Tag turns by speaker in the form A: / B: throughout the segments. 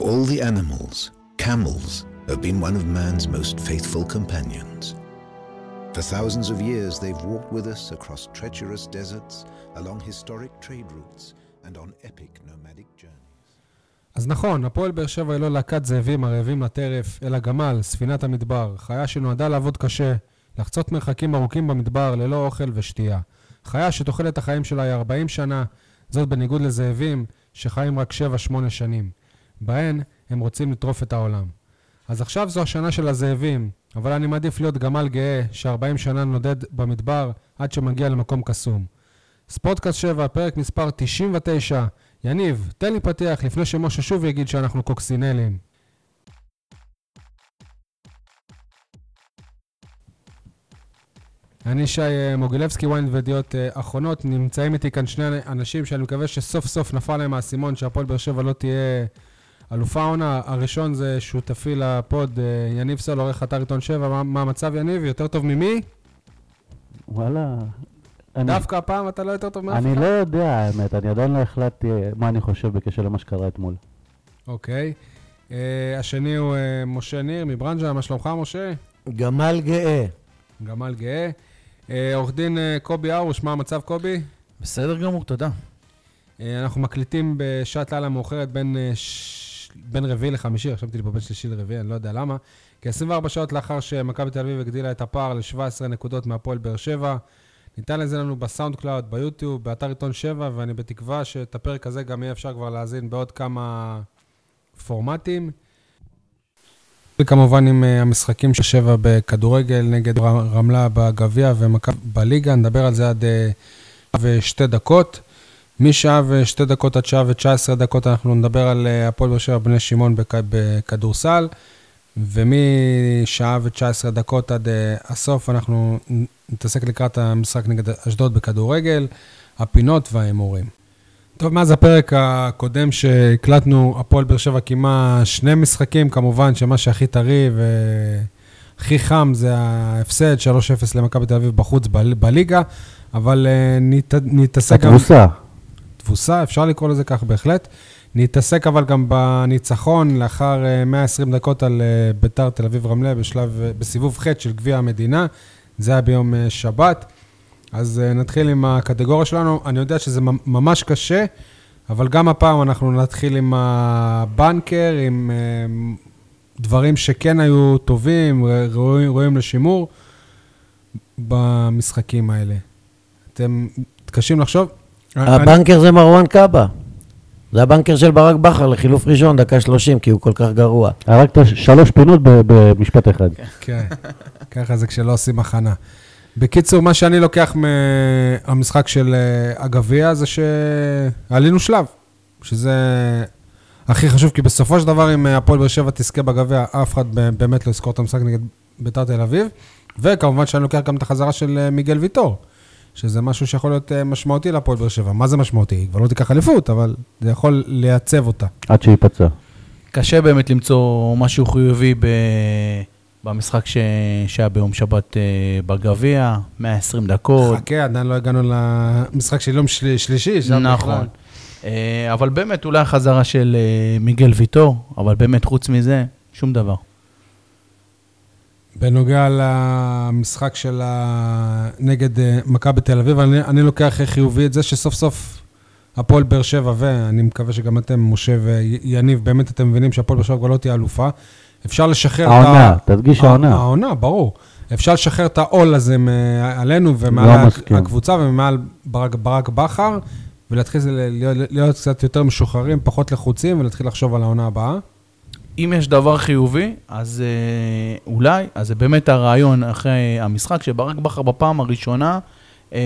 A: all the animals, camels have been one of man's most faithful companions. For thousands of years, they've walked with us across treacherous deserts, along historic trade routes, and on epic nomadic journeys.
B: אז נכון, הפועל באר שבע היא לא להקת זאבים הרעבים לטרף, אלא גמל, ספינת המדבר, חיה שנועדה לעבוד קשה, לחצות מרחקים ארוכים במדבר ללא אוכל ושתייה. חיה שתוחלת החיים שלה היא 40 שנה, זאת בניגוד לזאבים שחיים רק 7-8 שנים. בהן הם רוצים לטרוף את העולם. אז עכשיו זו השנה של הזאבים, אבל אני מעדיף להיות גמל גאה ש-40 שנה נודד במדבר עד שמגיע למקום קסום. ספורטקאסט 7, פרק מספר 99. יניב, תן לי פתיח לפני שמשה שוב יגיד שאנחנו קוקסינלים. אני שי אה, מוגילבסקי, ויינד וידיעות אה, אחרונות. נמצאים איתי כאן שני אנשים שאני מקווה שסוף סוף נפל להם האסימון שהפועל באר שבע לא תהיה אלופה העונה. הראשון זה שותפי לפוד, אה, יניב סול, עורך אתר עיתון 7. מה, מה המצב, יניב? יותר טוב ממי?
C: וואלה. אני,
B: דווקא הפעם אתה לא יותר טוב מאף אחד?
C: אני לא יודע האמת, אני עדיין לא החלטתי מה אני חושב בקשר למה שקרה אתמול.
B: אוקיי. אה, השני הוא אה, משה ניר מברנז'ה, מה שלומך, משה?
D: גמל גאה.
B: גמל גאה. אה, עורך דין אה, קובי ארוש, מה המצב, קובי?
E: בסדר גמור, תודה.
B: אה, אנחנו מקליטים בשעת לילה מאוחרת בין, אה, ש... בין רביעי לחמישי, רשמתי לי פה בין שלישי לרביעי, אני לא יודע למה. כ-24 שעות לאחר שמכבי תל אביב הגדילה את הפער ל-17 נקודות מהפועל באר שבע. ניתן לזה לנו בסאונד קלאוד, ביוטיוב, באתר עיתון 7, ואני בתקווה שאת הפרק הזה גם יהיה אפשר כבר להאזין בעוד כמה פורמטים. וכמובן עם אה, המשחקים של שבע בכדורגל נגד ר- רמלה בגביע ומכבי בליגה, נדבר על זה עד אה, שעה ושתי דקות. משעה ושתי דקות עד שעה ותשע עשרה דקות אנחנו נדבר על אה, הפועל באר שבע בני שמעון בכ- בכדורסל, ומשעה ותשע עשרה דקות עד אה, הסוף אנחנו נ- נתעסק לקראת המשחק נגד אשדוד בכדורגל, הפינות וההימורים. טוב, מאז הפרק הקודם שהקלטנו, הפועל באר שבע קיימה שני משחקים, כמובן שמה שהכי טרי והכי חם זה ההפסד 3-0 למכבי תל אביב בחוץ ב- בליגה, אבל אה, נת- נתעסק גם...
C: התבוסה.
B: תבוסה, אפשר לקרוא לזה כך בהחלט. נתעסק אבל גם בניצחון לאחר אה, 120 דקות על אה, ביתר תל אביב רמלה בשלב, אה, בסיבוב ח' של גביע המדינה. זה היה ביום אה, שבת. אז אה, נתחיל עם הקטגוריה שלנו. אני יודע שזה ממ- ממש קשה, אבל גם הפעם אנחנו נתחיל עם הבנקר, עם אה, דברים שכן היו טובים, ר- ראויים- ראויים לשימור במשחקים האלה. אתם מתקשים לחשוב? אני-
D: הבנקר זה מרואן קאבה. זה הבנקר של ברק בכר לחילוף ראשון, דקה 30, כי הוא כל כך גרוע.
C: הרגת שלוש פינות ב- במשפט אחד.
B: כן, ככה זה כשלא עושים הכנה. בקיצור, מה שאני לוקח מהמשחק של אה, הגביע זה שעלינו שלב, שזה הכי חשוב, כי בסופו של דבר, אם אה, הפועל באר שבע תזכה בגביע, אף אחד ב- באמת לא יזכור את המשחק נגד ביתר תל אביב. וכמובן שאני לוקח גם את החזרה של אה, מיגל ויטור, שזה משהו שיכול להיות אה, משמעותי להפועל באר שבע. מה זה משמעותי? היא כבר לא תיקח אליפות, אבל זה יכול לייצב אותה.
C: עד שייפצע.
E: קשה באמת למצוא משהו חיובי ב... במשחק ש... שהיה ביום שבת אה, בגביע, 120 דקות.
B: חכה, עדיין לא הגענו למשחק של יום של... שלישי, שם בכלל.
E: נכון. אה, אבל באמת, אולי החזרה של אה, מיגל ויטור, אבל באמת, חוץ מזה, שום דבר.
B: בנוגע למשחק של ה... נגד אה, מכבי תל אביב, אני, אני לוקח חיובי את זה שסוף סוף הפועל באר שבע, ואני מקווה שגם אתם, משה ויניב, באמת אתם מבינים שהפועל באר שבע כבר לא תהיה אלופה. אפשר לשחרר
C: העונה,
B: את ה...
C: תדגיש
B: הע-
C: העונה.
B: העונה, ברור. אפשר לשחרר את העול הזה מ- עלינו ומעל
C: לא
B: ה-
C: מסכים.
B: הקבוצה ומעל ברק, ברק בכר, ולהתחיל ל- להיות, להיות קצת יותר משוחררים, פחות לחוצים, ולהתחיל לחשוב על העונה הבאה.
E: אם יש דבר חיובי, אז אה, אולי, אז זה באמת הרעיון אחרי המשחק, שברק בכר בפעם הראשונה אה,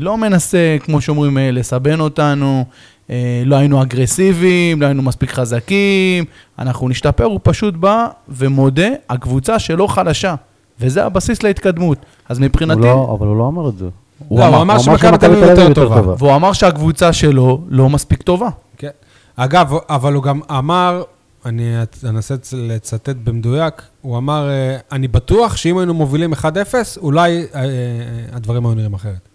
E: לא מנסה, כמו שאומרים, אה, לסבן אותנו, אה, לא היינו אגרסיביים, לא היינו מספיק חזקים, אנחנו נשתפר, הוא פשוט בא ומודה, הקבוצה שלו חלשה, וזה הבסיס להתקדמות. אז
C: הוא
E: מבחינתי,
C: לא- אבל הוא לא אמר את זה.
B: לא, הוא אמר שמכבי תל אביב יותר טובה.
E: והוא אמר שהקבוצה שלו לא מספיק טובה.
B: כן. אגב, אבל הוא גם אמר, אני אנסה לצ- לצטט במדויק, הוא אמר, אה, אני בטוח שאם היינו מובילים 1-0, אולי אה, אה, הדברים היו נראים אחרת.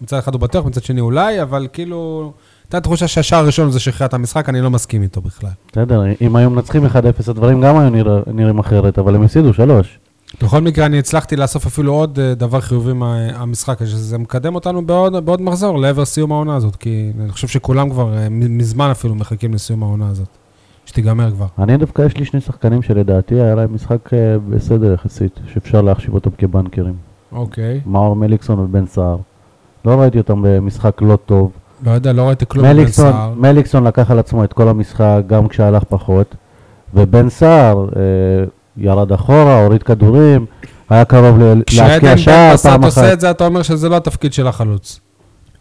B: מצד אחד הוא בטוח, מצד שני אולי, אבל כאילו, הייתה תחושה שהשער הראשון זה שהכריע את המשחק, אני לא מסכים איתו בכלל.
C: בסדר, אם היו מנצחים 1-0, הדברים גם היו נרא- נראים אחרת, אבל הם הפסידו שלוש.
B: בכל מקרה, אני הצלחתי לאסוף אפילו עוד אה, דבר חיובי מהמשחק, שזה מקדם אותנו בעוד, בעוד מחזור לעבר סיום העונה הזאת, כי אני חושב שכולם כבר אה, מ- מזמן אפילו מחכים לסיום העונה הזאת, שתיגמר כבר.
C: אני דווקא, יש לי שני שחקנים שלדעתי היה להם משחק אה, בסדר יחסית, שאפשר להחשיב אותם כבנקרים.
B: אוקיי.
C: מאור מליקסון ובן סער. לא ראיתי אותם במשחק לא טוב.
B: לא יודע, לא ראיתי כלום מבן סער.
C: מליקסון, מליקסון לקח על עצמו את כל המשחק, גם כשהלך פחות, ובן סער אה, ירד אחורה, הוריד כדורים, היה קרוב ל-
B: כשעדן
C: להבקיע
B: בן
C: שער
B: בסט
C: פעם אחת,
B: עושה את זה, אתה אומר שזה לא התפקיד של החלוץ.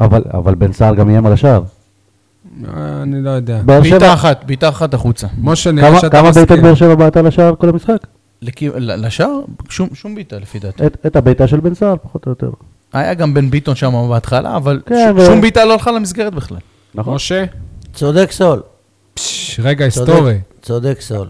C: אבל, אבל בן סער גם איים על השער.
B: כן. אה, אני לא יודע.
C: באר
E: בעיטה
C: שבע,
E: אחת, בעיטה אחת החוצה.
B: משה, נראה
C: כמה,
B: שאתה
C: כמה
B: מסכים.
C: בעיטות באר שבע בעטה לשער כל המשחק?
E: לכי- ל- לשער? שום שום בעיטה לפי דעתי.
C: את, את הבעיטה של בן סער, פחות או יותר.
E: היה גם בן ביטון שם בהתחלה, אבל
C: כן,
E: ש-
C: אבל-
E: שום בעיטה לא הלכה למסגרת בכלל.
C: נכון.
B: משה?
D: צודק סול.
B: פש, רגע
D: צודק-
B: היסטורי.
D: צודק סול.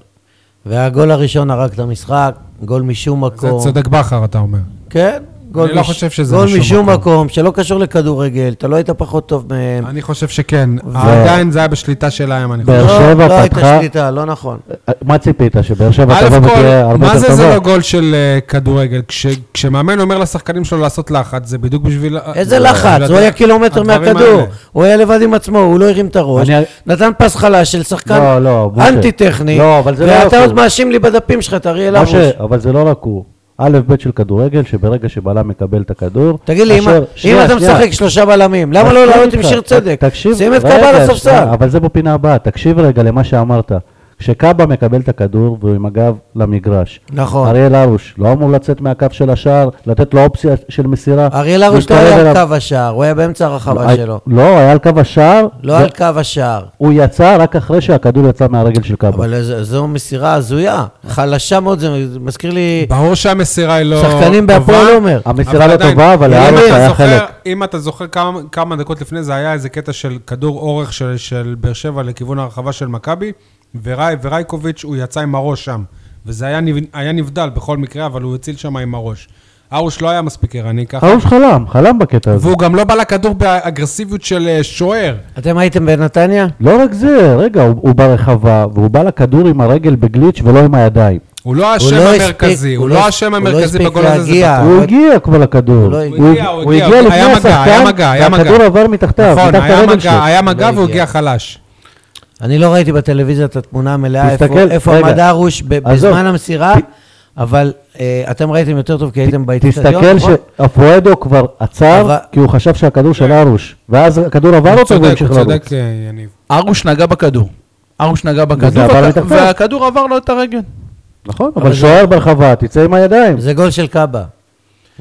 D: והגול הראשון הרג את המשחק, גול משום
B: זה
D: מקום.
B: צודק בכר, אתה אומר.
D: כן, גול
B: לא חושב שזה
D: גול
B: משום
D: משום
B: מקום.
D: מקום, שלא קשור לכדורגל, אתה לא היית פחות טוב מהם.
B: אני חושב שכן. עדיין זה היה בשליטה שלהם, אני חושב.
C: באר
D: לא,
C: שבע
D: לא הייתה
C: פתחה-
D: שליטה, לא נכון.
C: אה, מה ציפית? שבאר שבע
B: א'
C: תבוא ותהיה
B: כל,
C: הרבה
B: מה
C: יותר
B: זה זה לא
C: טובה?
B: גול של אה, כדורגל? כש- כשמאמן אומר לשחקנים שלו לעשות לחץ, זה בדיוק בשביל... אה,
D: איזה
C: לא,
B: בשביל
D: לחץ, הוא
B: הד-
D: היה קילומטר
B: הדברים
D: מהכדור,
B: האלה.
D: הוא היה לבד עם עצמו, הוא לא הרים את הראש,
C: אני-
D: נתן פס חלש של שחקן
C: לא, לא, בושה.
D: אנטי-טכני,
C: לא, אבל זה לא
D: ואתה
C: יפה.
D: עוד מאשים לי בדפים שלך את אריאל עמוס.
C: משה, אבל זה לא רק הוא. א' ב' של כדורגל, שברגע שבלם מקבל את הכדור...
D: תגיד לי, אם-
C: אשר-
D: אם
C: שנייה,
D: אתה
C: שנייה.
D: משחק שלושה בלמים, למה לא
C: מסכים
D: לעלות
C: איתך.
D: עם שיר
C: ת-
D: צדק?
C: תקשיב,
D: שים את
C: רגע,
D: קאבה על הספסל.
C: שנייה, אבל זה בפינה הבאה, תקשיב רגע למה שאמרת. כשקאבה מקבל את הכדור והוא עם הגב למגרש.
D: נכון.
C: אריאל הרוש לא אמור לצאת מהקו של השער, לתת לו אופציה של מסירה.
D: אריאל הרוש לא
C: להתקרב
D: היה על
C: אליו.
D: קו השער, הוא היה באמצע הרחבה
C: לא,
D: שלו.
C: לא, היה על קו השער.
D: לא על קו השער.
C: הוא יצא רק אחרי שהכדור יצא מהרגל של קאבה.
D: אבל זה- זו מסירה הזויה, חלשה מאוד, זה זה מזכיר לי
B: ברור שהמסירה היא לא...
D: שחקנים
B: טובה,
D: בהפועל עומר.
C: המסירה לא
B: עדיין,
C: טובה, אבל
B: אם
C: לארוש
B: אתה
C: היה
B: זוכר-
C: חלק.
B: אם אתה זוכר כמה- כמה דקות לפני זה היה איזה קטע של כדור אורך של- של באר שבע לכיוון הרחבה של מכבי, ורי- ורייקוביץ' הוא יצא עם הראש שם. וזה היה נב- היה נבדל בכל מקרה, אבל הוא הציל שם עם הראש. ארוש לא היה מספיק ערני ככה.
C: הרוש חלם, חלם בקטע הזה.
B: והוא גם לא בא לכדור באגרסיביות של אה, שוער.
D: אתם הייתם בנתניה?
C: לא רק זה, רגע, הוא, הוא ברחבה, והוא בא לכדור עם הרגל בגליץ' ולא עם הידיים.
B: הוא לא
D: הוא
B: האשם
D: לא
B: המרכזי,
D: הספיק-
B: הוא לא האשם המרכזי
D: הספיק
B: בגול הזה. זה
D: להגיע. לא-
B: בטוח.
C: הוא
D: אבל-
C: הגיע כבר לכדור.
D: לא
B: הוא אה, לא- הגיע, הוא הגיע, הוא- היה מגע, היה מגע, היה מגע.
C: והכדור עבר מתחתיו,
B: נכון,
C: מתחת
B: היה
C: הרגל
B: מגע,
C: שלו.
B: היה מגע
D: לא
B: והוא
D: הגיע.
B: הגיע חלש.
D: אני לא ראיתי בטלוויזיה את התמונה המלאה, איפה-
C: תסתכל,
D: איפה
C: רגע.
D: עמד הרוש ב-
C: עזוב.
D: בזמן המסירה,
C: ת-
D: אבל אה, אתם ראיתם יותר טוב כי הייתם באיצטדיון,
C: תסתכל
D: נכון?
C: שאפואדו כבר עצר,
D: אבל-
C: כי הוא חשב שהכדור של הרוש. ואז הכדור עבר
B: אה, הוא
C: אותו והוא
B: צודק,
C: המשיך
B: הוא
C: לרוץ.
B: צודק, אה, יניב.
E: ארוש נגע בכדור. ארוש נגע בכדור,
C: וזה עבר
E: והכ-
C: מתחתיו.
E: והכדור עבר לו את הרגל.
C: נכון,
D: אבל
C: אבל
D: זה-
C: שוער ברחבה, תצא עם הידיים.
D: זה גול של קאבה.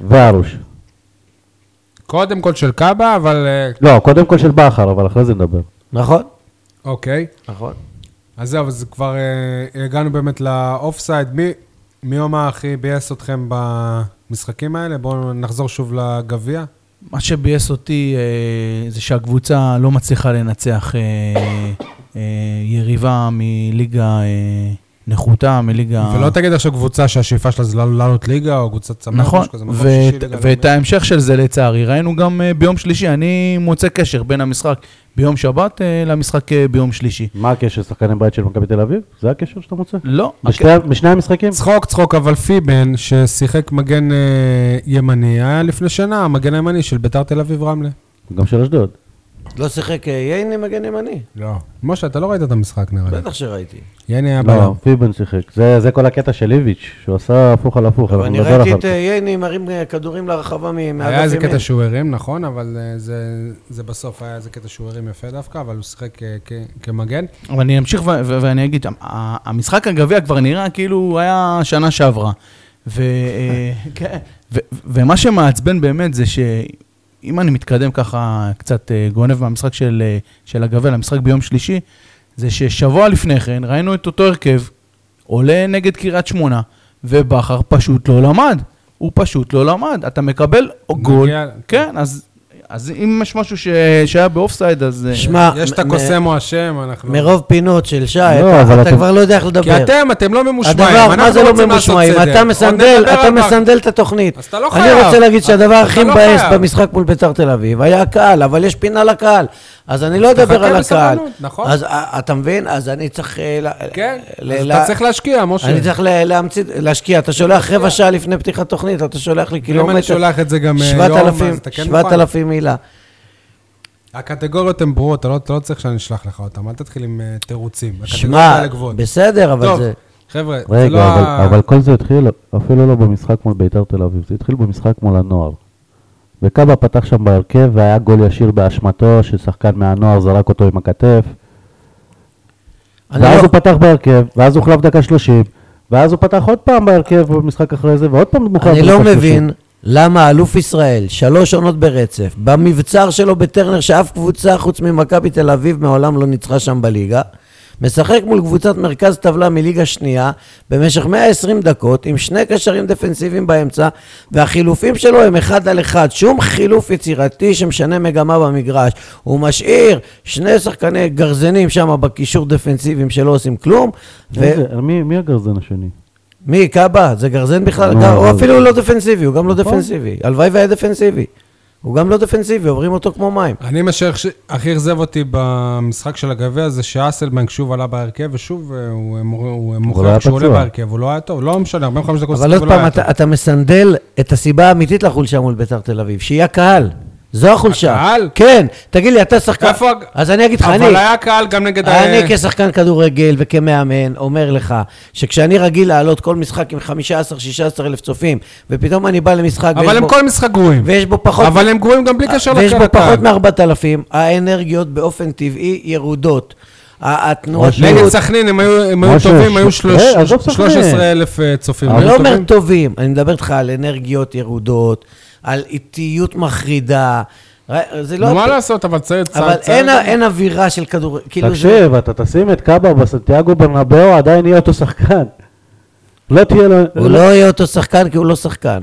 C: והרוש.
B: קודם כל של קאבה, אבל אה,
C: לא, קודם כל של בכר, אבל אחרי זה נדבר.
D: נכון?
B: אוקיי.
D: נכון.
B: אז זהו, אז כבר אה, הגענו באמת לאוף סייד. מי, מי או מה הכי ביאס אתכם במשחקים האלה? בואו נחזור שוב לגביע.
E: מה שביאס אותי אה, זה שהקבוצה לא מצליחה לנצח אה, אה, יריבה מליגה אה, נחותה, מליגה...
B: ולא תגיד עכשיו קבוצה שהשאיפה שלה זה לעלות- לעלות ליגה או קבוצת צמא.
E: נכון,
B: משהו כזה, מקום שישי
E: ואת,
B: ליגה
E: ואת ההמשך של זה לצערי ראינו גם אה, ביום שלישי. אני מוצא קשר בין המשחק ביום שבת אה, למשחק אה, ביום שלישי.
C: מה הקשר, שחקני בית של מכבי תל אביב? זה הקשר שאתה מוצא?
E: לא,
C: בשתי ה- בשני המשחקים?
B: צחוק, צחוק, אבל פיבן, ששיחק מגן אה, ימני, היה לפני שנה המגן הימני של ביתר תל אביב רמלה.
C: גם של אשדוד.
D: לא שיחק אה, ייני מגן ימני.
B: לא. משה, אתה לא ראית את המשחק נראה לי.
D: בטח שראיתי.
B: יני היה בלם.
C: לא, פיבן שיחק. זה זה כל הקטע של איביץ', שהוא עשה הפוך על הפוך,
D: אבל
C: אנחנו
D: אני
C: נדבר
D: ראיתי
C: אחר
D: את
C: כך.
D: אה, ייני מרים אה, כדורים לרחבה מ- מאגף ימין.
B: היה איזה קטע שהוא הרים, נכון, אבל אה, זה, זה בסוף היה איזה קטע שהוא הרים יפה דווקא, אבל הוא שיחק אה, כ- כמגן.
E: אבל אני אמשיך ו- ו- ואני אגיד, ה- ה- המשחק הגביע כבר נראה כאילו היה שנה שעברה. ו- אה, כן. ו- ו- ומה שמעצבן באמת זה שאם אני מתקדם ככה קצת אה, גונב מהמשחק של, אה, של הגביע למשחק ביום שלישי, זה ששבוע לפני כן ראינו את אותו הרכב עולה נגד קריית שמונה, ובכר פשוט לא למד. הוא פשוט לא למד. אתה מקבל גול,
B: מגיע-
E: כן, אז, אז אם יש משהו ש- שהיה באופסייד, אז... אה,
D: שמע,
B: יש את
D: מ-
B: הקוסם או השם, אנחנו...
D: מרוב פינות של שי,
C: לא,
D: אתה-
C: אבל
D: אתה
C: אתם-
D: כבר לא יודע איך לדבר.
B: כי אתם, אתם לא ממושמעים.
D: הדבר, מה
B: אנחנו
D: זה לא
B: רוצים לעשות
D: ממושמעים?
B: סדר.
D: אתה
B: עוד
D: מסנדל,
B: נדבר
D: אתה
B: על בק-
D: מסנדל את התוכנית.
B: אז אתה לא
D: אני
B: חייב.
D: רוצה להגיד שהדבר
B: אתה
D: הכי
B: לא
D: מבאס
B: חייב.
D: במשחק מול בית"ר תל אביב היה הקהל, אבל יש פינה לקהל. אז אני לא אדבר
B: תחכה
D: על הקהל.
B: בסבלנות, נכון.
D: אז אה, אתה מבין? אז אני צריך... אה, ל-
B: כן,
D: ל-
B: אז
D: ל-
B: אתה צריך להשקיע, משה.
D: אני צריך ל- להמציא, להשקיע. אתה שולח רבע שעה לפני פתיחת תוכנית, אתה שולח לי
B: אם
D: קילומטר.
B: אני שולח את זה גם אה, יום,
D: 7,000
B: אז אתה כן מוכן.
D: 7,000 מילה.
B: הקטגוריות הן ברורות, אתה לא- אתה לא צריך שאני אשלח לך אותן, אל תתחיל עם אה, תירוצים. הקטגוריות
D: שמע,
B: האלה גבוהות.
D: בסדר, אבל
B: טוב,
D: זה...
B: חבר'ה, זה
C: רגע,
B: לא ה...
C: אבל, אבל כל זה התחיל אפילו לא במשחק מול ביתר תל אביב, זה התחיל במשחק מול הנוער. וקאבה פתח שם בהרכב והיה גול ישיר באשמתו, ששחקן מהנוער זרק אותו עם הכתף.
D: אני
C: ואז
D: לא-
C: הוא פתח בהרכב, ואז הוא הוחלף דקה 30, ואז הוא פתח עוד פעם בהרכב במשחק אחרי זה, ועוד פעם הוא מוכר
D: אני לא
C: בדקה 30.
D: מבין למה אלוף ישראל, שלוש עונות ברצף, במבצר שלו בטרנר, שאף קבוצה חוץ ממכבי תל אביב מעולם לא ניצחה שם בליגה, משחק מול קבוצת מרכז טבלה מליגה שנייה במשך 120 דקות עם שני קשרים דפנסיביים באמצע, והחילופים שלו הם אחד על אחד, שום חילוף יצירתי שמשנה מגמה במגרש. הוא משאיר שני שחקני גרזנים שם בקישור דפנסיביים שלא עושים כלום,
C: מי זה? מי, מי הגרזן השני?
D: מי, קאבה? זה גרזן בכלל?
C: לא,
D: גם-
C: אבל-
D: הוא אפילו לא דפנסיבי, הוא גם לא
C: נכון.
D: דפנסיבי. הלוואי והיה דפנסיבי. הוא גם לא דפנסיבי, עוברים אותו כמו מים.
B: אני, מה שהכי אכזב אותי במשחק של הגביע זה שאסלבנק שוב עלה בהרכב, ושוב אה, הוא אה, מור- הוא
C: לא
B: מוכיח
C: היה
B: שהוא עולה
C: פצוע.
B: בהרכב, הוא לא היה טוב, לא משנה, 45 דקות
D: אבל
B: שיחק
D: עוד
B: ולא
D: פעם,
B: היה טוב.
D: אתה- אתה מסנדל את הסיבה האמיתית לחולשה מול בית"ר תל אביב, שהיא הקהל. זו החולשה.
B: הקהל?
D: כן. תגיד לי, אתה שחקן...
B: איפה הג-
D: אז אני אגיד לך, אני...
B: אבל היה קהל גם נגד... אה, ה-
D: אני כשחקן כדורגל וכמאמן אומר לך שכשאני רגיל לעלות כל משחק עם 15-16 אלף צופים ופתאום אני בא למשחק ויש
B: אבל הם
D: בו-
B: כל משחק גרועים.
D: ויש בו פחות... אה,
B: אבל הם גרועים גם בלי קשר
D: ויש בו
B: לקהל.
D: פחות מ-4,000, האנרגיות באופן טבעי ירודות. ה- התנועות...
C: משה,
B: נגד
D: שירות-
B: סכנין הם היו הם היו
C: משה,
B: טובים, היו
C: ש- אה, עזוב סכנין.
B: 13 אלף אה, צופים.
C: אבל
D: אני
B: היו
D: לא אומר
B: טובים.
D: טובים, אני מדבר איתך על אנרגיות ירודות, על איטיות מחרידה. ר- זה
B: נו,
D: לא...
B: מה לעשות, אבל צריך...
D: אבל
B: צריך-
D: אין ה- אין אווירה של כדור... כאילו זה-
C: תקשיב, אתה תשים את קאבה בסנטיאגו ברנבאו, עדיין יהיה אותו שחקן. לא תהיה לו...
D: הוא לא יהיה אותו שחקן כי הוא לא שחקן.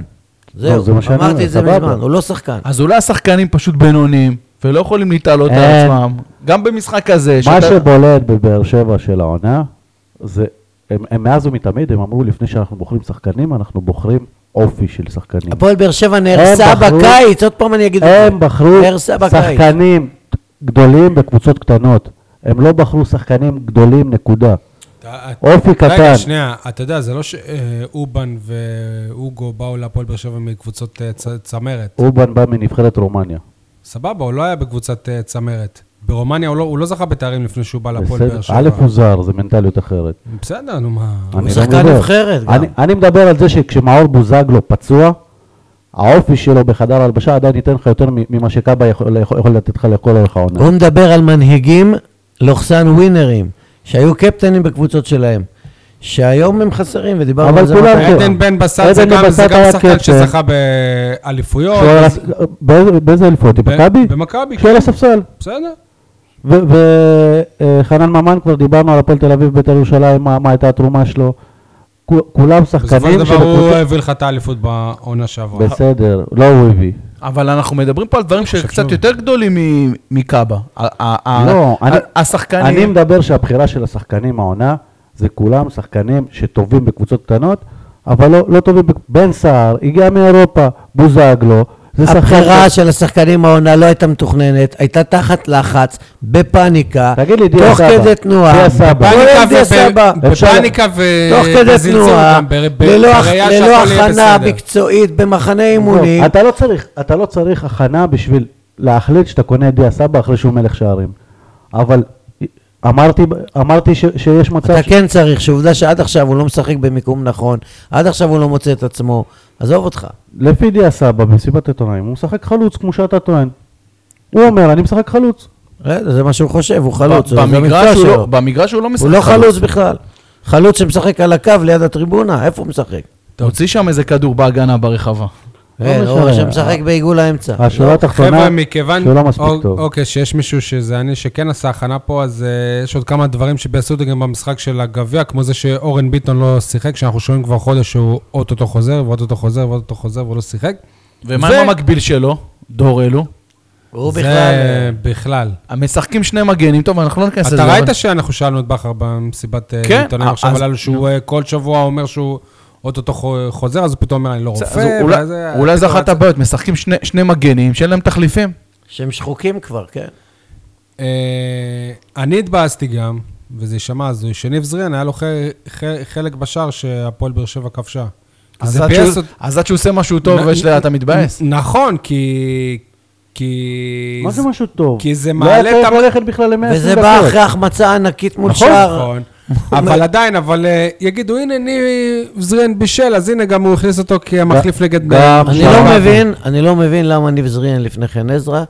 C: לא, זה
D: זהו,
C: מה שאני אומר,
D: אמרתי את זה
C: סבבה.
D: מזמן, הוא לא שחקן.
E: אז אולי השחקנים פשוט בינוניים, ולא יכולים להתעלות על
C: אין.
E: עצמם. גם במשחק הזה,
C: מה
E: שאתה-
C: שבולט בבאר שבע של העונה, זה, הם, הם מאז ומתמיד, הם אמרו לפני שאנחנו בוחרים שחקנים, אנחנו בוחרים אופי של שחקנים.
D: הפועל באר שבע נהרסה
C: הם בחרו-
D: בקיץ, עוד פעם אני אגיד את זה.
C: הם בחרו
D: נהרסה בקיץ.
C: שחקנים גדולים בקבוצות קטנות. הם לא בחרו שחקנים גדולים, נקודה.
D: אה,
B: אתה-
C: אופי קטן.
B: אה, רגע, שנייה, אתה יודע, זה לא שאובן ואוגו באו להפועל באר שבע מקבוצות אה, צ- צמרת.
C: אובן בא מנבחרת רומניה.
B: סבבה, הוא לא היה בקבוצת אה, צמרת. ברומניה הוא לא- הוא לא זכה בתארים לפני שהוא בא להפועל
C: בסדר,
B: באר שבע.
C: א' הוא זר, זה מנטליות אחרת.
B: בסדר, נו מה.
C: אני לא
D: שחקן
C: מדבר.
D: נבחרת כן, גם.
C: אני- אני מדבר על זה שכשמאור בוזגלו פצוע, האופי שלו בחדר הלבשה עדיין ייתן לך יותר מ- ממה שקאבה יכול יכול- יכול לתת לך לכל אורך העונה.
D: הוא מדבר על מנהיגים, לוחסן ווינרים, שהיו קפטנים בקבוצות שלהם, שהיום הם חסרים, ודיברנו
C: אבל
D: על זה
C: כולם
D: מתי.
C: כן.
B: עדן בן בסט זה
C: עדן
B: גם-
C: בן
B: זה
C: בסט
B: גם
C: היה
B: שחקן
C: קפטן.
B: שזכה באליפויות.
C: כשהוא היה- באיזה- באיזה אליפות?
B: לא, ב-
C: במכבי?
B: במכבי,
C: כשהוא על
B: כן.
C: הספסל.
B: בסדר.
C: וחנן אה, ממן, כבר דיברנו על הפועל תל אביב, בית"ר ירושלים, מה מה הייתה התרומה שלו. כו- כולם
B: בסופו של
C: שחקנים
B: דבר הוא
C: שבקבוצות-
B: הביא לך את האליפות בעונה שעברה.
C: בסדר, לא הוא הביא.
E: אבל אנחנו מדברים פה על דברים
B: חושב
E: שקצת
B: שלא.
E: יותר גדולים מ- מקאבה. ה- ה- ה-
C: לא,
E: ה-
C: אני- אני
E: השחקנים...
C: מדבר שהבחירה של השחקנים העונה, זה כולם שחקנים שטובים בקבוצות קטנות, אבל לא- לא טובים, בק- בן סער, הגיע מאירופה, בוזגלו, זה שחקן...
D: הבחירה של השחקנים העונה לא הייתה מתוכננת, הייתה תחת לחץ, בפאניקה,
C: תגיד לי, דיה
D: תוך
C: סבא.
D: כדי תנועה,
C: דיה סבא.
D: כולל
B: בפאניקה
D: דיה
B: וב-
D: סבא,
C: אפשר-
B: בפאניקה ו-
D: תוך כדי
B: וזלזול
D: תנועה,
B: גם ב- ב-
D: ללא הכ-
B: בראייה
D: ללא
B: שהכל יהיה
D: הכנה
B: בסדר.
D: מקצועית במחנה אימונים,
C: לא, אתה לא צריך, אתה לא צריך הכנה בשביל להחליט שאתה קונה את דיה סבא אחרי שהוא מלך שערים. אבל אמרתי, אמרתי ש, שיש מצב...
D: אתה כן צריך, שעובדה שעד עכשיו הוא לא משחק במיקום נכון, עד עכשיו הוא לא מוצא את עצמו, עזוב אותך.
C: לפי דיה סבא במסיבת עיתונאים, הוא משחק חלוץ כמו שאתה טוען. הוא אומר, אני משחק חלוץ.
D: רגע, אה, זה מה שהוא חושב, הוא
E: ב-
D: חלוץ, זה
E: במגרש
D: המקצוע
E: הוא לא-
D: שלו.
E: במגרש הוא לא משחק
D: הוא לא חלוץ בכלל. חלוץ שמשחק על הקו ליד הטריבונה, איפה הוא משחק?
E: הוציא שם איזה כדור בהגנה ברחבה.
D: כן,
C: משנה.
D: הוא שמשחק בעיגול האמצע.
C: השורה התחתונה,
B: לא, חבר'ה, מכיוון...
C: שהוא לא מספיק
B: אוק-
C: טוב.
B: אוקיי, שיש מישהו שזה אני שכן עשה הכנה פה, אז אה, יש עוד כמה דברים שביאסו אותי גם במשחק של הגביע, כמו זה שאורן ביטון לא שיחק, שאנחנו שומעים כבר חודש שהוא אוטוטו חוזר, ואוטוטו חוזר, ואוטוטו חוזר, והוא לא שיחק.
E: ומה
B: ו-
E: עם המקביל שלו? דור אלו.
D: הוא
B: זה
E: אה,
D: בכלל... אה,
B: בכלל.
E: משחקים שני מגנים, טוב, אנחנו לא ניכנס לזה.
B: אתה
E: אבל-
B: ראית שאנחנו שאלנו את בכר במסיבת אה,
E: כן,
B: עיתונאים
E: אה,
B: עכשיו
E: אז-
B: הללו, שהוא אה, כל שבוע אומר שהוא אוטוטו חו- חוזר, אז הוא פתאום אומר, אני לא
E: אז
B: רופא.
E: אולי-
B: ואז, אה,
E: אולי זה
B: פתאום
E: אחת הבעיות, משחקים שני- שני מגנים שאין להם תחליפים.
D: שהם שחוקים כבר, כן.
B: אה, אני התבאסתי גם, וזה יישמע הזוי, שניב זריאן היה לו ח- ח- חלק בשער שהפועל באר שבע כבשה.
E: אז
B: זה
E: עד
B: ביאס
E: שהוא-
B: אות-
E: אז עד שהוא עושה משהו טוב
B: נ-
E: ויש לה- אתה מתבאס.
B: נ- נכון, כי... כי...
C: מה זה משהו טוב?
B: כי זה
C: לא היה
B: מעלה את
C: צריך
B: המ-
C: ללכת בכלל ל-120 אה, דקות.
D: וזה בא אחרי החמצה ענקית מול שער.
B: נכון. אבל עדיין, אבל אה, יגידו, הנה, ניב זריאן בישל, אז הנה גם הוא הכניס אותו כמחליף נגד...
C: גם
D: אני
C: שער
D: לא
C: רבי.
D: מבין, אני לא מבין למה ניב זריאן לפני חן עזרא,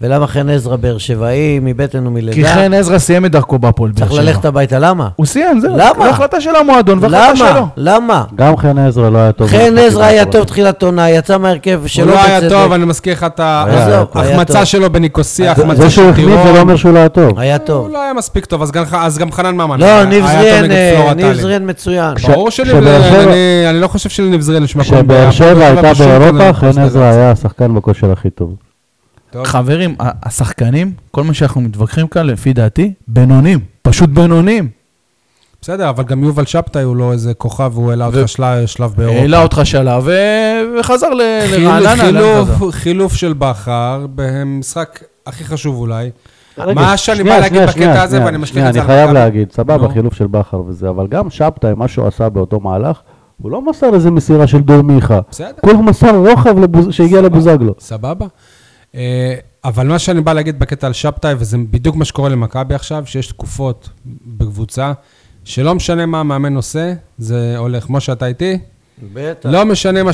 D: ולמה חן עזרא באר שבעי מבטן
E: כי
D: ומלידה.
E: חן עזרא סיים את דרכו בהפועל באר
D: צריך
E: שבע.
D: ללכת הביתה, למה?
E: הוא סיים, זהו.
D: למה?
E: זו החלטה של המועדון והחלטה לא שלו.
D: למה? למה?
C: גם חן עזרא לא היה טוב.
D: חן
C: במשחק
D: עזרא היה
C: האחרון.
D: טוב תחילת עונה, יצא מהרכב
B: הוא
D: שלא
B: לא היה
D: בצדק.
B: טוב, אני מזכיר לך את
C: היה, היה
D: טוב. היה טוב.
B: ההחמצה שלו בניקוסיה,
C: זה-
B: ההחמצה
C: זה שהוא
B: של
C: החמיץ זה לא
B: טירון.
C: אומר שהוא לא היה טוב.
D: היה טוב.
B: הוא לא היה מספיק טוב, אז גם- אז גם חנן ממן.
D: לא,
B: היה-
D: ניב
B: היה
D: זריאן,
B: טוב נגד
D: אה,
B: פלורה
D: ניב
B: טאלין.
D: זריאן מצוין.
C: כש-
B: ברור שלי,
C: כשבאר שבע-
B: אני- אני לא חושב שלניב זריאן יש מקום.
C: כשבאר שבע
B: בהפועל
C: הייתה
B: בשום
C: באירופה,
B: קודם,
C: חן
B: בשום
C: עזרא
B: קודם.
C: היה השחקן בכושר הכי טוב.
B: טוב.
E: חברים, ה- השחקנים, כל מה שאנחנו מתווכחים כאן, לפי דעתי, בינונים. פשוט בינונים.
B: בסדר, אבל גם יובל שבתאי הוא לא איזה כוכב, הוא העלה
E: ו- אה,
B: אותך של- שלב באירופה.
E: העלה אותך שלב ו- וחזר ל-
B: חיל-
E: לרעננה. לא, לאן
B: חילוף-
E: חזר?
B: חילוף של בכר, במשחק הכי חשוב אולי.
C: רגע,
B: מה שאני בא
C: שנייה,
B: להגיד
C: שנייה,
B: בקטע
C: שנייה,
B: הזה,
C: שנייה,
B: ואני משליך
C: שנייה,
B: את זה
C: אני חייב
B: מכבי.
C: להגיד, סבבה,
B: נו.
C: חילוף של בכר וזה, אבל גם שבתאי, מה שהוא עשה באותו מהלך, הוא לא מסר איזה מסירה של דור מיכה.
B: בסדר.
C: כל הוא מסר רוחב לבוז- שהגיע לבוזגלו.
B: סבבה. אה, אבל מה שאני בא להגיד בקטע על שבתאי, וזה בדיוק מה שקורה למכבי עכשיו, שיש תקופות בקבוצה, שלא משנה מה המאמן עושה, זה הולך. משה, אתה איתי?
D: בטח.
B: לא משנה מה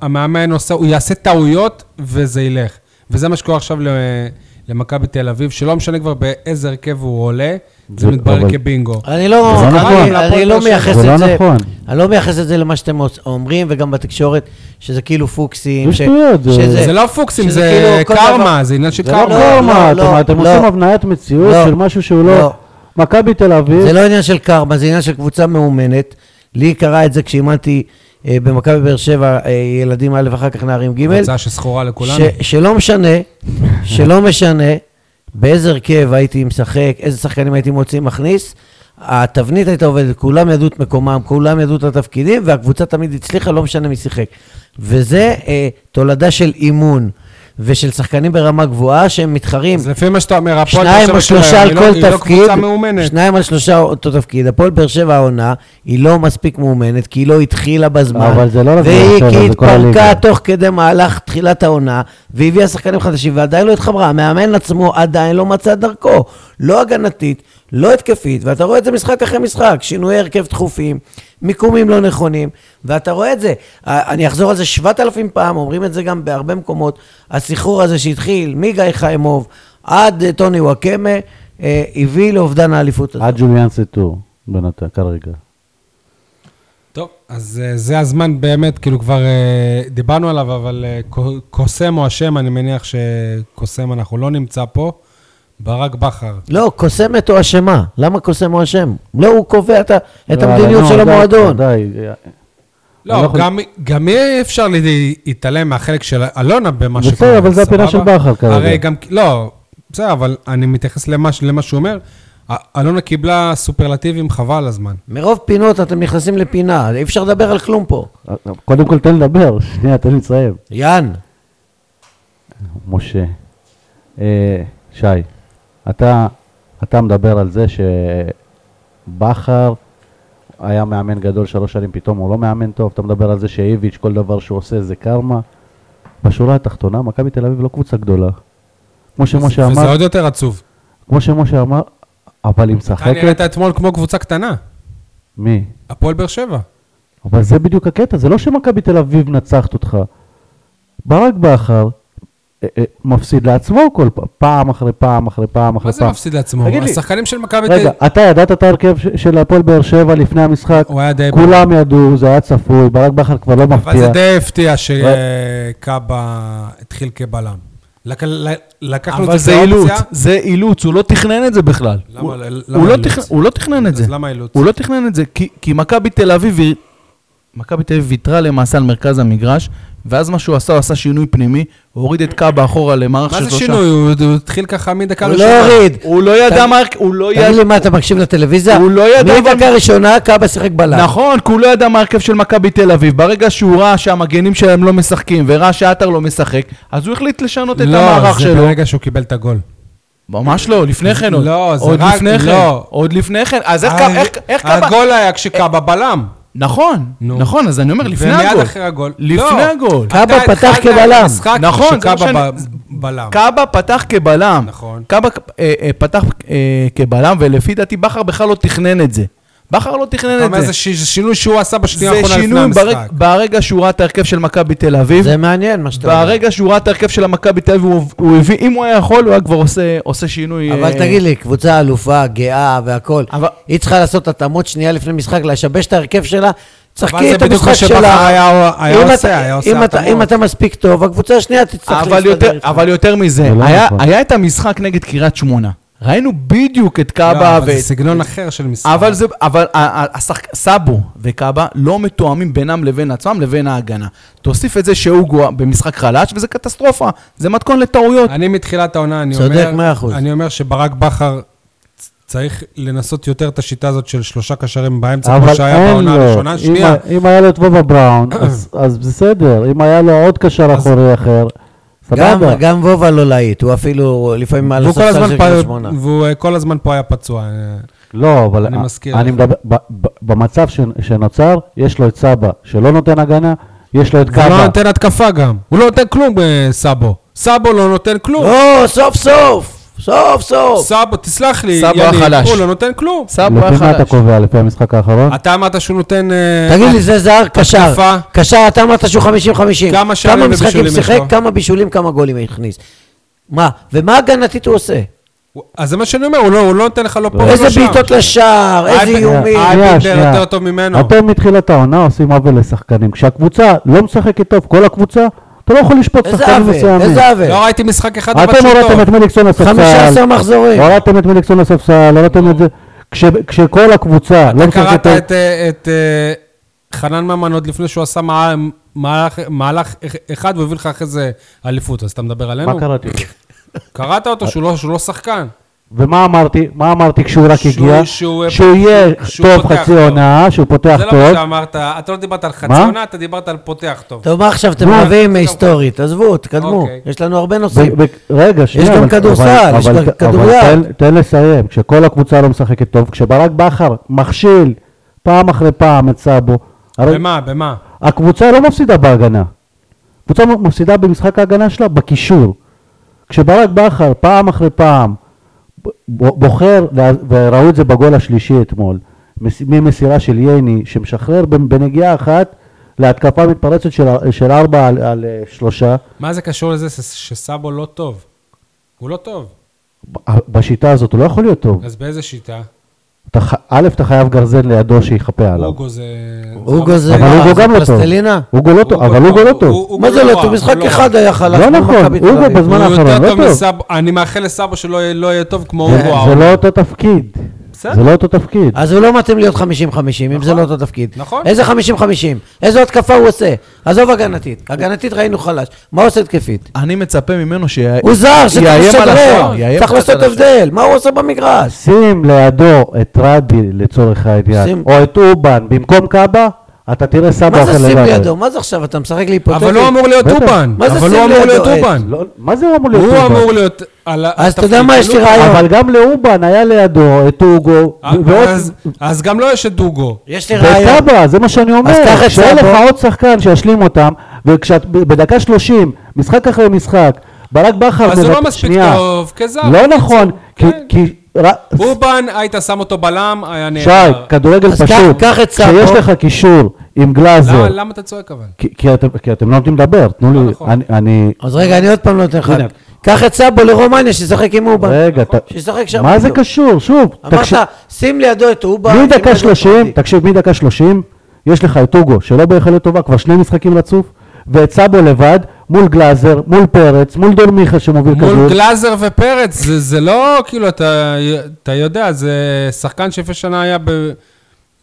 B: שהמאמן עושה, הוא יעשה טעויות וזה ילך. וזה מה שקורה עכשיו ל- למכבי תל אביב, שלא משנה כבר באיזה הרכב הוא עולה, זה
C: אבל-
B: מתברר כבינגו.
D: אני לא,
C: זה לא
D: אני-
C: נכון.
D: אני
B: הפועל
D: לא
B: באר שבע.
D: מייחס
C: זה לא
D: את זה,
C: נכון.
D: אני לא מייחס את זה למה שאתם אומרים, וגם בתקשורת, שזה כאילו פוקסים,
C: זה שטויות, זה-
D: שזה-
B: זה לא פוקסים,
D: שזה
B: זה
D: כאילו כל דבר-
B: קרמה, זה עניין של
C: זה לא
B: קרמה.
C: קרמה,
D: לא,
C: אתם-
D: לא,
C: אתם
D: לא.
C: עושים הבניית מציאות
D: לא.
C: של משהו שהוא לא...
D: לא.
C: מכבי תל אביב,
D: זה לא עניין של קרמה, זה עניין של קבוצה מאומנת. לי קרה את זה כשאימנתי אה, במכבי באר שבע אה, ילדים א' ואחר כך נערים ג',
B: הצעה שסחורה לכולנו.
D: ש- שלא משנה, שלא משנה באיזה הרכב הייתי משחק, איזה שחקנים הייתי מוציא מכניס, התבנית הייתה עובדת, כולם ידעו את מקומם, כולם ידעו את התפקידים, והקבוצה תמיד הצליחה, לא משנה מי שיחק. וזה אה, תולדה של אימון. ושל שחקנים ברמה גבוהה שהם מתחרים
B: אז לפי מה שאתה אומר, הפועל באר
D: שניים
B: שבע
D: או שלושה
B: שלהם,
D: על
B: היא לא-
D: כל
B: היא לא
D: תפקיד,
B: קבוצה מאומנת.
D: שניים על שלושה אותו תפקיד. הפועל באר שבע העונה היא לא מספיק מאומנת, כי היא לא התחילה בזמן.
C: אבל זה לא רק באר
D: והיא
C: שבע,
D: כי היא
C: זה כל הליגה.
D: התפרקה תוך כדי מהלך תחילת העונה, והביאה שחקנים חדשים, ועדיין לא התחברה. המאמן עצמו עדיין לא מצא את דרכו. לא הגנתית, לא התקפית, ואתה רואה את זה משחק אחרי משחק. שינויי הרכב תכופים, מיקומים לא נכונים, ואתה רואה את זה. ה- אני אחזור על זה 7,000 פעם, אומרים את זה גם בהרבה מקומות. הסחרור הזה שהתחיל מגיא חיימוב עד אה, טוני וואקמה, אה, הביא לאובדן האליפות הזאת.
C: עד ג'וליאן סטור, בינתיים, כרגע.
B: טוב, אז אה, זה הזמן באמת, כאילו כבר אה, דיברנו עליו, אבל אה, קו- קוסם או השם, אני מניח שקוסם אנחנו לא נמצא פה. ברק בכר.
D: לא, קוסמת או אשמה. למה קוסם או אשם? לא, הוא קובע את ה- את
C: לא,
D: המדיניות
C: נו,
D: של
C: די,
D: המועדון.
C: די, אני לא
B: לא,
C: יכול-
B: גם- גם אי אפשר להתעלם מהחלק של אלונה במה
C: בסדר,
B: שקורה.
C: אבל זה הפינה
B: סבבה?
C: של בכר כרגע.
B: הרי גם, לא, בסדר, אבל אני מתייחס למה ש- למה שהוא אומר. א- אלונה קיבלה סופרלטיבים חבל על הזמן.
D: מרוב פינות אתם נכנסים לפינה, אי אפשר לדבר על כלום פה.
C: קודם כל תן לדבר, שנייה, תן לי לסיים.
D: יאן,
C: משה, אה, שי, אתה, אתה מדבר על זה שבכר היה מאמן גדול שלוש שנים, פתאום הוא לא מאמן טוב, אתה מדבר על זה שאיביץ', כל דבר שהוא עושה זה קרמה. בשורה התחתונה, מכבי תל אביב לא קבוצה גדולה. כמו שמשה
B: וזה
C: אמר,
B: עוד יותר עצוב.
C: כמו שמשה אמר, אבל היא
B: אתה נראית
C: משחקת,
B: אתמול כמו קבוצה קטנה,
C: מי?
B: הפועל באר שבע.
C: אבל זה בדיוק הקטע, זה לא שמכבי תל אביב מנצחת אותך. ברק בכר אה, אה, מפסיד לעצמו כל פעם, פעם אחרי פעם אחרי פעם אחרי פעם.
B: מה זה מפסיד לעצמו?
C: תגיד לי.
B: השחקנים של מכבי תל
C: רגע, אתה ידעת את ההרכב ש- של הפועל באר שבע לפני המשחק?
B: הוא היה די...
C: כולם ידעו, זה היה צפוי, ברק בכר כבר לא
B: אוקיי, אבל זה
C: מפתיע.
B: די הפתיע שקאבה התחיל כבלם. לק- ל- לקחנו
E: אבל
B: את
E: זה
B: זה
E: אילוץ,
B: כאופציה.
E: זה אילוץ, הוא לא תכנן את זה בכלל.
B: למה-
E: הוא-
B: למה
E: הוא לא
B: אילוץ?
E: תכנן- הוא לא תכנן את זה.
B: אז למה אילוץ?
E: הוא לא תכנן את זה, כי- כי מכבי תל אביב, היא- מכבי תל אביב ויתרה למעשה על מרכז המגרש, ואז מה שהוא עשה, הוא עשה שינוי פנימי, הוא הוריד את קאבה אחורה למערך
B: מה
E: של
B: זה
E: שלושה.
B: שינוי? הוא הוא התחיל ככה מדקה
D: הוא לא הוריד.
E: הוא לא ידע מה... הוא לא
D: תגיד
E: ידע...
D: לי מה, אתה מקשיב לטלוויזיה?
E: הוא לא ידע אבל-
D: מדקה ראשונה קאבה שיחק בלם.
E: נכון, כי הוא לא ידע מה ההרכב של מכבי תל אביב. ברגע שהוא ראה שהמגנים שלהם לא משחקים, וראה שעטר לא משחק, אז הוא החליט לשנות את
B: לא,
E: המערך
B: זה
E: שלו.
B: ברגע שהוא קיבל את הגול.
E: ממש לא, לפני כן עוד.
B: לא, זה
E: עוד
B: רק-
E: לפני כן.
B: לא.
E: עוד לפני כן. אז איך
D: אה,
E: קבע- איך- איך קבע...
B: הגול היה כשקאבה בלם.
E: נכון,
B: נו.
E: נכון, אז אני אומר, לפני הגול.
B: ומיד אחרי הגול.
E: לפני
B: לא.
E: הגול.
D: קאבה
B: אתה
D: פתח
B: התחלת את
D: כבלם.
B: המשחק
E: נכון, זה מה
B: כשקאבה
E: שאני-
B: ב- בלם.
E: קאבה פתח כבלם.
B: נכון.
E: קאבה אה, אה, פתח אה, כבלם, ולפי דעתי בכר בכלל לא תכנן את זה. בכר לא תכנן את
B: אתה
E: זה.
B: אומר, זה ש- זה שינוי שהוא עשה בשנייה
E: זה
B: האחרונה לפני
E: שינוי
B: המשחק.
E: ברג- ברגע שהוא ראה את ההרכב של מכבי תל אביב.
D: זה מעניין מה שאתה אומר.
E: ברגע שהוא ראה את ההרכב של המכבי תל אביב, הוא הוא הביא, אם הוא היה יכול, הוא היה כבר עושה- עושה שינוי.
D: אבל
E: אה,
D: תגיד לא לי, קבוצה אלופה, גאה והכול,
E: אבל-
D: היא צריכה לעשות התאמות שנייה לפני משחק, לשבש את ההרכב שלה,
B: אבל
D: תשחקי
B: זה
D: את
B: בדיוק
D: המשחק
B: מה שבכר
D: שלה.
B: היה היה
D: אם
B: עושה,
D: אתה-
B: היה
D: אם
B: עושה
D: אתה- אם
B: התאמות.
D: אתה מספיק טוב, הקבוצה השנייה תצטרך
E: אבל יותר,
D: להסתדר איתך.
E: אבל יותר מזה,
C: זה לא
E: היה,
C: נכון.
E: היה את המשחק נגד קריית שמונה. ראינו בדיוק את
B: לא,
E: קאבה
B: אבל
E: ואת...
B: זה סגנון אחר של משחק.
E: אבל זה, אבל ה- ה- השחק... סאבו וקאבה לא מתואמים בינם לבין עצמם לבין ההגנה. תוסיף את זה שהוגו במשחק חלש, וזה קטסטרופה. זה מתכון לטעויות.
B: אני מתחילת העונה, אני אומר...
D: צודק, מאה אחוז.
B: אני אומר שברק בכר צ- צריך לנסות יותר את השיטה הזאת של שלושה קשרים באמצע, כמו
C: אבל
B: שהיה
C: אין
B: בעונה
C: לו.
B: הראשונה.
C: אם
B: שנייה,
C: ה- אם היה לו את בובה בראון, אז- אז בסדר. אם היה לו עוד קשר אחורי אחר,
D: גם,
C: סבבה.
D: גם וובה לא להיט, הוא אפילו לפעמים על
B: והוא כל
D: הספסל
B: הזמן
D: של
B: פה-
D: קריית שמונה.
B: והוא אה, כל הזמן פה היה פצוע. אה,
C: לא, אבל
B: אני
C: אני,
B: מזכיר
C: אני
B: לך.
C: מדבר, ב, ב, במצב ש, שנוצר, יש לו את סבא שלא נותן הגנה, יש לו את
B: הוא לא
C: קאבה.
B: נותן התקפה גם. הוא לא נותן כלום, אה, סאבו. סאבו לא נותן כלום.
D: לא, סוף סוף! סוף סוף!
B: סאבו, תסלח לי,
E: סאבו
B: יניב,
E: החלש.
B: הוא לא נותן כלום.
E: סאבו היה
C: לפי מה אתה
E: חלש.
C: קובע? לפי המשחק האחרון?
B: אתה אמרת שהוא נותן... אה,
D: תגיד לי, זה זר קשר.
B: התקפה.
D: קשר, אתה אמרת שהוא 50-50.
B: כמה שערים
D: כמה
B: ובישולים
D: משחקים
B: יש
D: שיחק,
B: לו?
D: כמה בישולים, כמה גולים הכניס. מה? ומה הגנתית הוא עושה?
B: הוא- אז זה מה שאני אומר, הוא לא הוא לא נותן לך לא פה ולא שם.
D: איזה בעיטות לשער, איזה
B: אייבנדר-
D: איומים.
C: אה,
B: אייבנדר יותר טוב ממנו.
C: אתם מתחילת העונה עושים עוול לשחקנים. כשהקבוצה לא משחקת טוב, כל הקבוצה, אתה לא יכול לשפוט
D: איזה
C: שחקנים
D: עוול,
C: מסוימים.
D: איזה עוול.
B: לא ראיתי משחק אחד אבל
C: אתם
B: שהוא
C: הורדתם
B: טוב.
C: את מליקסון לספסל,
D: 15 מחזורים.
C: הורדתם את מליקסון לספסל, הורדתם את זה. כש- כשכל הקבוצה לא משחקת
B: קראת
C: טוב,
B: את, אה, את אה, חנן ממן עוד לפני שהוא עשה מה- מהלך- מהלך אח- אחד והביא לך אחרי זה אליפות, אז אתה מדבר עלינו?
C: מה קראתי?
B: קראת אותו שהוא לא- שהוא לא שחקן.
C: ומה אמרתי, מה אמרתי כשהוא רק
B: שהוא-
C: הגיע?
B: שהוא-
C: שהוא יהיה
B: שהוא
C: טוב
B: פותח
C: חצי
B: טוב.
C: עונה, שהוא פותח
B: זה לא מה
C: טוב.
B: שאמרת, אתה לא דיברת על חצי
C: מה?
B: עונה, אתה דיברת על פותח טוב.
D: טוב, מה עכשיו אתם
C: נו.
D: מביאים היסטורית? עזבו, תקדמו.
B: אוקיי.
D: יש לנו הרבה נושאים.
C: ו- ו- רגע, שנייה.
D: גם
C: אבל-
D: כדורסל,
C: אבל-
D: יש
C: אבל-
D: גם
C: אבל
D: כדוריד.
C: תן- תן לסיים. כשכל הקבוצה לא משחקת טוב, כשברק בכר מכשיל פעם אחרי פעם את סאבו, הרי
B: במה, במה?
C: הקבוצה לא מפסידה בהגנה. הקבוצה מ- מפסידה במשחק ההגנה שלה בקישור. כשברק בכר פעם אחרי פעם ב- ב- בוחר, לה- וראו את זה בגול השלישי אתמול, מס- ממסירה של ייני, שמשחרר בנ- בנגיעה אחת להתקפה מתפרצת של, ה- של ארבע על, על אה, שלושה,
B: מה זה קשור לזה ש- שסאבו לא טוב? הוא לא טוב.
C: ב- בשיטה הזאת הוא לא יכול להיות טוב.
B: אז באיזה שיטה?
C: אתה, ח- א', אתה חייב גרזן לידו שיכפה עליו.
B: אוגו זה...
D: אוגו זה...
C: אבל
D: מה,
C: לא. הוגו
D: זה
C: גם לא טוב.
D: פלסטלינה?
C: אוגו לא טוב, אבל אוגו לא טוב.
D: מה זה לא טוב? משחק אחד היה חלש.
C: לא
D: מול
C: נכון,
D: מכבי תל
C: אוגו
D: אביב.
C: בזמן
B: הוא יותר
C: האחרון, לא
B: טוב
C: טוב.
B: מסאבו, אני מאחל לסאבו שלא יהיה- לא יהיה טוב כמו
C: זה-
B: אוגו.
C: זה
B: ההוא.
C: לא אותו תפקיד. זה לא אותו תפקיד.
D: אז הוא לא מתאים להיות 50-50, אם זה לא אותו תפקיד.
B: נכון.
D: איזה 50-50? איזו התקפה הוא עושה? עזוב הגנתית. הגנתית ראינו חלש. מה הוא עושה התקפית?
E: אני מצפה ממנו ש...
D: הוא זר, שצריך
E: יאיים על
D: לשדרג.
E: השער, יאיים
D: צריך
E: קצת
D: לעשות
E: על השער.
D: הבדל. מה הוא עושה במגרש?
C: שים לידו את רדי לצורך העניין,
D: שים-
C: או את אובן במקום קאבה, אתה תראה סבא
D: מה
C: אוכל
D: זה שים
C: לבד.
D: לידו? מה זה עכשיו? אתה משחק לי היפותטית?
B: אבל הוא אמור להיות
C: בטח.
B: אובן.
D: מה זה אה,
B: אבל
D: שים
B: הוא אמור
D: לידו
B: להיות
D: עט?
B: אובן.
C: לא, מה זה הוא אמור להיות
B: הוא
C: אובן?
B: אמור להיות על ה-
D: אז אתה יודע
B: התפקיד
D: מה, יש לי
B: שלו.
D: רעיון.
C: אבל גם לאובן היה לידו את אוגו,
B: אה,
C: ו- ועוד...
B: אז- אז גם לו יש את דוגו.
D: יש לי רעיון.
C: וסבא, זה מה שאני אומר,
D: אז קח את
C: שאין
D: סבא.
C: לך עוד שחקן שישלים אותם, וכשאת בדקה 30, משחק אחרי משחק, ברק בכר...
B: אז הוא לא
C: מבט-
B: מספיק
C: שנייה.
B: טוב, כזר.
C: לא נכון, כי...
B: כן.
C: כי- ר-
B: אובן, היית שם אותו בלם, היה נהדר.
C: שי, כדורגל
D: אז קח-
C: פשוט,
D: קח את סבא.
C: כשיש לך קישור עם גלאזר,
B: למה- למה אתה צועק אבל?
C: כי- כי אתם- כי אתם לא נותנים לדבר, תנו לי,
B: נכון.
C: אני- אני...
D: אז רגע, אני עוד פעם לא נותן לך.
C: הנה.
D: קח את סבו לרומניה, שישחק עם אובן.
C: רגע, אתה-
D: נכון, שישחק שם.
C: מה זה
D: בדיוק.
C: קשור? שוב, תקשיב,
D: אמרת, שים לידו את אובן. שים לידו
C: מדקה
D: את
C: 30,
D: רדי.
C: תקשיב, מדקה 30, יש לך את אוגו, שלא ביכולת טובה, כבר שני משחקים רצוף, ואת סאבו לבד, מול גלאזר, מול פרץ, מול דור מיכה שמוביל כדור.
B: מול גלאזר ופרץ, זה- זה לא כאילו, אתה אתה יודע, זה שחקן שלפני שנה היה ב-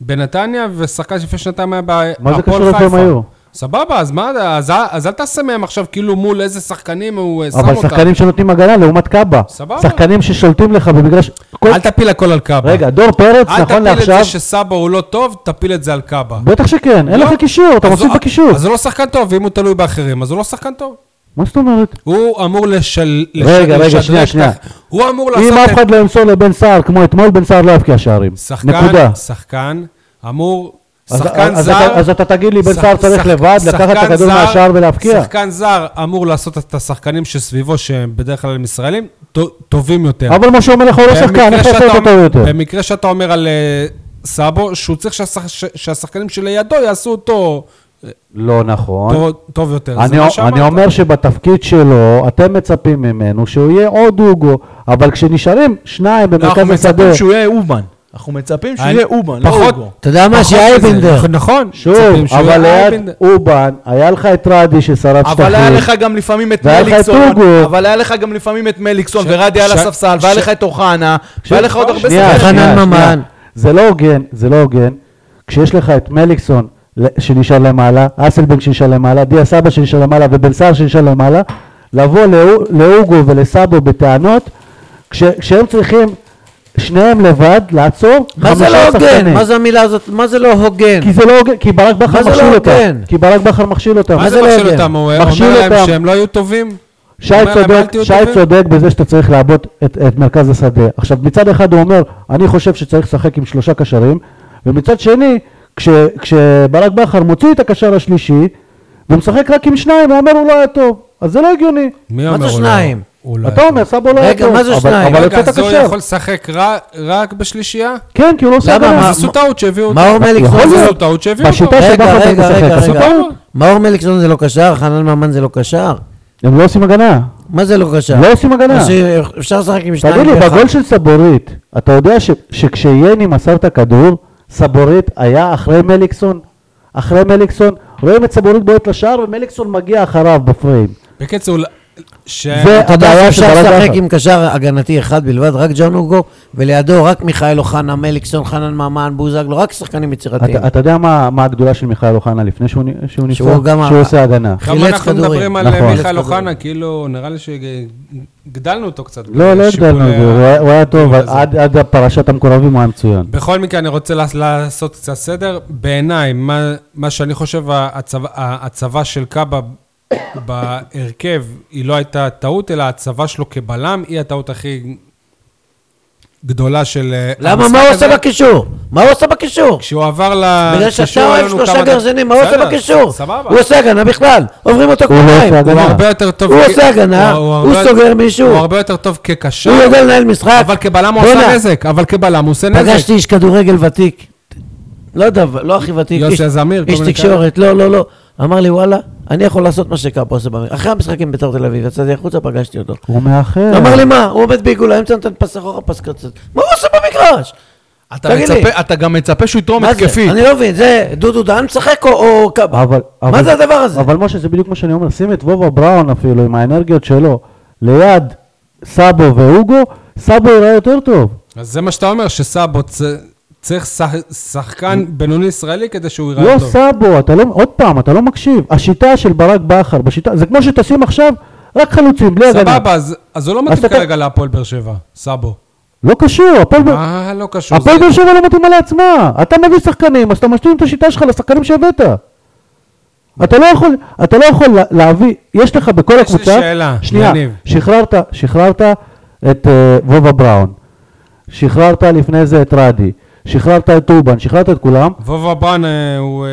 B: בנתניה, ושחקן שלפני שנתיים היה בהפועל חיפה.
C: מה זה קשור איפה הם היו?
B: סבבה, אז מה, אז אל- אז אל תעשה מהם עכשיו כאילו מול איזה שחקנים הוא אה, שם אותם.
C: אבל שחקנים שנותנים הגנה לעומת קאבה.
B: סבבה.
C: שחקנים ששולטים לך במגרש... כל-
B: אל תפיל הכל על קאבה.
C: רגע, דור פרץ,
B: אל
C: נכון
B: תפיל את
C: לעכשיו...
B: זה שסבא הוא לא טוב, תפיל את זה על קאבה.
C: בטח שכן, אין
B: לא.
C: לך קישור, אתה
B: אז
C: מפסיד
B: הוא-
C: בקישור.
B: אז הוא לא שחקן טוב, ואם הוא תלוי באחרים, אז הוא לא שחקן טוב.
C: מה זאת אומרת?
B: הוא אמור לשל...
C: רגע,
B: לשדרג
C: רגע, שנייה,
B: את ה-
C: שנייה.
B: הוא אמור לעשות...
C: אם אף
B: את-
C: אחד לא ימסור לבן סער כמו אתמול, בן סער לא יבקיע שערים. נקודה.
B: שחקן, שחקן, אמור...
C: אז-
B: שחקן
C: אז-
B: זר...
C: אז אתה תגיד לי, בן
B: שח-
C: סער צריך
B: שח-
C: לבד לקחת את
B: שחקן
C: הכדור
B: זר-
C: מהשער ולהבקיע?
B: שחקן זר אמור לעשות את השחקנים שסביבו, שהם בדרך כלל הם ישראלים, טו- טובים יותר.
C: אבל משה אומר לך, הוא לא שחקן,
B: במקרה
C: איך אתה
B: שאתה
C: עושה אותו
B: אומר-
C: טוב יותר?
B: במקרה שאתה אומר על אה, סאבו, שהוא צריך שהשח- ש- שהשחקנים שלידו יעשו אותו
C: לא נכון.
B: טוב- טוב יותר. זה
C: אני,
B: מה
C: אני
B: שאמרת.
C: אומר שבתפקיד שלו, אתם מצפים ממנו שהוא יהיה עוד אוגו, אבל כשנשארים שניים
E: לא, אנחנו
C: במרכז השדה,
E: מצפים שהוא יהיה אובן. אנחנו מצפים שהוא
B: אני-
E: יהיה אובן, לא
B: פחות-
E: אוגו.
D: אתה יודע מה,
B: פחות
D: שאייבנדר.
B: מזה, נכון,
C: שוב,
B: מצפים שהוא
C: אבל
B: יהיה
C: ליד
B: אייבנדר.
C: אובן, היה לך את רדי ששרד שטחים.
E: אבל היה לך גם לפעמים את
C: והיה לך את
E: מליקסון,
C: אוגו.
E: אבל היה לך גם לפעמים את מליקסון,
B: ש-
E: ורדי על
B: ש-
E: הספסל, והיה
B: ש-
E: לך את אוחנה, והיה לך עוד הרבה
C: שנייה,
E: שחקנים.
C: שנייה, שנייה.
D: חנן ממן.
C: זה לא הוגן, זה לא הוגן. כשיש לך את מליקסון ל- שנשאר למעלה, אסלבנק שנשאר למעלה, דיה סבא שנשאר למעלה ובן סער שנשאר למעלה, לבוא לאו- לאוגו ולסאבו בטענות, כש- כשהם צריכים שניהם לבד לעצור,
D: מה זה
C: חמישה
D: לא הוגן?
C: שחקנים.
D: מה זה המילה הזאת? מה זה לא הוגן?
C: כי זה לא הוגן, כי ברק
D: מה
C: בכר
D: זה
C: מכשיל
D: לא
C: אותם.
D: הוגן?
C: כי ברק בכר מכשיל אותם.
B: מה זה
D: לא
B: מכשיל
D: הוגן?
B: אותם? הוא אומר
C: מכשיל
B: להם
C: אותם.
B: שהם לא היו טובים?
C: שי
B: אומר להם, "אל
C: צודק,
B: תהיו
C: שי
B: טובים".
C: צודק בזה שאתה צריך לעבות את, את מרכז השדה. עכשיו, מצד אחד הוא אומר, אני חושב שצריך לשחק עם שלושה קשרים, ומצד שני, כש, כשברק בכר מוציא את הקשר השלישי, ומשחק רק עם שניים, ואומר הוא לא היה טוב. אז זה לא הגיוני.
B: מי
D: מה
B: אומר?
D: זה
B: הוא לא-
D: שניים?
B: הוא לא
C: אתה
B: היה
C: אומר, סבו לא היה
D: רגע,
C: טוב.
D: מה זה
C: אבל-
D: שניים?
C: אבל
B: רגע,
C: יוצא את
B: זוהי
C: הקשר.
B: יכול לשחק ר- רק בשלישייה?
C: כן, כי הוא לא עושה
D: למה?
C: גול.
D: מה-
B: אז עשו טעות שהביאו אותו.
D: מאור מליקסון
C: יכול
D: זה
B: עשו
C: להיות.
B: טעות שהביאו אותו.
C: בשיטה
D: רגע,
C: שבכר
D: רגע, רגע,
C: משחק, עשו
D: רגע.
C: טעות.
D: מאור מליקסון זה לא קשר, חנן ממן זה לא קשר?
C: הם לא עושים הגנה.
D: מה זה לא קשר?
C: לא עושים הגנה.
D: אז אפשר לשחק עם שניים
C: תגיד לי,
D: באחד.
C: בגול של סבורית, אתה יודע ש- שכשיני מסר את הכדור, סבורית היה אחרי מליקסון? אחרי מליקסון, רואים את סבורית בועט לשער ומליקסון מגיע אחריו בפריים.
B: בקיצור, ש...
C: זה
D: כן. אתה יודע
C: הבעיה של
D: שאפשר
C: ברק
D: לשחק
C: בכר.
D: עם קשר הגנתי אחד בלבד, רק ג'ון אוגו, ולידו רק מיכאל אוחנה, מליקסון, חנן ממן, בוזגלו, רק שחקנים יצירתיים.
C: אתה- אתה יודע מה מה הגדולה של מיכאל אוחנה לפני שהוא נ- שהוא נפצע?
D: שהוא גם
C: שהוא
D: ה-
C: עושה הגנה.
B: גם
D: חילץ
B: אנחנו
D: כדורים.
B: מדברים על
C: נכון.
B: אה,
D: חילץ
B: מיכאל
D: כדורים.
B: אוחנה, כאילו, נראה לי שגדלנו אותו קצת.
C: לא, לא
B: בשיפולי
C: הגדלנו, את זה,
B: ה-
C: הוא היה- הוא היה טוב,
B: אה, הזה.
C: עד- עד פרשת המקורבים הוא היה מצוין.
B: בכל מקרה, אני רוצה לעס- לעשות קצת סדר. בעיניי, מה, מה שאני חושב, ההצבה, ההצבה של קאבה בהרכב, היא לא הייתה טעות, אלא ההצבה שלו כבלם היא הטעות הכי גדולה של אה,
D: למה,
B: המשחק
D: מה הוא
B: הזה.
D: עושה בקישור? מה הוא עושה בקישור?
B: כשהוא עבר ל...
D: בגלל
B: כשהוא
D: שאתה
B: היה
D: אוהב
B: לנו
D: שלושה
B: כמה דק-
D: גרזנים, מה הוא עושה
B: בסדר,
D: בקישור?
B: סבבה.
D: הוא עושה הגנה בכלל, עוברים אותו
C: הוא לא
D: כניים.
C: עושה
B: הוא
C: הגנה.
B: הרבה יותר טוב.
D: הוא
B: כ-
D: עושה הגנה, הוא
B: הרבה-
D: סוגר מישהו.
B: הוא הרבה יותר טוב כקשר,
D: הוא יודע לנהל משחק.
B: אבל כבלם הוא
D: בוא'נה,
B: עושה נזק, אבל כבלם הוא עושה נזק.
D: פגשתי איש כדורגל ותיק. לא יודע, לא הכי ותיק.
B: יוסי
D: איש-
B: זמיר, כל
D: איש
B: מיני
D: תקשורת, לא, לא, לא. אמר לי, וואלה, אני יכול לעשות מה שקאפו עושה במ... אחרי המשחק עם בית"ר תל אביב, יצאתי החוצה, פגשתי אותו.
C: הוא מאחר.
D: אמר לי, מה, הוא עומד בעיגול האמצע, נותן פס אחורה, פס קצת. מה הוא עושה במגרש?
E: אתה
D: תגיד לי.
E: מצפה- אתה גם מצפה שהוא יתרום
D: מה זה?
E: התקפית.
D: אני לא מבין, זה דודו דן משחק או- או קאבה?
C: אבל,
D: מה
C: אבל,
D: זה הדבר הזה?
C: אבל משה, זה בדיוק מה שאני אומר, שים את וובה בראון אפילו, עם האנרגיות שלו, ליד סאבו והוגו, סאבו יראה יותר טוב.
B: אז זה מה שאתה אומר, שסאבו צ- צריך שח- שחקן בינוני ישראלי כדי שהוא
C: לא
B: ייראה אה, טוב.
C: סאבו, אתה לא, עוד פעם, אתה לא מקשיב. השיטה של ברק בכר, בשיטה, זה כמו שתשים עכשיו רק חלוצים, בלי הגנה.
B: סבבה, אז- אז הוא לא
C: אז
B: מתאים
C: אתה-
B: כרגע להפועל באר שבע, סאבו.
C: לא קשור, הפועל באר-
B: מה לא קשור?
C: הפועל
B: זה-
C: באר שבע לא מתאימה לעצמה. אתה מביא שחקנים, אז אתה משלים את השיטה שלך לשחקנים שהבאת. אתה לא יכול, אתה לא יכול לה- להביא, יש לך בכל
B: יש לי
C: הקבוצה,
B: שאלה,
C: שנייה,
B: יניב.
C: שחררת, שחררת את אה, וובה בראון, שחררת לפני זה את רדי, שחררת את טובן, שחררת את כולם,
B: וובה בראן, אה, הוא אה,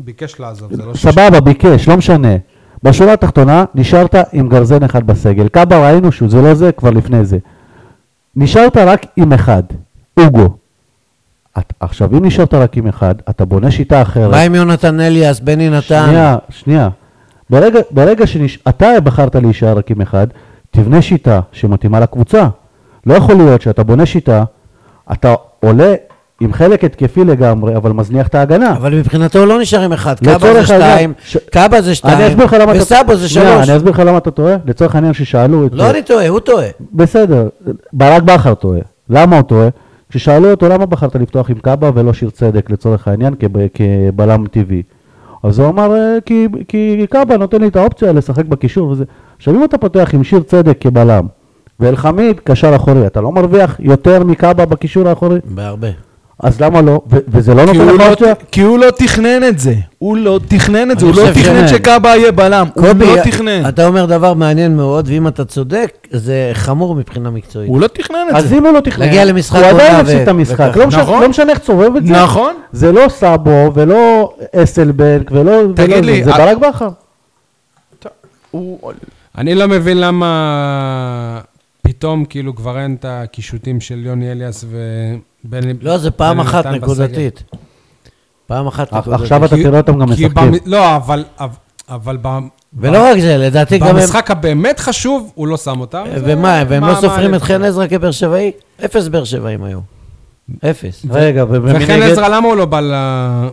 B: ביקש לעזוב, זה לא ש...
C: סבבה, ביקש, לא משנה. בשורה התחתונה, נשארת עם גרזן אחד בסגל. קאבה ראינו שהוא, זה לא זה, כבר לפני זה. נשארת רק עם אחד, אוגו. את, עכשיו, אם נשארת רק עם אחד, אתה בונה שיטה אחרת.
D: מה עם יונתן אליאס, בני נתן?
C: שנייה, שנייה. ברגע, ברגע שאתה בחרת להישאר רק עם אחד, תבנה שיטה שמתאימה לקבוצה. לא יכול להיות שאתה בונה שיטה, אתה עולה עם חלק התקפי לגמרי, אבל מזניח את ההגנה.
D: אבל מבחינתו הוא לא נשאר עם אחד, קאבה זה
C: לצורך העניין,
D: שתיים,
C: ש-
D: קאבה זה
C: אני
D: שתיים,
C: אסביר לך למה אתה...
D: וסאבו זה
C: שנייה,
D: שלוש.
C: אני אסביר לך למה אתה טועה. לצורך העניין ששאלו את...
D: לא, אני טועה, הוא טועה.
C: בסדר, ברק בכר טועה. למה הוא טועה? כששאלו אותו למה בחרת לפתוח עם קאבה ולא שיר צדק לצורך העניין כב- כבלם טבעי. אז הוא אמר, "אה, כי, כי קאבה נותן לי את האופציה לשחק בקישור וזה. עכשיו אם אתה פותח עם שיר צדק כבלם ואלחמיד קשר אחורי, אתה לא מרוויח יותר מקאבה בקישור האחורי?
D: בהרבה.
C: אז למה לא? ו- וזה לא
E: כי
C: נותן
E: הוא
C: לך
E: לא-
C: אופציה?
E: כי הוא לא תכנן את זה. הוא לא תכנן את זה,
D: אני
E: הוא לא
D: חושב
E: תכנן
D: שאין.
E: שקאבה יהיה בלם. הוא
D: קובי,
E: לא תכנן.
D: אתה אומר דבר מעניין מאוד, ואם אתה צודק, זה חמור מבחינה מקצועית.
E: הוא לא תכנן את
C: אז
E: זה.
C: אם הוא לא תכנן,
D: נגיע למשחק
C: הוא
D: עונה
C: עדיין הפסיד
D: ו-
C: את המשחק.
D: וככה.
C: לא משנה-
E: נכון.
C: לא משנה איך תסובב את זה.
E: נכון.
C: זה לא סאבו ולא אסלבנק ולא...
E: תגיד
C: ולא זה,
E: לי,
C: זה
E: את-
C: ברק בכר.
E: הוא-
B: אני לא מבין למה פתאום כאילו כבר אין את הקישוטים של יוני אליאס ובני...
D: לא, זה פעם
B: בני
D: אחת
B: נתן בסגל.
D: נקודתית. פעם אחת נקודתית.
C: עכשיו אתה
B: כי-
C: תראה אותם גם
B: כי
C: משחקים.
B: במ- לא, אבל... אבל- אבל ב-
D: ולא רק זה, לדעתי גם הם...
B: במשחק הבאמת חשוב, הוא לא שם אותם. זה-
D: ומה, והם לא
B: מה- מה
D: סופרים את
B: הנקודה?
D: חן עזרא כבאר שבעי? אפס באר שבעים היו. אפס.
C: רגע, ו-
B: וחן
C: ומנגד...
B: עזרא, למה הוא לא בא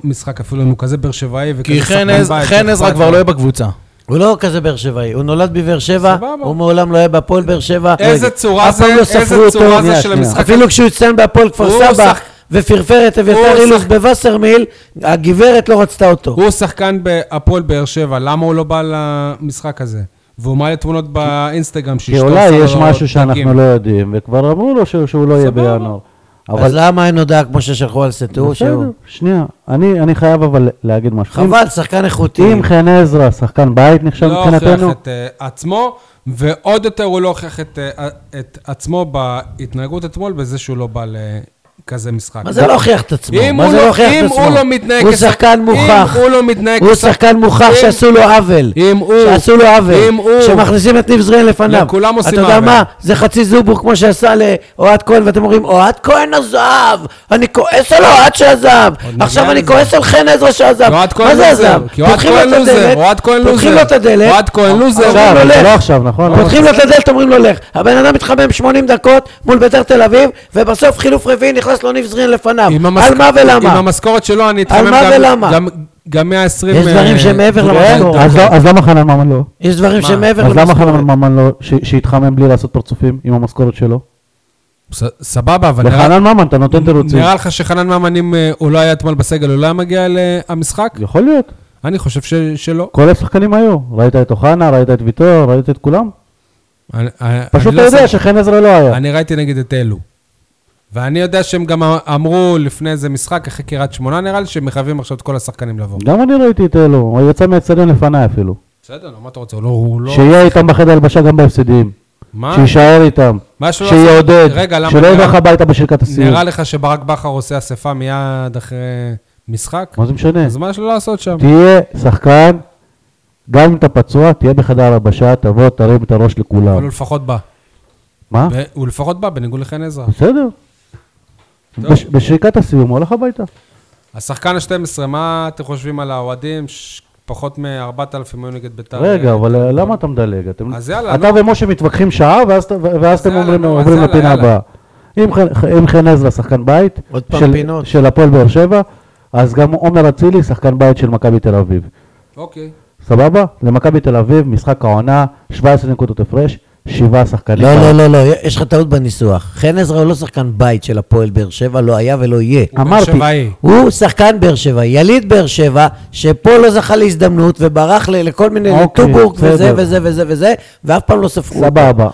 B: למשחק אפילו? הוא כזה באר שבעי וכזה
E: כי חן
B: שחקן
E: עז-
B: בית,
E: חן
B: אכפת
E: עזרא
B: לו.
E: כבר לא יהיה בקבוצה.
D: הוא לא כזה באר שבעי, הוא נולד בבאר שבע,
B: סבבה.
D: הוא מעולם לא היה בהפועל באר שבע.
B: איזה
D: רגע,
B: צורה
D: אף פעם
B: זה-
D: לא
B: איזה
D: ספרו אותו.
B: צורה זה
D: שנייה,
B: של
D: שנייה.
B: המשחק?
D: אפילו כשהוא הצטיין בהפועל כפר
B: הוא
D: סבא,
B: שחק-
D: ופרפר את אביתר
B: הוא
D: אילוז
B: שחק-
D: בווסרמיל, הגברת לא רצתה אותו.
B: הוא שחקן בהפועל באר שבע, למה הוא לא בא למשחק הזה? והוא מעלה תמונות באינסטגרם
C: כי
B: שאשתו
C: אולי
B: עושה
C: יש
B: לו
C: משהו
B: דגים.
C: שאנחנו לא יודעים, וכבר אמרו לו שהוא- שהוא לא יהיה
B: סבבה.
C: בינואר.
D: אז
C: אבל
D: למה אין הודעה כמו ששלחו על סטור?
C: בסדר,
D: שהוא-
C: שנייה, אני אני חייב אבל להגיד משהו. אם-
D: חבל, שחקן איכותי.
C: אם חן עזרא, שחקן בית נחשב
B: לא הוכיח
C: מבחינתנו,
B: את אה, עצמו, ועוד יותר הוא לא הוכיח את, אה, את עצמו בהתנהגות אתמול, בזה שהוא לא בא לכזה משחק.
D: מה זה לא הוכיח את עצמו?
B: אם
D: מה
B: הוא
D: זה
B: לא-
D: לא הוכיח
B: אם
D: את עצמו?
B: הוא לא מתנהג
D: הוא
B: כשחק-
D: שחקן
B: אם
D: מוכח.
B: הוא לא מתנהג
D: הוא
B: כשחק-
D: שחקן מוכח
B: אם-
D: שעשו לו עוול.
B: אם הוא...
D: שעשו לו
B: אם
D: עוול,
B: הוא...
D: שמכניסים את ניב זריאן לפניו.
B: לכולם עושים
D: אתה יודע
B: עוול.
D: מה? זה חצי זובור כמו שעשה לאוהד כהן, ואתם אומרים, אוהד כהן עזב! אני כועס על אוהד שעזב!
B: נגיע
D: עכשיו אני
B: לזה.
D: כועס על חן עזרא שעזב!
B: אוהד
D: מה
B: כהן
D: זה
B: לוזר,
D: עזב?
B: כי אוהד
D: פותחים לו
B: כהן
D: את
B: לוזר,
D: הדלת,
B: אוהד כהן לוזר.
D: פותחים לו את הדלת,
B: אוהד כהן לוזר.
D: אומרים
C: עכשיו,
D: לו,
C: זה
D: "לך".
C: לא עכשיו, נכון? לא
D: פותחים לו את הדלת, אומרים לו לך. הבן אדם מתחמם 80 דקות מול ביתר תל אביב, ובסוף חילוף רביעי נכנס לו ניב זרין לפניו.
B: עם המס-
D: על מה
B: עם
D: ולמה?
B: המשכורת שלו אני אתחמם
D: על מה
B: גם-
D: ולמה?
B: גם- גם 120...
D: יש דברים
B: אה,
D: שהם מעבר
B: כן,
D: למשכורת.
B: אתה-
C: אז לא- אז למה חנן ממן לא?
D: יש דברים
B: מה?
D: שהם מעבר
C: אז למה
D: למשכורת.
C: חנן ממן לא, ש- שהתחמם בלי לעשות פרצופים עם המשכורת שלו?
B: ס- סבבה, אבל נראה-
C: לחנן ממן אתה נותן תירוצים.
B: נראה לך שחנן ממן, אם אה, הוא לא היה אתמול בסגל, הוא לא היה מגיע למשחק?
D: לא.
C: יכול להיות.
B: אני חושב ש- שלא.
C: כל השחקנים היו. ראית את אוחנה, ראית את ויטור, ראית את כולם.
B: אני- אני-
C: פשוט
B: אני לא
C: אתה יודע
B: שם-
C: שחן עזרא לא היה.
B: אני ראיתי נגד את אלו. ואני יודע שהם גם אמרו לפני איזה משחק, אחרי קריית שמונה נראה לי, שהם מחייבים עכשיו את כל השחקנים לבוא.
C: גם אני ראיתי את אלו, הוא יצא מהאצטדיון לפניי אפילו.
B: בסדר, נו, מה אתה רוצה? הוא לא... הוא לא...
C: שיהיה איתם בחדר הלבשה גם בהפסדים.
B: מה?
C: שיישאר איתם.
B: מה שלא עשה-
C: שיעודד.
B: רגע, למה
C: שלא
B: נראה-
C: ילך הביתה בשריקת הסיום.
B: נראה לך שברק בכר עושה אספה מיד אחרי משחק?
C: מה זה משנה?
B: אז מה יש לו לעשות שם?
E: כן.
C: תהיה שחקן, גם אם אתה פצוע, תהיה בחדר הלבשה, תבוא, תרים את הראש
B: אבל הוא
C: לכולם.
B: לפחות בא.
E: אה?
C: מה?
B: ו- הוא לפחות בא, בניגוד לחן עזרא.
C: בסדר. בש- בשריקת הסיום הוא הלך הביתה.
B: השחקן ה-12, מה אתם חושבים על האוהדים? ש- פחות מ-4,000 היו נגד ביתר.
C: רגע, אבל אה, למה אתה מדלג? אתם-
B: אז יאללה,
C: אתה ומשה מתווכחים שעה, ואז אתה- ואז אתם
B: יאללה,
C: אומרים-
B: נו, אז
C: עוברים
B: יאללה,
C: לפינה
B: יאללה.
C: הבאה. אם חן- אם חן עזרא שחקן בית,
D: עוד פעם
C: של-
D: פינות.
C: של הפועל באר שבע, אז גם עומר אצילי שחקן בית של מכבי תל אביב.
B: אוקיי.
C: סבבה? למכבי תל אביב, משחק העונה, 17 נקודות הפרש, שבעה שחקנים.
D: לא,
C: בית.
D: לא, לא, לא, יש לך טעות בניסוח. חן עזרא הוא לא שחקן בית של הפועל באר שבע, לא היה ולא יהיה.
B: הוא באר
C: אמרתי.
B: שבעי.
D: הוא שחקן באר שבע, יליד באר שבע, שפה לא זכה להזדמנות וברח ל- לכל מיני,
C: אוקיי,
D: לטובורג וזה
C: בסדר.
D: וזה וזה וזה, ואף פעם לא ספרו. אותו.
C: סבבה.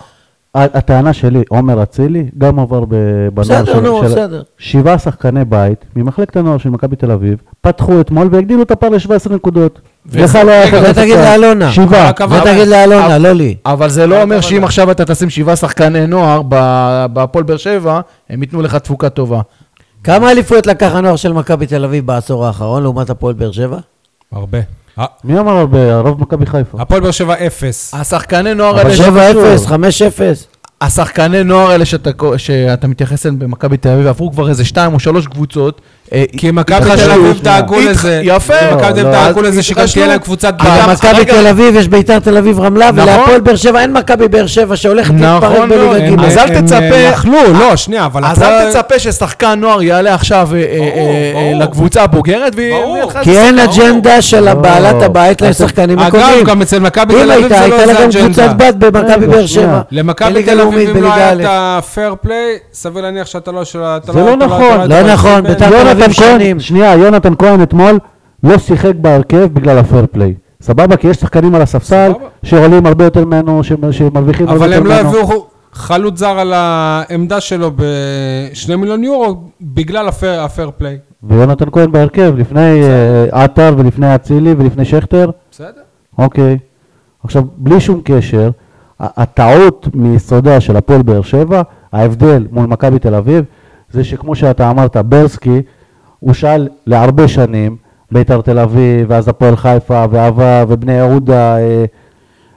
C: ה- הטענה שלי, עומר אצילי, גם עבר ב- בנוער
D: בסדר,
C: של-
D: נו,
C: של-
D: בסדר.
C: שבעה שחקני בית ממחלקת הנוער של מכבי תל אביב, פתחו אתמול והגדילו את הפער ל-17 נקודות. לך לא היה
B: רגע,
C: כזה
D: זה תגיד
C: תוצאה.
D: לאלונה.
C: שבעה.
B: כל הכבוד.
D: זה
B: אבל-
D: תגיד לאלונה, לא לי.
E: אבל זה לא אומר שאם עכשיו אתה תשים שבעה שחקני נוער ב- בהפועל באר שבע, הם ייתנו לך תפוקה טובה.
D: כמה אליפויות לקח הנוער של מכבי תל אביב בעשור האחרון לעומת הפועל באר שבע?
B: הרבה. ה-
C: מי אמר הרבה? הרוב מכבי חיפה.
B: הפועל באר שבע אפס.
E: אה, השחקני נוער
D: אבל
E: האלה,
D: 7-0, 5-0.
E: השחקני נוער האלה שאתה, שאתה מתייחס אליהם במכבי תל אביב, עברו כבר איזה שתיים או שלוש קבוצות. אה,
B: כי מכבי תל
E: התחשבו.
B: אביב דאגו
E: התח-
B: לזה.
E: אה, יפה.
B: כי מכבי תל
C: לא,
B: אביב
E: לא. אה,
B: דאגו לזה שגם תהיה
E: התחשבו.
B: להם קבוצת
E: אבל
B: בית.
D: למכבי
E: רגע.
D: תל אביב יש ביתר תל אביב רמלה,
E: נכון.
D: ולהפועל באר שבע אין מכבי באר שבע שהולכת להתפרק
E: נכון מאוד.
D: בליגה ג'.
E: אז אל
B: הם,
E: תצפה-
B: אה, נחלו, לא, שנייה, אבל...
E: אז
B: הפועל-
E: אל תצפה ששחקן נוער יעלה עכשיו אה, אה, אה,
B: ברור.
E: לקבוצה הבוגרת והיא...
B: ברור.
E: והיא הלכה
D: כי
E: לשחק.
D: אין אג'נדה של
C: לא.
D: בעלת הבית
C: אתם-
D: לשחקנים מקומיים.
B: אגב, גם אצל מכבי
D: אם
B: תל אביב
D: הייתה,
B: זה לא
D: הייתה לה
B: איזה
D: גם קבוצת
B: אג'נדה.
D: בת במכבי
C: רגע,
D: באר
C: לא, שנייה.
D: שבע.
B: למכבי
D: בליגה
B: תל
D: לאומית,
B: אביב, אם לא
D: בליגה
B: היה
D: א'.
B: את הפייר פליי, סביר להניח שאתה לא... של- אתה
C: זה לא
B: אתה
C: נכון.
B: אתה
D: לא
B: אתה
D: נכון,
B: אתה-
D: בית"ר תל אביב
C: יונתן
D: שנים.
C: כהן, שנייה, יונתן כהן אתמול לא שיחק בהרכב בגלל הפייר פליי. סבבה? כי יש שחקנים על הספסל
B: סבבה.
C: שעולים הרבה יותר ממנו, שמ- שמרוויחים הרבה
B: אבל
C: יותר
B: הם לא
C: ממנו.
B: הביאו חלוץ זר על העמדה שלו בשני מיליון יורו בגלל הפייר, הפייר פליי.
C: ויונתן כהן בהרכב, לפני אה, עטר ולפני אצילי ולפני שכטר,
B: בסדר?
C: אוקיי. עכשיו, בלי שום קשר, ה- הטעות מיסודה של הפועל באר שבע, ההבדל מול מכבי תל אביב, זה שכמו שאתה אמרת, ברסקי, הוא שאל להרבה שנים, ביתר תל אביב, ואז הפועל חיפה, ועבר, ובני יהודה, אה,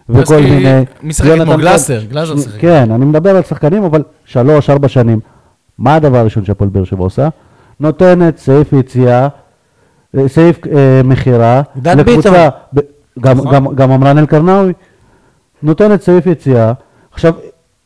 C: וכל
E: ברסקי
C: מיני...
E: משחק כמו
C: יונתן
E: גלאסר,
C: כהן.
E: גלאסר
C: שני-
E: שיחק.
C: כן, אני מדבר על שחקנים, אבל שלוש, ארבע שנים. מה הדבר הראשון שהפועל באר שבע עושה? נותנת סעיף יציאה, אה, סעיף אה, מכירה,
D: דן
C: לקבוצה,
D: ביטון.
C: ב- גם,
B: נכון.
C: גם, גם אמרן אלקרנאוי, נותנת סעיף יציאה, עכשיו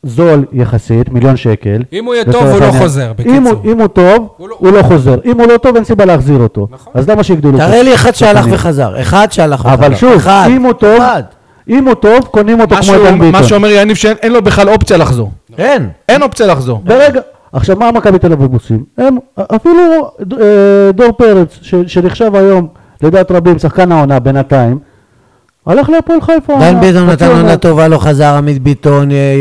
C: זול יחסית, מיליון שקל.
B: אם הוא יהיה טוב,
C: לצורך
B: הוא לא
C: העניין.
B: חוזר,
C: אם הוא,
B: בקיצור.
C: אם הוא טוב,
B: הוא לא-
C: הוא לא חוזר. אם הוא לא טוב, אין סיבה להחזיר אותו.
B: נכון.
C: אז למה שיגדלו?
D: תראה לי אחד שהלך
C: שחקנים?
D: וחזר. אחד שהלך וחזר.
C: אבל שוב,
D: אחד.
C: אם הוא טוב,
D: אחד.
C: אם הוא טוב, קונים אותו
E: מה
C: כמו דן
E: שהוא-
C: ביטון.
E: מה שאומר יניב שאין לו בכלל אופציה לחזור.
D: אין.
E: אין אופציה לחזור.
C: ברגע, עכשיו מה מכבי תל אביב עושים? הם, אפילו אה, דור פרץ, ש, שנחשב היום לדעת רבים, שחקן העונה בינתיים, הלך להפועל חיפה.
D: דן
C: העונה.
D: ביטון
C: חצי
D: נתן
C: עונה.
D: עונה טובה, לא חזר, עמית ביטון, י- י-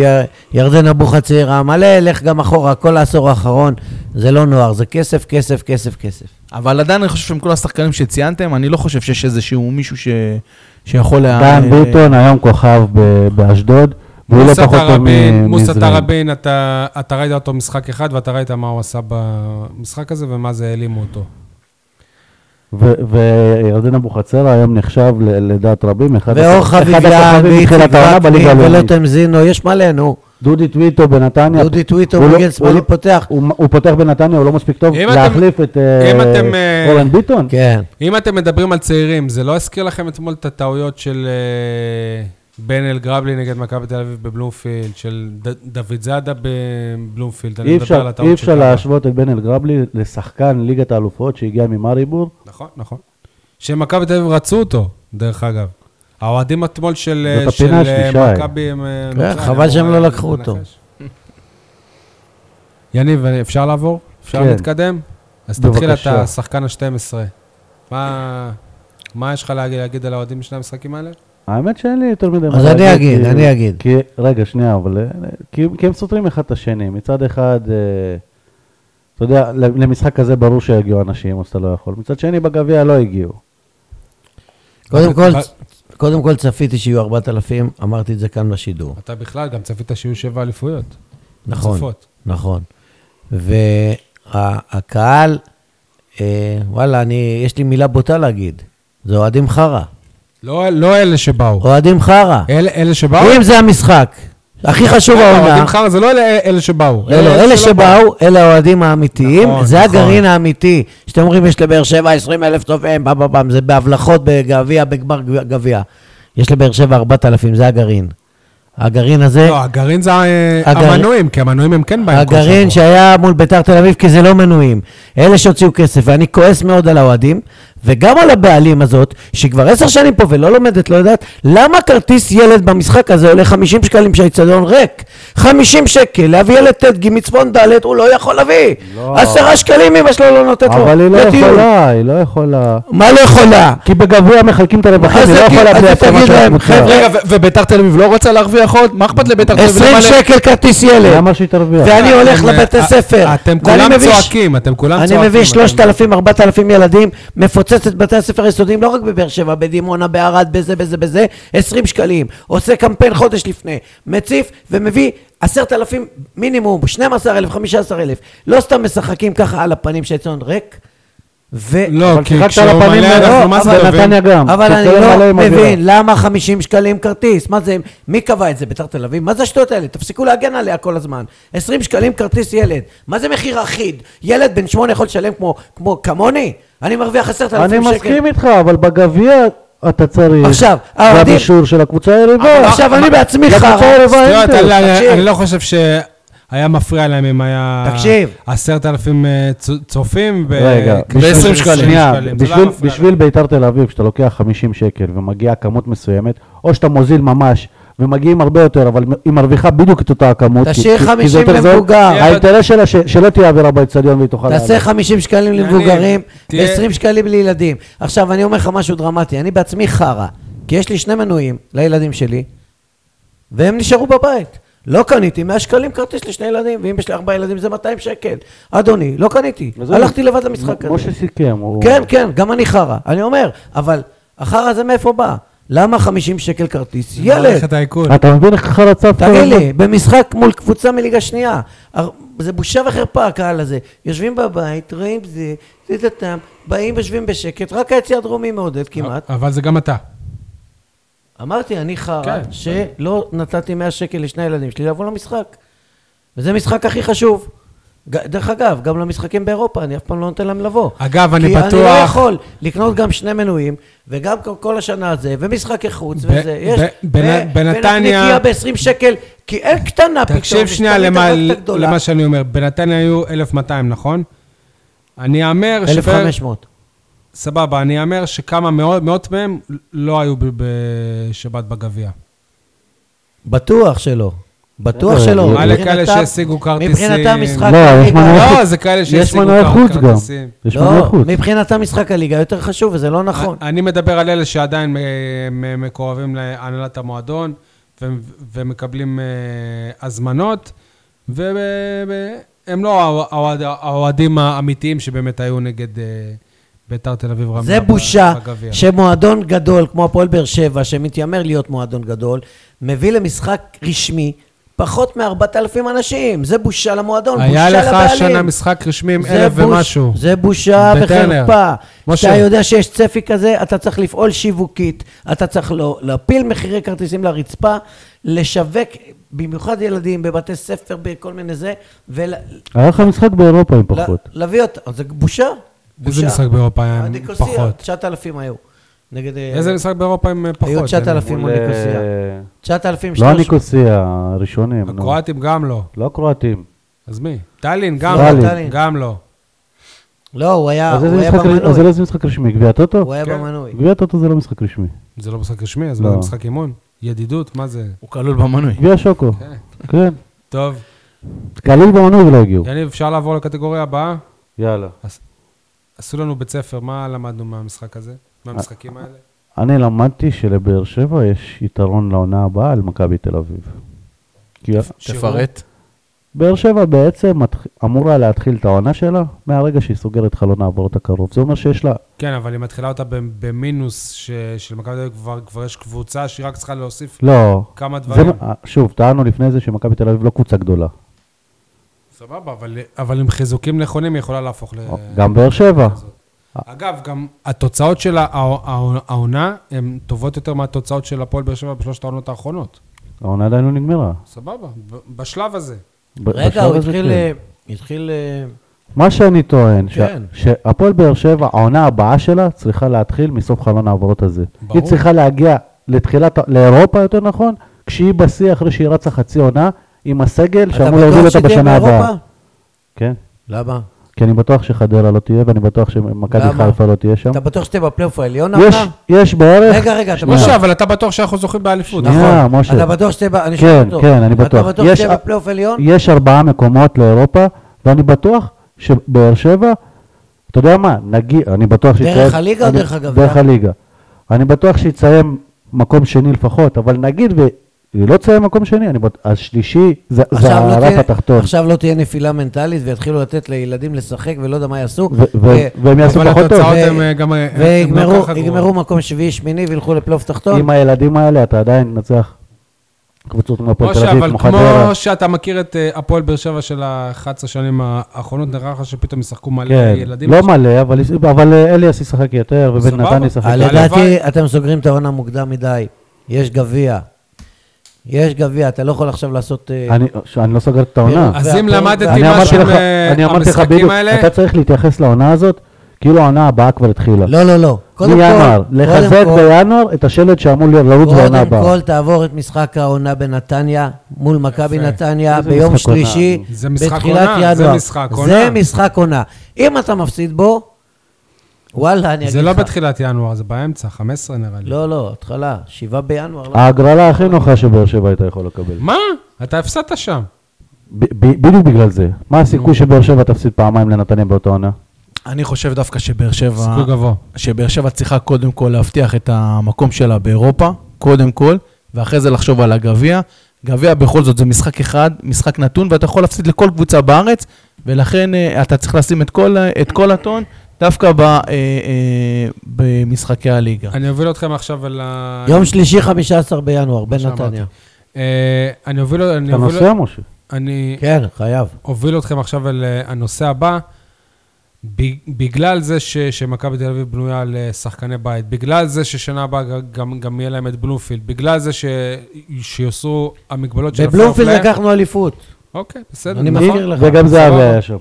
D: ירדן אבוחצירא, מלא, לך גם אחורה, כל העשור האחרון. זה לא נוער, זה כסף, כסף, כסף, כסף.
E: אבל עדיין אני חושב שעם כל השחקנים שציינתם, אני לא חושב שיש איזשהו מישהו ש... שיכול... לה-
C: דן
E: אה,
C: ביטון היום כוכב ב- באשדוד, והוא לא
B: מוסא
C: פחות טוב
B: תראבין,
C: מ-
B: מוסא
C: מזרעי.
B: תראבין, אתה אתה ראית אותו משחק אחד, ואתה ראית מה הוא עשה במשחק הזה, ומה זה העלימו אותו.
C: ו- וירדן אבוחצירא היום נחשב ל- לדעת רבים, אחד
D: ואור
C: השח- אחד
D: חביביאן,
C: הכוכבים
D: ואיציק
C: מתחילת העונה
D: וקנין,
C: בליגה הלאומית.
D: ולוטם זינו, יש מלא, נו.
C: דודי טוויטו בנתניה.
D: דודי טוויטו,
C: הוא לא-
D: מגן
C: הוא
D: שמאלי
C: לא-
D: פותח.
C: הוא הוא פותח בנתניה, הוא לא מספיק טוב
B: אם אתם-
C: להחליף את אה,
B: אם אתם, אה,
C: אורן ביטון?
D: כן.
B: אם אתם מדברים על צעירים, זה לא הזכיר לכם אתמול את הטעויות של אה, בן אל גרבלי נגד מכבי תל אביב בבלומפילד, של ד- דוד זאדה בבלומפילד? אני
C: אי
B: מדבר
C: אפשר-
B: על הטעות
C: אי אפשר
B: של קאבה.
C: להשוות את בן אלגרבלי לשחקן ליגת האלופות שהגיע ממאריבור.
B: נכון, נכון. שמכבי תל אביב רצו אותו, דרך אגב. האוהדים אתמול של אה,
C: זאת
B: של,
C: הפינה
B: אה,
C: השלישה,
B: מכבי הם... אה,
D: כן,
B: נוצרים,
D: חבל שהם
B: אמרו,
D: לא
B: אה,
D: לקחו
B: ננחש.
D: אותו.
B: יניב, אפשר לעבור? אפשר
C: כן.
B: להתקדם? אז תתחיל את
C: בבקשה.
B: השחקן ה-12. מה... מה יש לך להגיד, להגיד על האוהדים בשני המשחקים האלה?
C: האמת שאין לי יותר מדי מה
D: אז
C: להגיד.
D: אני אגיד,
C: כי-
D: אני אגיד.
C: כי, רגע, שנייה, אבל... אה, כי, כי הם סותרים אחד את השני. מצד אחד, אה, אתה יודע, למשחק כזה ברור שיגיעו אנשים, אז אתה לא יכול. מצד שני, בגביע לא הגיעו.
D: קודם כל,
B: אבל-
D: קודם כל צפיתי שיהיו 4,000, אמרתי את זה כאן בשידור.
B: אתה בכלל גם צפית שיהיו שבע אליפויות.
D: נכון.
B: רצופות.
D: נכון. והקהל, אה, וואלה, אני, יש לי מילה בוטה להגיד, זה אוהדים חרא.
B: לא, לא אלה שבאו.
D: אוהדים חרא.
B: אלה, אלה שבאו?
D: אם זה המשחק, הכי חשוב
B: רגע,
D: העונה,
B: אה, אוהדים חרא זה לא אלה, אלה שבאו.
D: לא, לא, אלה
B: שלא
D: שבאו, אלה האוהדים האמיתיים,
B: נכון,
D: זה
B: נכון.
D: הגרעין האמיתי. שאתם אומרים, יש לבאר שבע 20 אלף צופים, פעם פעם פעם, זה בהבלחות בגביע, בגמר גביע. יש לבאר שבע 4,000, זה הגרעין. הגרעין הזה,
B: לא, הגרעין זה אה,
D: הגרעין-
B: המנויים, כי המנויים הם כן באים כל שבוע.
D: הגרעין שהיה מול ביתר תל אביב, כי זה לא מנויים. אלה שהוציאו כסף, ואני כועס מאוד על האוהדים, וגם על הבעלים הזאת, שכבר עשר שנים פה ולא לומדת, לא יודעת, למה כרטיס ילד במשחק הזה עולה 50 שקלים כשהאיצטדיון ריק? 50 שקל, להביא ילד ט' מצפון ד', הוא לא יכול להביא.
C: לא.
D: עשרה שקלים אמא שלו לא נותנת לו.
C: אבל היא לא
D: לטיול.
C: יכולה, היא לא יכולה.
D: מה לא יכולה?
C: כי בגביע מחלקים את הרווחים,
D: אז
C: היא לא
D: תגיד-
C: יכולה
D: אז
C: בלי הסכמה
D: תגיד
C: של
D: להם,
C: הקבוצה.
D: חבר'ה,
E: רגע, ו- וביתר תל אביב לא רוצה להרוויח עוד? מה אכפת לביתר תל אביב?
D: 20
E: למה ל-
D: שקל כרטיס ילד.
C: למה שהיא תרוויח?
D: ואני
B: אתם,
D: הולך
B: אה,
D: לבתי
B: אה,
D: ספר.
B: אתם
D: ואני
B: כולם
D: מביא ש-
B: צועקים, אתם כולם צועקים.
D: אני מביא
B: אתם-
D: 3,000, 4,000 ילדים, מפוצץ את בתי הספר היסודיים, לא רק בבאר שבע, בדימונה, בערד, בזה, בזה, בזה, 20 שקלים. עושה קמפיין חודש לפני, מציף ומביא 10,000 מינימום, 12,000, 15,000. לא סתם משחקים ככה על הפנים שהעיתון ריק. ו...
B: לא,
C: אבל
B: כי
C: שיחקת על
B: כשהוא
C: הפנים,
B: מלא, אנחנו
C: לא,
B: מה זה טובים.
C: בנתניה גם.
D: אבל אני
C: תצטלם מלא
D: לא
C: עם אווירה.
D: מבין, למה 50 שקלים כרטיס? מה זה, מי קבע את זה? ביתר תל אביב? מה זה השטויות האלה? תפסיקו להגן עליה כל הזמן. 20 שקלים כרטיס ילד. מה זה מחיר אחיד? ילד בן 8 יכול לשלם כמו, כמו, כמוני? אני מרוויח 10,000
C: אני
D: שקל.
C: מסכים איתך, אבל בגביע אתה צריך.
D: עכשיו, האוהדים-
C: גם אישור של הקבוצה היריבה.
D: עכשיו אני בעצמי
C: לקבוצה
D: חרא.
C: היריבה אין
B: שטויות,
C: טוב.
B: אני- אני-
D: תקשיב.
B: אני לא חושב שהיה מפריע להם אם היה...
D: תקשיב.
B: עשרת אלפים אה, צופים ב...
C: רגע,
B: כדי
C: בשביל-
B: שזה-
C: שנייה,
B: אה, שקלים. זה לא היה
C: בשביל,
B: מפריע
C: בשביל ביתר תל אביב, שאתה לוקח 50 שקל ומגיע כמות מסוימת, או שאתה מוזיל ממש ומגיעים הרבה יותר, אבל היא מרוויחה בדיוק את אותה הכמות. כי- כי-
D: תשאיר
C: כי זה
D: 50
C: יותר זול.
D: למבוגר.
C: האינטרס שלה ש- שלא תהיה אווירה באצטדיון והיא תוכל...
D: תעשה
C: לעלות.
D: 50 שקלים
B: יניב,
D: למבוגרים,
B: תהיה-
D: ו-20 שקלים לילדים. עכשיו, אני אומר לך משהו דרמטי, אני בעצמי חרא, כי יש לי שני מנויים לילדים שלי, והם נשארו בבית. לא קניתי 100 שקלים כרטיס לשני ילדים, ואם יש לי ארבעה ילדים זה 200 שקל. אדוני, לא קניתי. הלכתי לבד למשחק
C: הזה. משה
D: הזה.
C: סיכם, הוא...
D: כן, כן, גם אני חרא. אני אומר, אבל החרא הזה מאיפה בא? למה 50 שקל כרטיס? ילד. אה,
B: מערכת העיכול.
C: אתה מבין איך חרצה כל
D: כן. תגיד
C: הזמן?
D: לי, במשחק מול קבוצה מליגה שנייה, הר- זה בושה וחרפה הקהל הזה. יושבים בבית, רואים זה, זה זה טעם, באים, יושבים בשקט, רק היציא הדרומי מעודד כמעט.
B: אבל זה גם אתה.
D: אמרתי, אני חרא
B: אה. כן.
D: שלא נתתי 100 שקל לשני הילדים שלי לבוא למשחק. וזה המשחק הכי חשוב. ג- דרך אגב, גם למשחקים באירופה, אני אף פעם לא נותן להם לבוא.
B: אגב, אני
D: כי אני לא
B: בטוח-
D: יכול לקנות גם שני מנויים, וגם כל- כל השנה הזה, ומשחקי חוץ,
B: ב-
D: וזה.
B: ב-
D: יש...
B: בנ-
D: ו-
B: בנתניה-
D: ונקניקיה ב-20 שקל, כי אין קטנה פתאום.
B: תקשיב שנייה
D: מסתכלים
B: למה-
D: רק את הגדולה.
B: למה שאני אומר. בנתניה היו 1,200, נכון? אני אאמר שבערך-
D: 1,500.
B: סבבה, אני אאמר שכמה מאות, מאות מהם לא היו ב- בשבת בגביע.
D: בטוח שלא. בטוח
C: בסדר,
D: שלא.
C: אבל
B: אלה
D: לא, מבחינתם-
B: כאלה שהשיגו כרטיסים.
D: מבחינתם משחק...
C: לא, יש
D: הליגה-
C: מנועי
B: לא,
C: חוץ.
B: זה כאלה
C: יש
B: שהשיגו
C: מנועי
B: כר-
C: חוץ גם.
B: כרטיסים.
C: יש מנועי
D: לא,
C: חוץ.
D: מבחינתם משחק הליגה יותר חשוב, וזה לא נכון.
B: אני מדבר על אלה שעדיין אה, מ- מקורבים להנהלת המועדון ו- ומקבלים אה, הזמנות, והם לא האוה- האוהד- האוהדים האמיתיים שבאמת היו נגד אה, ביתר תל אביב רמלה
D: זה
B: ב-
D: בושה
B: בגביע.
D: שמועדון גדול, כמו הפועל באר שבע, שמתיימר להיות מועדון גדול, מביא למשחק רשמי פחות מ-4,000 אנשים. זה בושה למועדון, בושה
B: היה
D: לבעלים.
B: לך השנה משחק רשמי עם
D: זה
B: אלף
D: בוש-
B: ומשהו.
D: זה בושה
B: בטרנר.
D: וחרפה.
B: משה.
D: כשאתה יודע שיש צפי כזה, אתה צריך לפעול שיווקית, אתה צריך לא- להפיל מחירי כרטיסים לרצפה, לשווק במיוחד ילדים בבתי ספר, בכל מיני זה, ולהביא
C: היה לך משחק באירופה
D: לא,
C: עם
D: אה,
C: פחות.
D: אותם. זה בושה.
B: איזה
D: בושה.
B: משחק באירופה היה עם
D: הדיקוסיה,
B: אה, פחות?
D: 9,000 היו. נגד... אה,
B: איזה משחק באירופה עם אה, פחות?
D: היו 9,000
C: מול,
D: מול ניקוסיה.
C: אה,
D: 9,000
C: לא הניקוסיה, הראשונים. נו.
B: הקרואטים גם לא.
C: לא הקרואטים.
B: אז מי? טאלין גם
C: טאלין.
B: לא. גם לא.
D: לא, הוא היה
C: אז
D: הוא
C: איזה
D: היה
C: משחק- אז לא
D: במנוי.
C: איזה משחק רשמי? גביע טוטו?
D: הוא היה
B: כן.
D: במנוי.
C: גביע טוטו זה לא משחק רשמי.
B: זה לא משחק רשמי, אז מה
C: לא.
B: זה משחק אימון? ידידות? מה זה?
E: הוא כלול במנוי.
C: גביע שוקו.
D: אוקיי.
C: כן.
B: טוב.
C: כליל במנוי ולא הגיעו.
D: כן.
B: יניב, אפשר לעבור לקטגוריה הבאה?
C: יאללה.
B: עשו לנו בית ספר, מה למדנו מהמשחק הזה?
C: אה.
B: מהמשחקים האלה?
C: אני למדתי שלבאר שבע יש יתרון לעונה הבאה על מכבי תל אביב. כי
E: תפרט.
C: באר שבע בעצם מתח- אמורה להתחיל את העונה שלה מהרגע שהיא סוגרת חלון העברות הקרוב. זה אומר שיש לה...
B: כן, אבל היא מתחילה אותה ב- במינוס ש- של מכבי תל אביב, כבר- כבר יש קבוצה שהיא רק צריכה להוסיף
C: לא.
B: כמה
C: זה,
B: דברים.
C: מה- שוב, טענו לפני זה שמכבי תל אביב לא קבוצה גדולה.
B: סבבה, אבל- אבל עם חיזוקים נכונים היא יכולה להפוך ל...
C: אה, גם באר שבע.
B: אגב, גם התוצאות של הע- הע- העונה הן טובות יותר מהתוצאות של הפועל באר שבע בשלושת העונות האחרונות.
C: העונה עדיין לא נגמרה.
B: סבבה, ב- בשלב הזה.
C: ב-
D: רגע,
C: בשלב
D: הוא
C: הזה
D: התחיל...
C: כן.
D: אה, התחיל... אה,
C: מה שאני טוען, ש-
D: כן.
C: שהפועל באר שבע, העונה הבאה שלה צריכה להתחיל מסוף חלון העברות הזה.
B: ברור.
C: היא צריכה להגיע לתחילת, ה- לאירופה יותר נכון, כשהיא בשיא אחרי שהיא רצה חצי עונה עם הסגל
D: אתה
C: שאמור להוביל
D: בטוח
C: אותה
D: שתהיה
C: בשנה הבאה.
D: באירופה?
C: כן,
D: למה?
C: כי אני בטוח שחדרה לא תהיה ואני בטוח שמכבי
D: למה?
C: חיפה לא תהיה שם.
D: אתה בטוח שתהיה בפלייאוף העליון
C: יש,
D: העונה?
C: יש בערך...
D: רגע, רגע, אתה
C: שנייה.
B: משה, אבל אתה בטוח שאנחנו זוכים באליפות,
C: שנייה,
B: נכון?
C: אה, משה.
D: אתה בטוח שתהיה... ב- אני שואל
C: כן,
D: אותו.
C: כן, אני בטוח.
D: אתה בטוח
C: יש-
D: שתהיה בפלייאוף עליון?
C: יש ארבעה מקומות לאירופה, ואני בטוח שבאר שבע, אתה יודע מה, נגיד, אני בטוח
D: דרך
C: שיציין...
D: הליגה או
C: אני-
D: דרך אה? הגביע?
C: דרך הליגה. אני בטוח שיציין מקום שני לפחות, אבל נגיד, והיא לא תסיים מקום שני, אני בטוח, השלישי זה זה
D: עכשיו לא
C: הרף
D: תהיה-
C: התחתון.
D: עכשיו לא תהיה נפילה מנטלית ויתחילו לתת לילדים לשחק ולא יודע מה יעשו.
C: ו- ו-
D: אה,
C: והם יעשו
B: אבל
C: פחות טוב.
B: התוצאות
D: ו-
B: הם אה, גם... אה, הם גם
D: ויגמרו
B: ככה גרועות.
D: יגמרו מקום שביעי, שמיני וילכו לפלייאוף תחתון.
C: עם הילדים האלה אתה עדיין מנצח קבוצות כמו הפועל תל
B: משה,
C: אביב,
B: אבל
C: כמו חדרה.
B: כמו שאתה מכיר את אה, הפועל באר שבע של ה-11 שנים האחרונות, נראה לך שפתאום ישחקו מלא
C: כן,
B: ילדים?
C: לא מלא, אבל אבל אה, אליאס ישחק יותר, ובן
B: סבבה.
C: נתן ישחק
B: אה,
C: יותר.
D: לדעתי
B: הלוואי.
D: אתם סוגרים את העונה מוקדם מדי. יש גביע. יש גביע, אתה לא יכול עכשיו לעשות... אה,
C: אני שאני לא סוגר את העונה.
B: אז
D: והפועל-
B: אם למדתי
C: אני אמרתי
B: משהו
C: לך, אני אמרתי לך
B: מהמשחקים
C: בדיוק,
B: אה, האלה,
C: אתה צריך להתייחס לעונה הזאת, כאילו העונה הבאה כבר התחילה.
D: לא, לא, לא. קודם כל...
C: מינואר,
D: קודם
C: לחזק
D: כל-
C: בינואר את השלד שאמור לרוץ בעונה
D: קודם
C: הבאה.
D: כל תעבור את משחק העונה בנתניה, מול מכבי
B: יפה.
D: נתניה,
C: איזה
D: ביום
C: משחק עונה?
D: שלישי,
B: זה משחק
D: בתחילת
B: עונה,
D: ינואר.
B: זה משחק עונה.
D: זה משחק עונה. אם אתה מפסיד בו, וואלה, אני אגיד לך.
B: זה לא בתחילת ינואר, זה באמצע, 15 נראה לי.
D: לא, לא, התחלה, שבעה בינואר.
C: אה,
D: לא.
C: ההגרלה הכי נוחה שבאר שבע הייתה יכולה לקבל.
B: מה? אתה הפסדת שם.
C: ב- ב- בדיוק בגלל זה. מה הסיכוי שבאר שבע תפסיד פעמיים לנתניה באותה עונה?
E: אני חושב דווקא שבאר שבע...
B: סיכוי גבוה.
E: שבאר שבע צריכה קודם כל להבטיח את המקום שלה באירופה, קודם כל, ואחרי זה לחשוב על הגביע, גביע בכל זאת זה משחק אחד, משחק נתון, ואתה יכול להפסיד לכל קבוצה בארץ, ולכן אה, אתה צריך לשים את כל, ה- את כל הטון דווקא ב, אה, אה, במשחקי הליגה.
B: אני אוביל אתכם עכשיו על ה...
D: יום שלישי, 15 בינואר,
B: שאמרתי.
D: בנתניה.
B: אה, אני אוביל... אני
C: אתה
B: אוביל...
C: נוסע, משה?
B: אני
D: כן, חייב.
B: אוביל אתכם עכשיו אל אה, הנושא הבא. ב- בגלל זה ש- שמכבי תל אביב בנויה על אה, שחקני בית, בגלל זה ששנה הבאה ג- גם, גם יהיה להם את בלומפילד, בגלל זה ש- שיוסרו המגבלות של
D: בבלומפילד
B: הפלייאוף.
D: לקחנו אליפות.
B: אוקיי, בסדר,
D: אני
B: נכון?
D: מזכיר לך.
C: וגם זהבי
B: סבבה.
C: היה שם.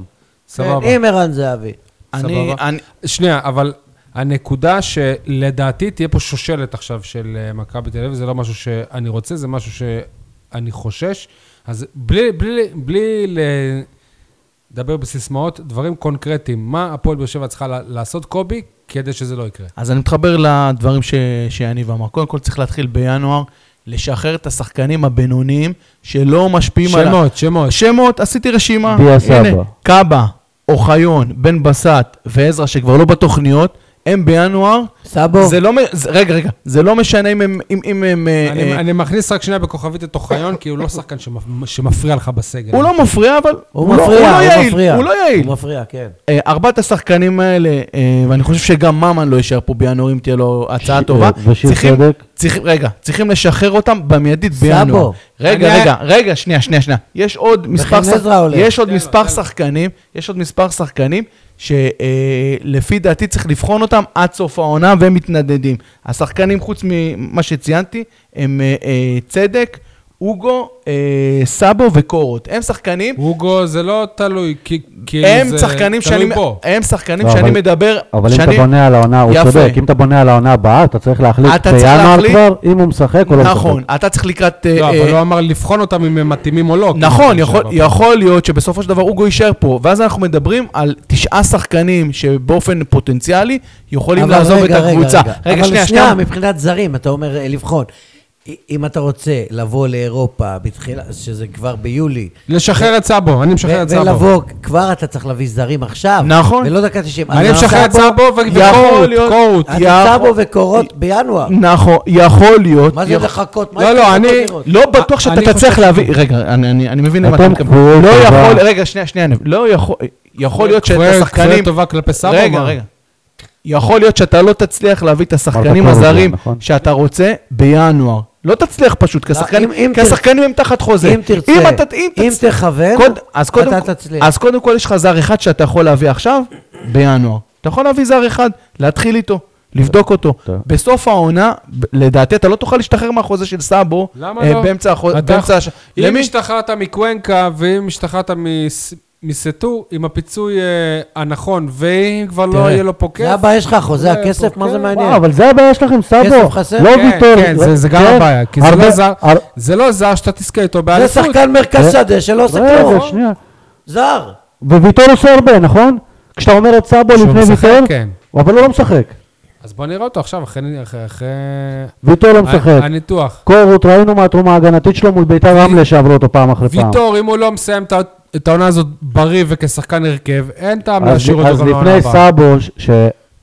B: סבבה.
D: כן, עם ערן זהבי.
E: אני,
B: סבבה.
E: אני,
B: שנייה, אבל הנקודה שלדעתי תהיה פה שושלת עכשיו של אה, מכבי תל אביב, זה לא משהו שאני רוצה, זה משהו שאני חושש. אז בלי, בלי, בלי ל- לדבר בסיסמאות, דברים קונקרטיים, מה הפועל באר שבע צריכה לה- לעשות, קובי, כדי שזה לא יקרה?
E: אז אני מתחבר לדברים ש... שיניב אמר. קודם כל צריך להתחיל בינואר, לשחרר את השחקנים הבינוניים שלא משפיעים על... ה-
B: שמות, שמות.
E: שמות, עשיתי רשימה.
C: דיה סבא.
E: הנה, קאבה, אוחיון, בן בסט ועזרא, שכבר לא בתוכניות, הם בינואר.
D: סבו,
E: זה לא... מ- זה- רגע, רגע. זה לא משנה אם הם... אם, אם הם אה,
B: אני,
E: אה,
B: אני מכניס רק שנייה בכוכבית את אוחיון, כי הוא לא שחקן שמפ- שמפריע לך בסגל.
E: הוא לא מפריע, אבל...
D: הוא
E: לא-
D: מפריע,
E: לא
D: הוא
E: יעיל,
D: מפריע.
E: הוא לא יעיל.
D: הוא מפריע, כן.
E: אה, ארבעת השחקנים האלה, אה, ואני חושב שגם ממן לא יישאר פה בינואר אם תהיה לו הצעה
C: ש-
E: טובה.
C: אה, ושיר
E: צריכים-
C: צדק?
E: צריכים, רגע, צריכים לשחרר אותם במיידית
D: סבו.
E: בינואר. רגע,
B: אני-
E: רגע, רגע, שנייה, שנייה, שנייה. יש עוד מספר,
D: וחן עזרא עולה.
E: יש עוד
B: תן לו, תן
E: מספר
B: לו.
E: שחקנים, יש עוד מספר שחקנים שלפי דעתי צריך לבחון אותם עד סוף העונה והם מתנדדים. השחקנים, חוץ ממה שציינתי, הם אה, אה, צדק, אוגו, אה, סאבו וקורות. הם שחקנים
B: אוגו זה לא תלוי, כי, כי
E: הם
B: זה
E: שחקנים
B: תלוי
E: שאני,
B: בו.
E: הם שחקנים
C: לא,
E: שאני
C: אבל-
E: מדבר,
C: אבל אם אתה
E: שאני,
C: בונה על העונה, הוא
E: יפה.
C: צודק, אם אתה בונה על העונה הבאה, אתה צריך להחליט
E: אתה צריך
C: בינואר
E: להחליט-
C: כבר, אם הוא משחק או לא משחק.
E: נכון, אתה צריך לקראת...
B: לא,
E: אה,
B: אבל
E: אה,
B: לא אמר לבחון אותם אם הם מתאימים או לא. כי
E: נכון,
B: זה
E: יכול,
B: שבע.
E: יכול להיות שבסופו של דבר אוגו יישאר פה, ואז אנחנו מדברים על תשעה שחקנים שבאופן פוטנציאלי יכולים
D: אבל
E: לעזוב
D: רגע,
E: את
D: רגע,
E: הקבוצה.
D: רגע, אבל שנייה, מבחינת זרים, אתה אומר אה, לבחון. א- אם אתה רוצה לבוא לאירופה, בתחילה, שזה כבר ביולי,
B: לשחרר את סאבו, אני משחרר את
D: ו-
B: סאבו.
D: ולבוא, כבר אתה צריך להביא זרים עכשיו.
E: נכון.
D: ולא דקה 90.
B: אני
D: אז
B: משחרר את
D: סאבו-
B: סאבו ו-
E: יכול
B: וקורות,
E: להיות.
B: קורות.
E: אה,
D: אתה
E: יער-
D: סאבו וקורות בינואר.
E: נכון, יכול להיות.
D: מה זה
E: יכול-
D: לחכות? מה
B: לא,
D: יש
B: לא,
D: לחכות
B: אני-
D: לראות?
E: לא בטוח שאתה
B: אני
E: תצליח
B: חושב-
E: להביא... רגע, אני- אני אני מבין למה אתה
C: אתם
E: מתכוון.
C: קבועים
E: לא
C: טובה.
E: יכול... רגע, שנייה, שנייה, אני- לא יכול... יכול להיות שאת
B: כפוית-
E: השחקנים...
B: כפוית אה, טובה כלפי סבא,
E: רגע,
B: מה?
E: רגע. יכול להיות שאתה לא תצליח להביא את השחקנים
C: אמרת קודם,
E: הזרים
C: נכון.
E: שאתה רוצה בינואר. לא תצליח פשוט, כי
D: לא,
E: השחקנים-
D: אם- אם
E: כי
D: תר-
E: השחקנים הם תחת חוזה.
D: אם תרצה,
E: אתה- אם
D: אם
E: תצ-
D: תכוון,
E: קוד- אז קודם כל-
D: אתה תצליח.
E: אז קודם כל יש לך זר אחד שאתה יכול להביא עכשיו, בינואר. אתה יכול להביא זר אחד, להתחיל איתו, לבדוק אותו.
C: טוב.
E: בסוף העונה, ב- לדעתי, אתה לא תוכל להשתחרר מהחוזה של סאבו.
B: למה
E: אה,
B: לא?
E: באמצע החוזה.
B: אתה-
E: באמצע הש...
B: אם
E: למי?
B: השתחררת מקוונקה ואם השתחררת מס- מסטו, עם הפיצוי אה, הנכון, ואם כבר לא
E: תראה.
B: יהיה לו פה כיף...
D: זה הבעיה שלך, חוזה
B: אולי
D: הכסף, מה זה
B: פוקר?
D: מעניין?
C: וואו, אבל זה הבעיה שלכם, סאבו.
D: כסף חסר?
C: לא
B: כן,
C: ויטור.
B: כן, זה- זה גם
C: כן,
B: הבעיה, כי זה
C: הרבה-
B: לא זר-
C: הר-
B: זה לא זר שאתה תזכה איתו
D: זה
B: באליפות.
D: שחקן מרכז שדה שלא עושה
C: אה? רגע,
D: כלום.
C: שנייה.
D: זר.
C: וויטור עושה הרבה, נכון? כשאתה אומר את סאבו
B: כשהוא
C: לפני
B: משחק,
C: ויטור,
B: כן.
C: אבל הוא לא משחק.
B: אז בוא נראה אותו עכשיו, אחרי- אחרי אחרי
C: ויטור לא משחק.
B: הניתוח.
C: קורות, ראינו מה התרומה ההגנתית שלו מול ביתר רמלה שעברו אותו פעם אחרי פעם.
B: ויטור, אם הוא לא מסיים את ה- את העונה הזאת בריא וכשחקן הרכב, אין טעם
C: אז
B: להשאיר אותו
C: אז
B: גם לעונה
C: לפני
B: הבאה.
C: סאבו, ש- ש-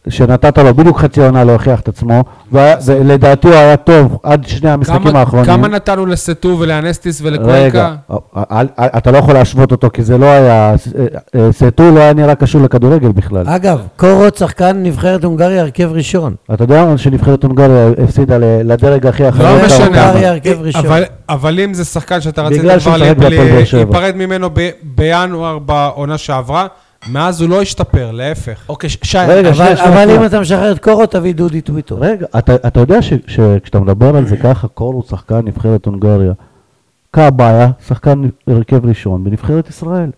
C: שנתת לו בדיוק חצי עונה להוכיח את עצמו, וה- ולדעתי הוא היה טוב עד שני המשחקים
B: כמה-
C: האחרונים.
B: כמה נתנו לסטו ולאנסטיס
C: רגע,
B: ולקוונקה?
C: אל- אל- אתה לא יכול להשוות אותו, כי זה לא היה, אה, אה, סטו לא היה נראה קשור לכדורגל בכלל.
B: אה?
D: אגב, קורות שחקן נבחרת הונגריה הרכב ראשון.
C: אתה יודע שנבחרת הונגריה הפסידה ל- לדרג הכי אחרון.
B: לא
D: לא
C: אתה-
B: משנה,
D: אוקיי,
B: אבל-
D: הרכב ראשון.
B: אבל- אבל אם זה שחקן שאתה רצית
C: בגלל שהוא
B: כבר
C: משחק בהפועל באר שבע.
B: להיפרד ממנו ב- בינואר בעונה שעברה, מאז הוא לא השתפר, להפך.
E: אוקיי, ש- שי,
C: רגע,
E: אבל-
C: שנייה,
D: אבל
C: שנייה,
D: אבל
C: שנייה.
D: אם אתה משחרר את קורות, תביא דודי טוויטו.
C: רגע, אתה, אתה יודע ש, שכשאתה מדבר על זה ככה, קול הוא שחקן נבחרת הונגריה. קאבה היה שחקן הרכב ראשון בנבחרת ישראל.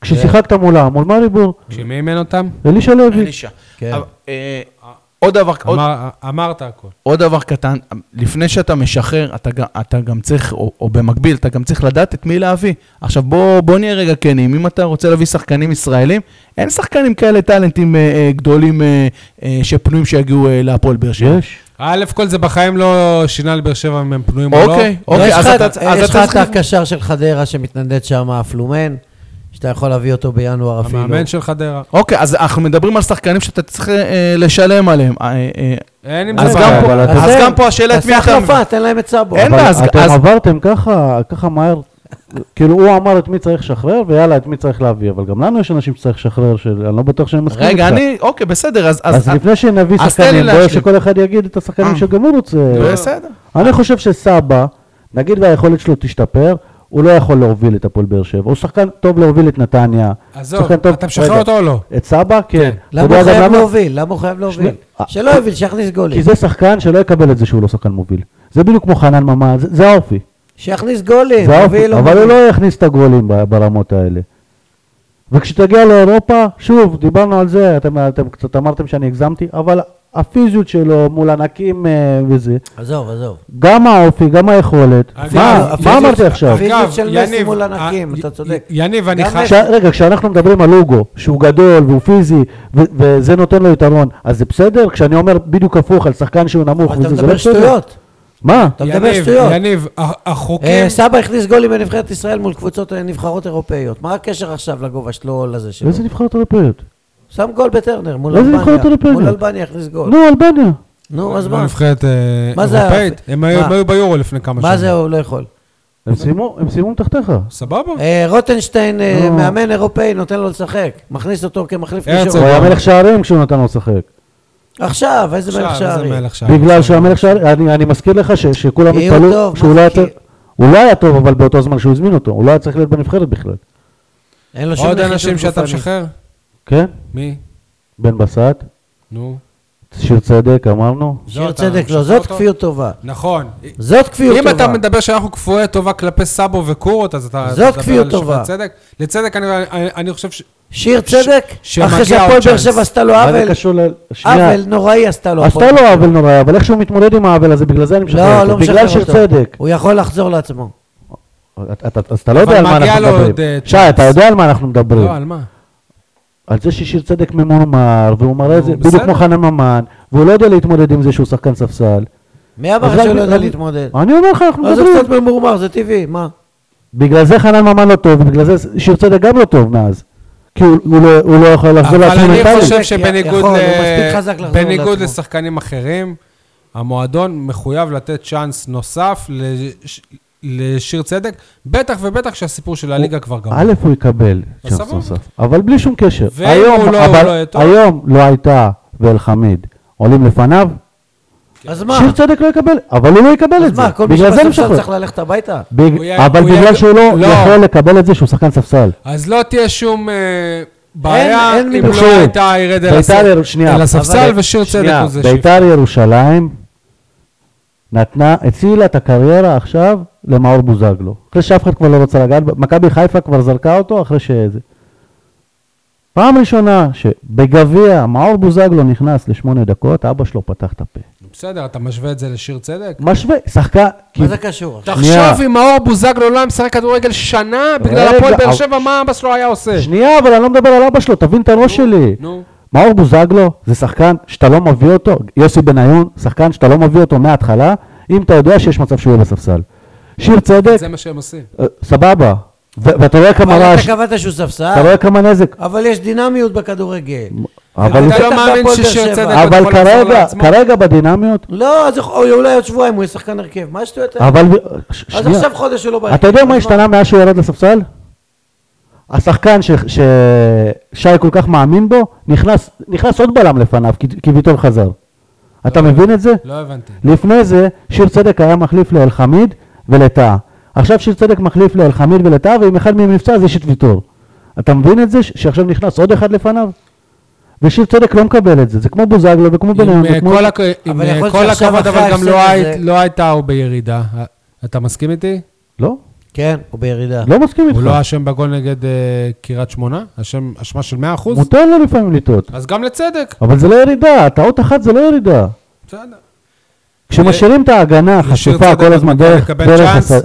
C: כששיחקת מולה, מול מריבור,
B: כשמי אימן אותם?
C: אלישע לוי.
E: אלישע.
D: כן.
E: אבל, אה, עוד דבר, עוד-
B: אמר- אמרת הכול.
E: עוד דבר קטן, לפני שאתה משחרר, אתה, גם- אתה גם צריך, או, או במקביל, אתה גם צריך לדעת את מי להביא. עכשיו בוא, בוא נהיה רגע כנים, אם אתה רוצה להביא שחקנים ישראלים, אין שחקנים כאלה טאלנטים אה, אה, גדולים אה, אה, שפנויים שיגיעו אה, להפועל באר שבע.
C: יש.
B: א' כל זה בחיים לא שינה לבאר שבע אם הם פנויים או לא.
E: אוקיי,
D: לא,
E: אוקיי,
D: יש
E: אז
D: לך-
E: אתה אז
D: יש
E: אתה
D: לך את
E: צריך...
D: הקשר של חדרה שמתנדד שם, הפלומן, שאתה יכול להביא אותו בינואר אפילו.
B: המאמן של חדרה.
E: אוקיי, אז אנחנו מדברים על שחקנים שאתה צריך אה, לשלם עליהם. אה, אה,
B: אין עם
E: אז
B: זה
E: גם
B: בעיה.
E: פה-
C: אבל
E: אז
D: זה-
E: גם פה השאלה את מי
D: תעשה
E: אתה...
D: החלפה, תן להם את סאבו.
E: אין
C: אבל
E: בעיה, אז-
C: אתם
E: אז-
C: עברתם ככה, ככה מהר, כאילו הוא אמר את מי צריך לשחרר, ויאללה, את מי צריך להביא, אבל גם לנו יש אנשים שצריך לשחרר, שאני לא בטוח שאני מסכים איתך.
E: רגע, אני... אוקיי, בסדר, אז...
C: אז לפני שנביא
E: אז תן לי
C: שחקנים, בואו
E: להשלים.
C: שכל אחד יגיד את השחקנים
E: אה.
C: שגם הוא רוצה.
E: בסדר.
C: אני חושב שסבא, נגיד והיכולת שלו תשתפר, הוא לא יכול להוביל את הפועל באר שבע. הוא שחקן טוב להוביל את נתניה.
B: עזוב,
C: שחקן טוב-
B: אתה משחרר
C: רגע,
B: אותו או לא?
C: את סבא? כן. אתה
D: למה
C: יודע
D: הוא
C: גם
D: חייב
C: למה?
D: להוביל? למה הוא חייב להוביל?
C: אה,
D: שלא יוביל, שיכניס
C: כי
D: גולים.
C: זה שחקן שלא יקבל את זה שהוא לא שחקן מוביל. זה בדיוק כמו חנן ממן, זה- זה האופי.
D: שיכניס גולים,
C: זה
D: מוביל
C: האופי.
D: לא
C: אבל הוא
D: מוביל.
C: לא יכניס את הגולים ב- ברמות האלה. וכשתגיע לאירופה, שוב, דיברנו על זה, אתם, אתם קצת אמרתם שאני הגזמתי, אבל הפיזיות שלו מול ענקים אה, וזה,
D: עזוב, עזוב.
C: גם האופי, גם היכולת.
B: אגב,
C: מה,
B: הפיזיות-
C: מה אמרתי עכשיו?
D: הפיזיות של מסי
B: יניב,
D: מול ענקים,
B: ה-
D: אתה
B: י-
D: צודק.
B: יניב, אני
D: גם
B: חי...
C: כש- רגע, כשאנחנו מדברים על אוגו, שהוא גדול והוא פיזי, ו- וזה נותן לו יתרון, אז זה בסדר? כשאני אומר בדיוק הפוך על שחקן שהוא נמוך,
D: אבל אתה
C: וזה זה לא
D: מדבר
C: בסדר?
D: שטויות.
C: מה?
D: אתה מדבר
B: יניב,
D: שטויות.
B: יניב, ה-
D: אה,
C: כן.
B: החוקים...
D: סבא הכניס גולים בנבחרת ישראל מול קבוצות אה, נבחרות אירופאיות. מה הקשר עכשיו לגובה שלו לזה שלו?
C: איזה נבחרת אירופאיות?
D: שם גול בטרנר מול
C: איזה
D: אלבניה.
C: נבחרת אירופאית? לא.
D: מול אלבניה הכניס גול.
C: נו, אלבניה.
D: נו, אז
B: מה,
D: מה?
B: נבחרת אה,
D: מה זה
B: אירופאית?
D: ה-
B: הם היו
D: מה?
B: הם היו ביורו לפני כמה שנים.
D: מה זה הוא לא יכול?
C: הם סיימו- הם סיימו מתחתיך.
B: סבבה?
C: לא.
D: אה, רוטנשטיין, אה,
C: נו.
D: מאמן אירופאי, נותן לו לשחק. מכניס אותו כמחליף
B: הרצוג.
C: הוא
D: ראשון.
C: היה מלך שערים כשהוא נתן לו לשחק.
D: עכשיו, איזה מלך
B: עכשיו,
D: שערים.
B: איזה מלך שערים.
C: בגלל שהמלך שערים, אני- אני מזכיר לך ש- שכולם
D: כי הוא
C: התפלאו,
D: טוב,
C: שהוא
D: מה
C: לא היה
D: זה כי-
C: טוב. הוא לא היה טוב, אבל באותו זמן שהוא הזמין אותו, הוא לא היה צריך להיות בנבחרת בכלל.
D: אין לו שום
B: עוד
D: נחיתות
B: אנשים שאתה
D: גופנית.
B: משחרר?
C: כן?
B: מי?
C: בן בסט,
B: נו.
C: שיר צדק, אמרנו.
D: שיר
B: לא, אתה
D: צדק לא,
B: משחרר
D: זאת
B: אותו?
D: כפיות טובה.
B: נכון.
D: זאת כפיות
B: אם
D: טובה.
B: אתה מדבר שאנחנו כפויי טובה כלפי סאבו וקורות, אז אתה...
D: זאת
B: אתה מדבר
D: כפיות
B: על שווה
D: טובה.
B: צדק. לצדק, אני- אני אני חושב ש...
D: שיר צדק,
B: ש- שמגיע
D: אחרי שהפועל
B: עוד
D: באר
B: צ'אנס.
D: שבע עשתה לו
C: מה זה
D: לא עוול,
C: קשור ל... שנייה.
D: עוול נוראי עשתה
B: לא,
D: לו.
C: עשתה
D: הפועל
C: לו
D: באר שבע.
C: לא עוול נורא, אבל איך שהוא מתמודד עם העוול הזה, בגלל זה אני משחרר
D: לא,
C: אותו.
D: לא משחרר
C: בגלל
D: אותו.
C: של צדק.
D: הוא יכול לחזור לעצמו.
C: אתה- אתה- אז אתה לא יודע
B: אבל
C: על מה
B: מגיע
C: אנחנו
B: לו
C: מדברים.
B: עוד, אה,
C: שי, אתה יודע על מה אנחנו מדברים.
B: לא, על מה?
C: על זה ששיר צדק ממומר, והוא מראה את זה
B: נו,
C: בדיוק
B: בסדר.
C: כמו חנן ממן, והוא לא יודע להתמודד עם זה שהוא שחקן ספסל.
D: מי אמר
C: אז
D: שהוא
C: רק-
D: לא יודע
C: רק-
D: להתמודד?
C: אני אומר לך, אנחנו
D: אז זה קצת
C: מדברים.
D: ממורמר, זה טבעי, מה?
C: בגלל זה חנן ממן לא טוב, ובגלל זה שיר צדק גם לא טוב מאז. כי הוא- הוא לא- הוא לא יכול לחזור
B: אבל
C: לעצמו
B: אני
C: מנטלית.
B: חושב
D: י-
B: שבניגוד
D: יכול,
B: ל-
D: הוא מספיק חזק לחזור
B: בניגוד
D: לעצמו.
B: לשחקנים אחרים, המועדון מחויב לתת צ'אנס נוסף לש- לשיר צדק, בטח ובטח שהסיפור של הליגה כבר גמור.
C: א', הוא יקבל
B: אז
C: צ'אנס
B: סבבה.
C: נוסף, אבל בלי שום קשר.
B: ואם
C: היום,
B: הוא לא-
C: אבל-
B: הוא לא יהיה טוב?
C: היום לא הייתה ואלחמיד עולים לפניו,
B: כן.
D: אז מה?
C: שיר צדק לא יקבל, אבל הוא לא יקבל את
D: אז
C: זה.
D: מה, כל מי
C: בגלל זה אני
D: שבספסל
C: משחרר.
D: צריך ללכת הביתה?
C: בג-
B: הוא יהיה-
C: אבל
B: הוא יהיה-
C: בגלל שהוא לא
B: לא.
C: יכול לקבל את זה שהוא שחקן ספסל.
B: אז לא תהיה שום אה, בעיה
D: אין לי
B: אם לא
C: שוב,
B: הייתה ירד אל הס-
C: בית"ר, שנייה,
B: אל הספסל
C: אבל-
B: ושיר צדק
C: שנייה,
B: הוא זה ש...
C: בית"ר ירושלים נתנה, הצילה את הקריירה עכשיו למאור בוזגלו. אחרי שאף אחד כבר לא רצה לגעת, ב- מכבי חיפה כבר זרקה אותו אחרי שזה. פעם ראשונה שבגביע מאור בוזגלו נכנס לשמונה דקות, אבא שלו פתח את הפה.
B: בסדר, אתה משווה את זה לשיר צדק?
C: משווה, שחקן,
D: מה זה קשור? עכשיו?
B: תחשוב אם מאור בוזגלו לא היה משחק כדורגל שנה בגלל
C: רגע,
B: הפועל באר
C: אבל-
B: שבע, מה אבא שלו היה עושה?
C: שנייה, אבל אני לא מדבר על אבא שלו, תבין את הראש שלי.
B: נו.
C: מאור בוזגלו זה שחקן שאתה לא מביא אותו, יוסי בניון, שחקן שאתה לא מביא אותו מההתחלה, אם אתה יודע שיש מצב שהוא יהיה בספסל. שיר צדק,
B: זה מה שהם עושים.
C: אה, סבבה. ו- ואתה רואה כמה
D: אבל אתה
C: רעש,
D: קבעת שהוא
C: אתה
D: ספסל,
C: רואה כמה נזק.
D: אבל יש דינמיות בכדורגל.
C: אבל-
D: ובטח
B: אתה לא מאמין
D: בהפועל באר
B: ששיר
D: שבע.
B: צדק- הוא
C: אבל
B: יכול לחזור
C: כרגע,
B: לעצמו.
C: כרגע בדינמיות,
D: לא, אז יכול- אולי עוד שבועיים הוא יהיה שחקן הרכב, מה השטויות האלה?
C: אבל... ש-
D: אז
C: שנייה.
D: עכשיו חודש הוא לא בהרכב.
C: אתה יודע
D: אז
C: מה השתנה מאז שהוא ירד לספסל? השחקן ש- ששי כל כך מאמין בו, נכנס נכנס עוד בלם לפניו, כי- כי ויטור חזר. אתה מבין את זה?
B: לא הבנתי.
C: לפני זה שיר צדק היה מחליף לאלחמיד ולטאה. עכשיו שיר צדק מחליף לאלחמיד ולטאה, ואם אחד מהם נפצע אז יש את ויטור. אתה מבין את זה ש- שעכשיו נכנס עוד אחד לפניו? ושיר צדק לא מקבל את זה, זה כמו בוזגלו וכמו
B: עם
E: לא
C: בניון
B: אה,
C: וכמו...
B: כל הכ- עם,
D: אבל
B: אה,
D: יכול
B: כל
D: להיות שעכשיו
B: הכבוד,
D: אחרי
B: אבל גם
D: ההפסד
B: לא
D: הזה-
B: היית- לא הייתה הוא בירידה. אה, אתה מסכים איתי?
C: לא,
D: כן, הוא בירידה.
C: לא מסכים איתך.
B: הוא
E: נכון.
B: לא אשם בגול נגד אה, קריית שמונה? אשם, אשמה של 100%?
C: מותר לו לפעמים לטעות.
B: אז גם לצדק.
C: אבל זה לא ירידה, טעות אחת זה לא ירידה.
B: בסדר.
C: כשמשאירים את ההגנה
B: לשיר
C: חשופה
B: צדק
C: כל הזמן דרך...
B: לקבל
C: דרך
B: צ'אנס,
C: הס-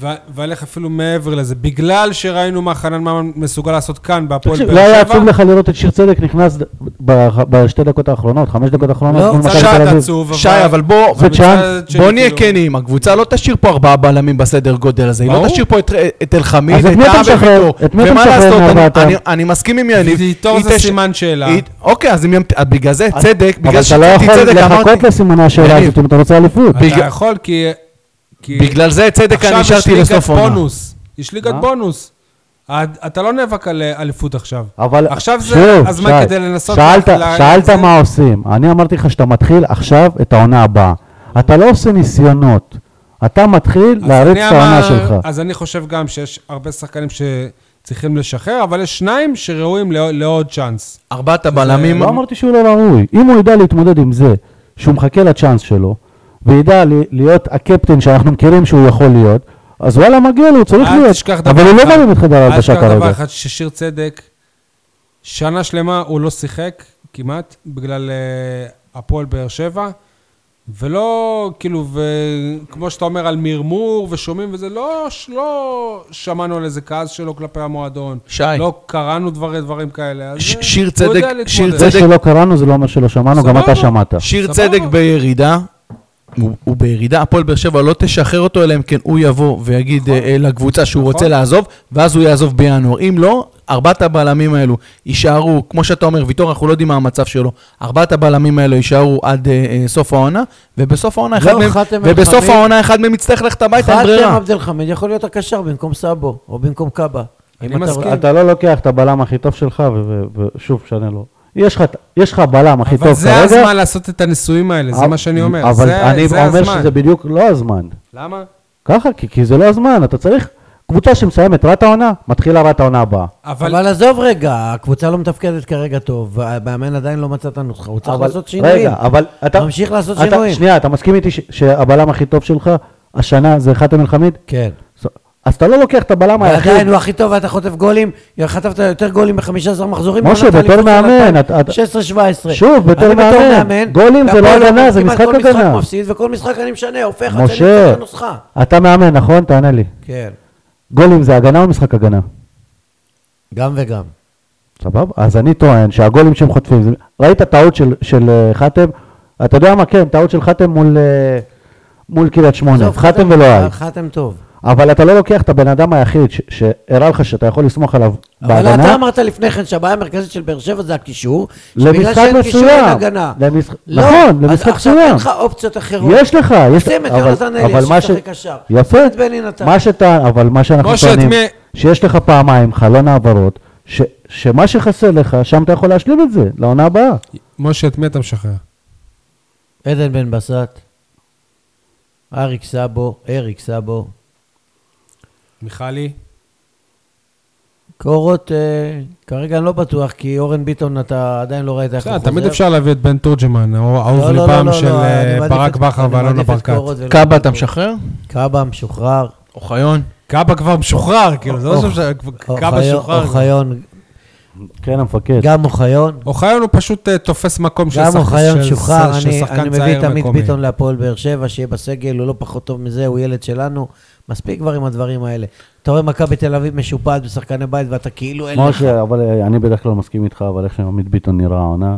B: ו- והלך אפילו מעבר לזה, בגלל שראינו מה חנן ממן מסוגל לעשות כאן בהפועל
C: תקשיב,
B: באר
C: לא היה
B: שבע,
C: עצוב לך לראות את שיר צדק נכנס בח- בשתי דקות האחרונות, חמש דקות האחרונות,
D: לא,
C: מול מכבי
B: צעד
C: תל אביב.
B: עצוב,
E: שי, אבל בוא,
C: זה
B: מצד
C: צ'אנס.
B: שני,
E: בוא נהיה
B: כאילו,
E: כנים, הקבוצה לא תשאיר פה ארבעה בלמים בסדר גודל הזה, היא לא
B: ברור.
E: תשאיר פה את- את אלחמיד,
C: אז את מי אתה
E: טאה
C: משחרר?
E: וויטור.
C: את מי אתה
E: ומה
C: משחרר
E: לעשות, אני-
C: מהבטה?
E: אני- אני מסכים עם יניב.
B: ויטור
E: היא
B: זה
E: תש-
B: סימן שאלה.
E: היא- אוקיי, אז אם- אז בגלל זה צדק,
C: אבל
E: בגלל
C: אתה לא
E: שצדק,
C: יכול
E: צדק,
C: לחכות
E: אמרתי,
C: לסימני השאלה
E: יניב.
C: הזאת אם אתה רוצה אליפות.
B: אתה
E: בגלל-
B: יכול, כי... כי
E: בגלל זה צדק אני
B: עכשיו יש
E: נשארתי
B: ליגת
E: לסוף עונה.
B: בונוס. יש ליגת
C: מה?
B: בונוס. עד- אתה לא נאבק על אה, אליפות עכשיו.
C: אבל
B: עכשיו זה
C: שוב,
B: הזמן
C: שי,
B: כדי לנסות...
C: שאלת,
B: ל-
C: שאלת
B: זה-
C: מה עושים. אני אמרתי לך שאתה מתחיל עכשיו את העונה הבאה. אתה לא עושה ניסיונות. אתה מתחיל
B: אז
C: להריץ
B: אני
C: את העונה
B: אמר-
C: שלך.
B: אז אני חושב גם שיש הרבה שחקנים שצריכים לשחרר, אבל יש שניים שראויים לעוד- לעוד צ'אנס.
E: ארבעת הבלמים,
C: לא אמרתי שהוא לא ראוי. אם הוא ידע להתמודד עם זה, שהוא מחכה לצ'אנס שלו, וידע ל- להיות הקפטן שאנחנו מכירים שהוא יכול להיות, אז וואלה, מגיע לו, הוא צריך
B: אל
C: להיות.
B: תשכח דבר
C: אבל הוא לא
B: אחד.
C: מאמין את חדר
B: אל
C: ההלבשה
B: תשכח דבר
C: כרגע.
B: אחד, ששיר צדק, שנה שלמה הוא לא שיחק כמעט, בגלל אה, הפועל באר שבע, ולא, כאילו, וכמו שאתה אומר על מרמור ושומעים וזה, לא, ש- לא שמענו על איזה כעס שלו כלפי המועדון.
E: שי.
B: לא קראנו דברים, דברים כאלה. אז
E: ש-
B: אה,
E: שיר
B: הוא
E: צדק-
B: יודע להתמודד.
E: שיר
C: זה
E: צדק-
C: שלא קראנו זה לא אומר שלא שמענו, גם
B: סבבה.
C: אתה שמעת.
E: שיר
B: סבבה.
E: צדק בירידה, הוא הוא בירידה, הפועל באר שבע לא תשחרר אותו, אלא אם כן הוא יבוא ויגיד אה, לקבוצה שהוא
B: נכון.
E: רוצה לעזוב, ואז הוא יעזוב בינואר. אם לא, ארבעת הבלמים האלו יישארו, כמו שאתה אומר, ויטור, אנחנו לא יודעים מה המצב שלו, ארבעת הבלמים האלו יישארו עד אה, אה, סוף העונה, ובסוף העונה אחד
D: לא,
E: מהם-
D: חתם
E: ובסוף
D: אלחמיד.
E: העונה אחד מהם יצטרך ללכת הביתה, אין
D: חאתם
E: ברירה.
D: אמ עבד אל חמיד יכול להיות הקשר במקום סאבו, או במקום קאבה.
B: אני
D: אם אתה
B: מסכים.
D: רוצה.
C: אתה לא לוקח את הבלם הכי טוב שלך, ו- ו- ושוב, שנה לו. יש לך- יש לך בלם הכי טוב
B: אבל
C: כרגע.
B: זה הזמן לעשות את הניסויים האלה, זה
C: אבל-
B: מה שאני אומר.
C: אבל
B: זה-
C: אני
B: זה
C: אומר
B: הזמן.
C: שזה בדיוק לא הזמן.
B: למה?
C: ככה, כי, כי זה לא הזמן, אתה צריך... קבוצה שמסיימת רעת העונה, מתחילה רעת העונה הבאה.
B: אבל
D: אבל עזוב רגע, הקבוצה לא מתפקדת כרגע טוב, והמאמן עדיין לא מצא את הנוסחה, הוא צריך
C: אבל-
D: לעשות שינויים.
C: רגע, אבל אתה...
D: ממשיך לעשות
C: אתה-
D: שינויים.
C: שנייה, אתה מסכים איתי ש- שהבלם הכי טוב שלך השנה זה חתם אל-חמיד?
D: כן.
C: ס- אז אתה לא לוקח את הבלם היחיד.
D: ועדיין הוא הכי טוב ואתה חוטף גולים, חטפת יותר גולים ב-15 מחזורים.
C: משה,
D: בעונת
C: בתור
D: האליפות של
C: מאמן,
D: 2016-2017.
C: אתה- אתה- שוב,
D: אני
C: בתור מאמן. גולים זה לא
D: והפועל
C: הגנה, זה
D: כמעט
C: משחק
D: כל משחק
C: הגנה.
D: מפסיד וכל משחק אני משנה, הופך עד שאני
C: משה,
D: מוצא את הנוסחה.
C: אתה מאמן, נכון? תענה לי.
D: כן,
C: גולים זה הגנה או משחק הגנה?
D: גם וגם.
C: סבבה? אז אני טוען שהגולים שהם חוטפים, זה- ראית טעות של- של אה, חתם? אתה יודע מה? כן, טעות של חתם מול... אה, מול קריית שמונה,
D: עזוב,
C: חתם ולא היה.
D: חתם טוב.
C: אבל אתה לא לוקח את הבן אדם היחיד ש- שהראה לך שאתה יכול לסמוך עליו
D: אבל אתה
C: בהגנה,
D: אמרת לפני כן שהבעיה המרכזית של באר שבע זה הקישור, שבגלל
C: למשחק
D: שאין קישור אין
C: מסוים.
D: הגנה.
C: למשח-
D: לא,
C: נכון,
D: אז
C: למשחק
D: עכשיו אין
C: מסוים.
D: לך אופציות אחרות.
C: יש לך, יש...
D: שים את
C: אבל-
D: יונתן אליאס
C: אבל מה
D: שישחק
C: ש-
D: קשר.
C: יפה,
D: את בני נתן.
C: מה שאתה, אבל מה שאנחנו
B: משה, את
C: טוענים,
B: מי-
C: שיש לך פעמיים חלון העברות, ש- שמה שחסר לך, שם אתה יכול להשלים את זה, לעונה הבאה.
B: משה, את מי אתה משחרר?
D: עדן בן בסט, אריק סאבו, אריק סאבו,
B: מיכלי?
D: קורות, אה, כרגע אני לא בטוח, כי אורן ביטון, אתה עדיין לא ראית איך הוא
B: בסדר,
D: חוזר.
B: תמיד אפשר להביא את בן תורג'מן, או
D: לא,
B: אהוב
D: לא,
B: ליבם
D: לא, לא,
B: של
D: לא,
B: אה,
D: אני מעדיף
B: ברק
D: את-
B: בכר
D: אני
B: ואלונה
D: מעדיף את
B: ברקת.
D: קורות ולא-
E: קאבה אתה משחרר?
D: קאבה משוחרר.
E: אוחיון?
B: קאבה כבר משוחרר, כאילו, זה
D: אוח-
B: לא שם קאבה
D: אוחיון-
B: שוחרר.
D: אוחיון,
C: כן, המפקד.
D: גם אוחיון.
B: אוחיון הוא פשוט אה, תופס מקום של
D: גם
B: שחק-
D: אוחיון
B: של-
D: שוחרר,
B: של
D: אני-
B: שחקן
D: אני מביא
B: צעיר
D: את עמית
B: מקומי.
D: ביטון להפועל באר שבע, שיהיה בסגל, הוא לא פחות טוב מזה, הוא ילד שלנו. מספיק כבר עם הדברים האלה. אתה רואה מכבי תל אביב משופעת בשחקני בית, ואתה כאילו אין לך.
C: משה, אבל אה, אני בדרך כלל מסכים איתך, אבל איך שעמית ביטון נראה העונה,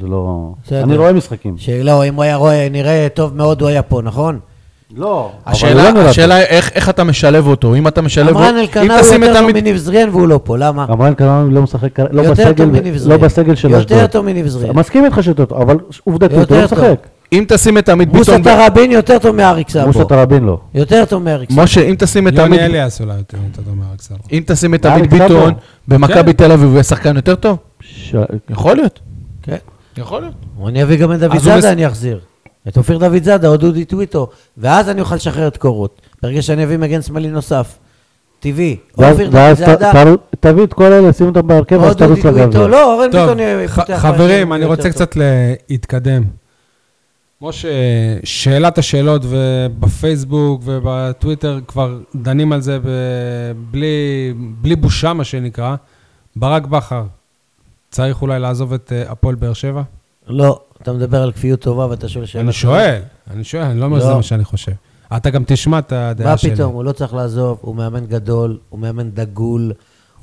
C: זה לא...
D: בסדר.
C: אני רואה משחקים.
D: שלא, אם הוא היה רואה, נראה טוב מאוד, הוא היה פה, נכון?
C: לא, אבל הוא לא
E: השאלה,
C: נראה
E: השאלה איך, איך אתה משלב אותו, אם אתה משלב
D: אמרן
E: אותו, אם
D: אלקנה הוא
E: תשים את
D: יותר טוב
E: עמית-
D: מניב זריאן והוא לא פה, למה?
C: טוב. אבל כנראה לא משחק, כרגע- לא
D: יותר
C: בסגל,
D: טוב מניב
C: לא
D: זריאן.
C: בסגל של
D: יותר
C: אשדוד.
D: טוב מניב זריאן.
C: מסכים איתך שיותר טוב, אבל עובדתית הוא לא
D: יותר טוב.
C: משחק.
E: אם תשים את עמית
D: מוסא
E: ביטון, ב-
D: תראבין יותר טוב מאריק סאבו.
C: מוסא תראבין לא.
D: יותר טוב מאריק סאבו.
E: משה, אם תשים את עמית,
B: יוני אליאס אולי יותר, אתה לא יודע מה, רק סלח.
E: אם תשים את
C: לאן
E: עמית
C: הקדמנו?
E: ביטון במכבי תל אביב, הוא יהיה שחקן יותר טוב?
C: ש-
E: יכול להיות.
D: כן.
E: יכול להיות.
D: אני אביא גם את דוד
E: אז הוא מס-
D: זאדה, אני אחזיר. את אופיר דוד זאדה, או דודי טוויטו. ואז אני אוכל לשחרר את קורות. ברגע שאני אביא מגן שמאלי נוסף. טבעי. או
C: ואז-
D: אופיר דוד
C: ואז ת-
D: זאדה,
C: ת- תביא את כל אלה, שים אותם בהרכב,
D: או
C: אז
D: דודי
C: תרוץ
D: טוויטו.
C: לגביע.
D: לא, אורן
B: טוב,
D: ביטון יהיה-
B: ח-
D: פותח
B: חברים,
D: בהרכב
B: אני
D: יותר
B: רוצה
D: טוב.
B: קצת להתקדם. משה, שאלת השאלות, ובפייסבוק ובטוויטר כבר דנים על זה ב- בלי, בלי בושה, מה שנקרא. ברק בכר, צריך אולי לעזוב את אה, הפועל באר שבע?
D: לא, אתה מדבר על כפיות טובה ואתה שואל שאלה.
B: אני שואל, אני שואל, אני לא אומר
D: לא.
B: שזה מה שאני חושב. אתה גם תשמע את
D: מה
B: הדעה שלי.
D: פתאום, הוא לא צריך לעזוב, הוא מאמן גדול, הוא מאמן דגול.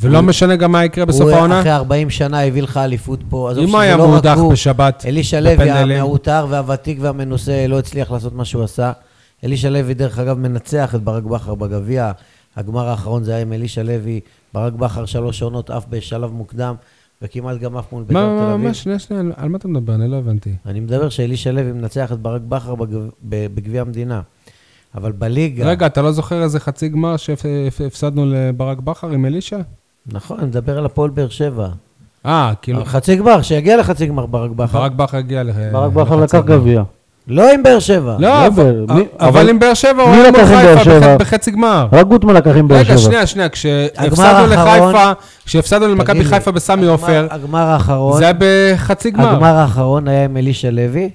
B: ולא משנה גם מה יקרה בסוף
D: הוא
B: העונה?
D: אחרי 40 שנה הביא לך אליפות פה. עזוב
B: אם
D: שזה
B: היה
D: לא רק
B: מודח
D: הוא.
B: בשבת
D: אלישע לוי,
B: בפנדלים.
D: המעוטר והוותיק והמנוסה, לא הצליח לעשות מה שהוא עשה. אלישע לוי, דרך אגב, מנצח את ברק בכר בגביע. הגמר האחרון זה היה עם אלישע לוי, ברק בכר שלוש עונות, אף בשלב מוקדם, וכמעט גם אף מול בית"ר
B: מה, מה,
D: תל
B: מה,
D: אביב.
B: שנייה, שנייה, על- על מה אתה מדבר? אני לא הבנתי.
D: אני מדבר שאלישע לוי מנצח את ברק בכר בגב- ב- בגביע המדינה. אבל בליגה...
B: רגע, אתה לא זוכר איזה חצי גמר שהפסדנו לברק בכר עם אלישע?
D: נכון, אני מדבר על הפועל באר שבע.
B: אה, כאילו,
D: חצי גמר, שיגיע לחצי גמר ברק בכר.
B: ברק בכר הגיע לך.
C: ברק בכר לקח גביע.
D: לא עם באר שבע.
B: לא, אבל-
C: באר- מי-
B: אבל
C: אבל-
B: עם באר שבע הוא
C: מי
B: היה מול
C: לקח עם באר
B: חיפה
C: שבע?
B: בח- בחצי גמר.
D: לא
C: רק גוטמן לקח עם באר
B: רגע,
C: שבע.
B: שנייה, שנייה, כשהפסדנו
D: הגמר האחרון-
B: לחיפה, כשהפסדנו למכבי
D: תגיד לי,
B: חיפה בסמי
D: הגמר-
B: עופר,
D: הגמר האחרון,
B: זה היה בחצי גמר.
D: הגמר האחרון היה עם אלישע לוי,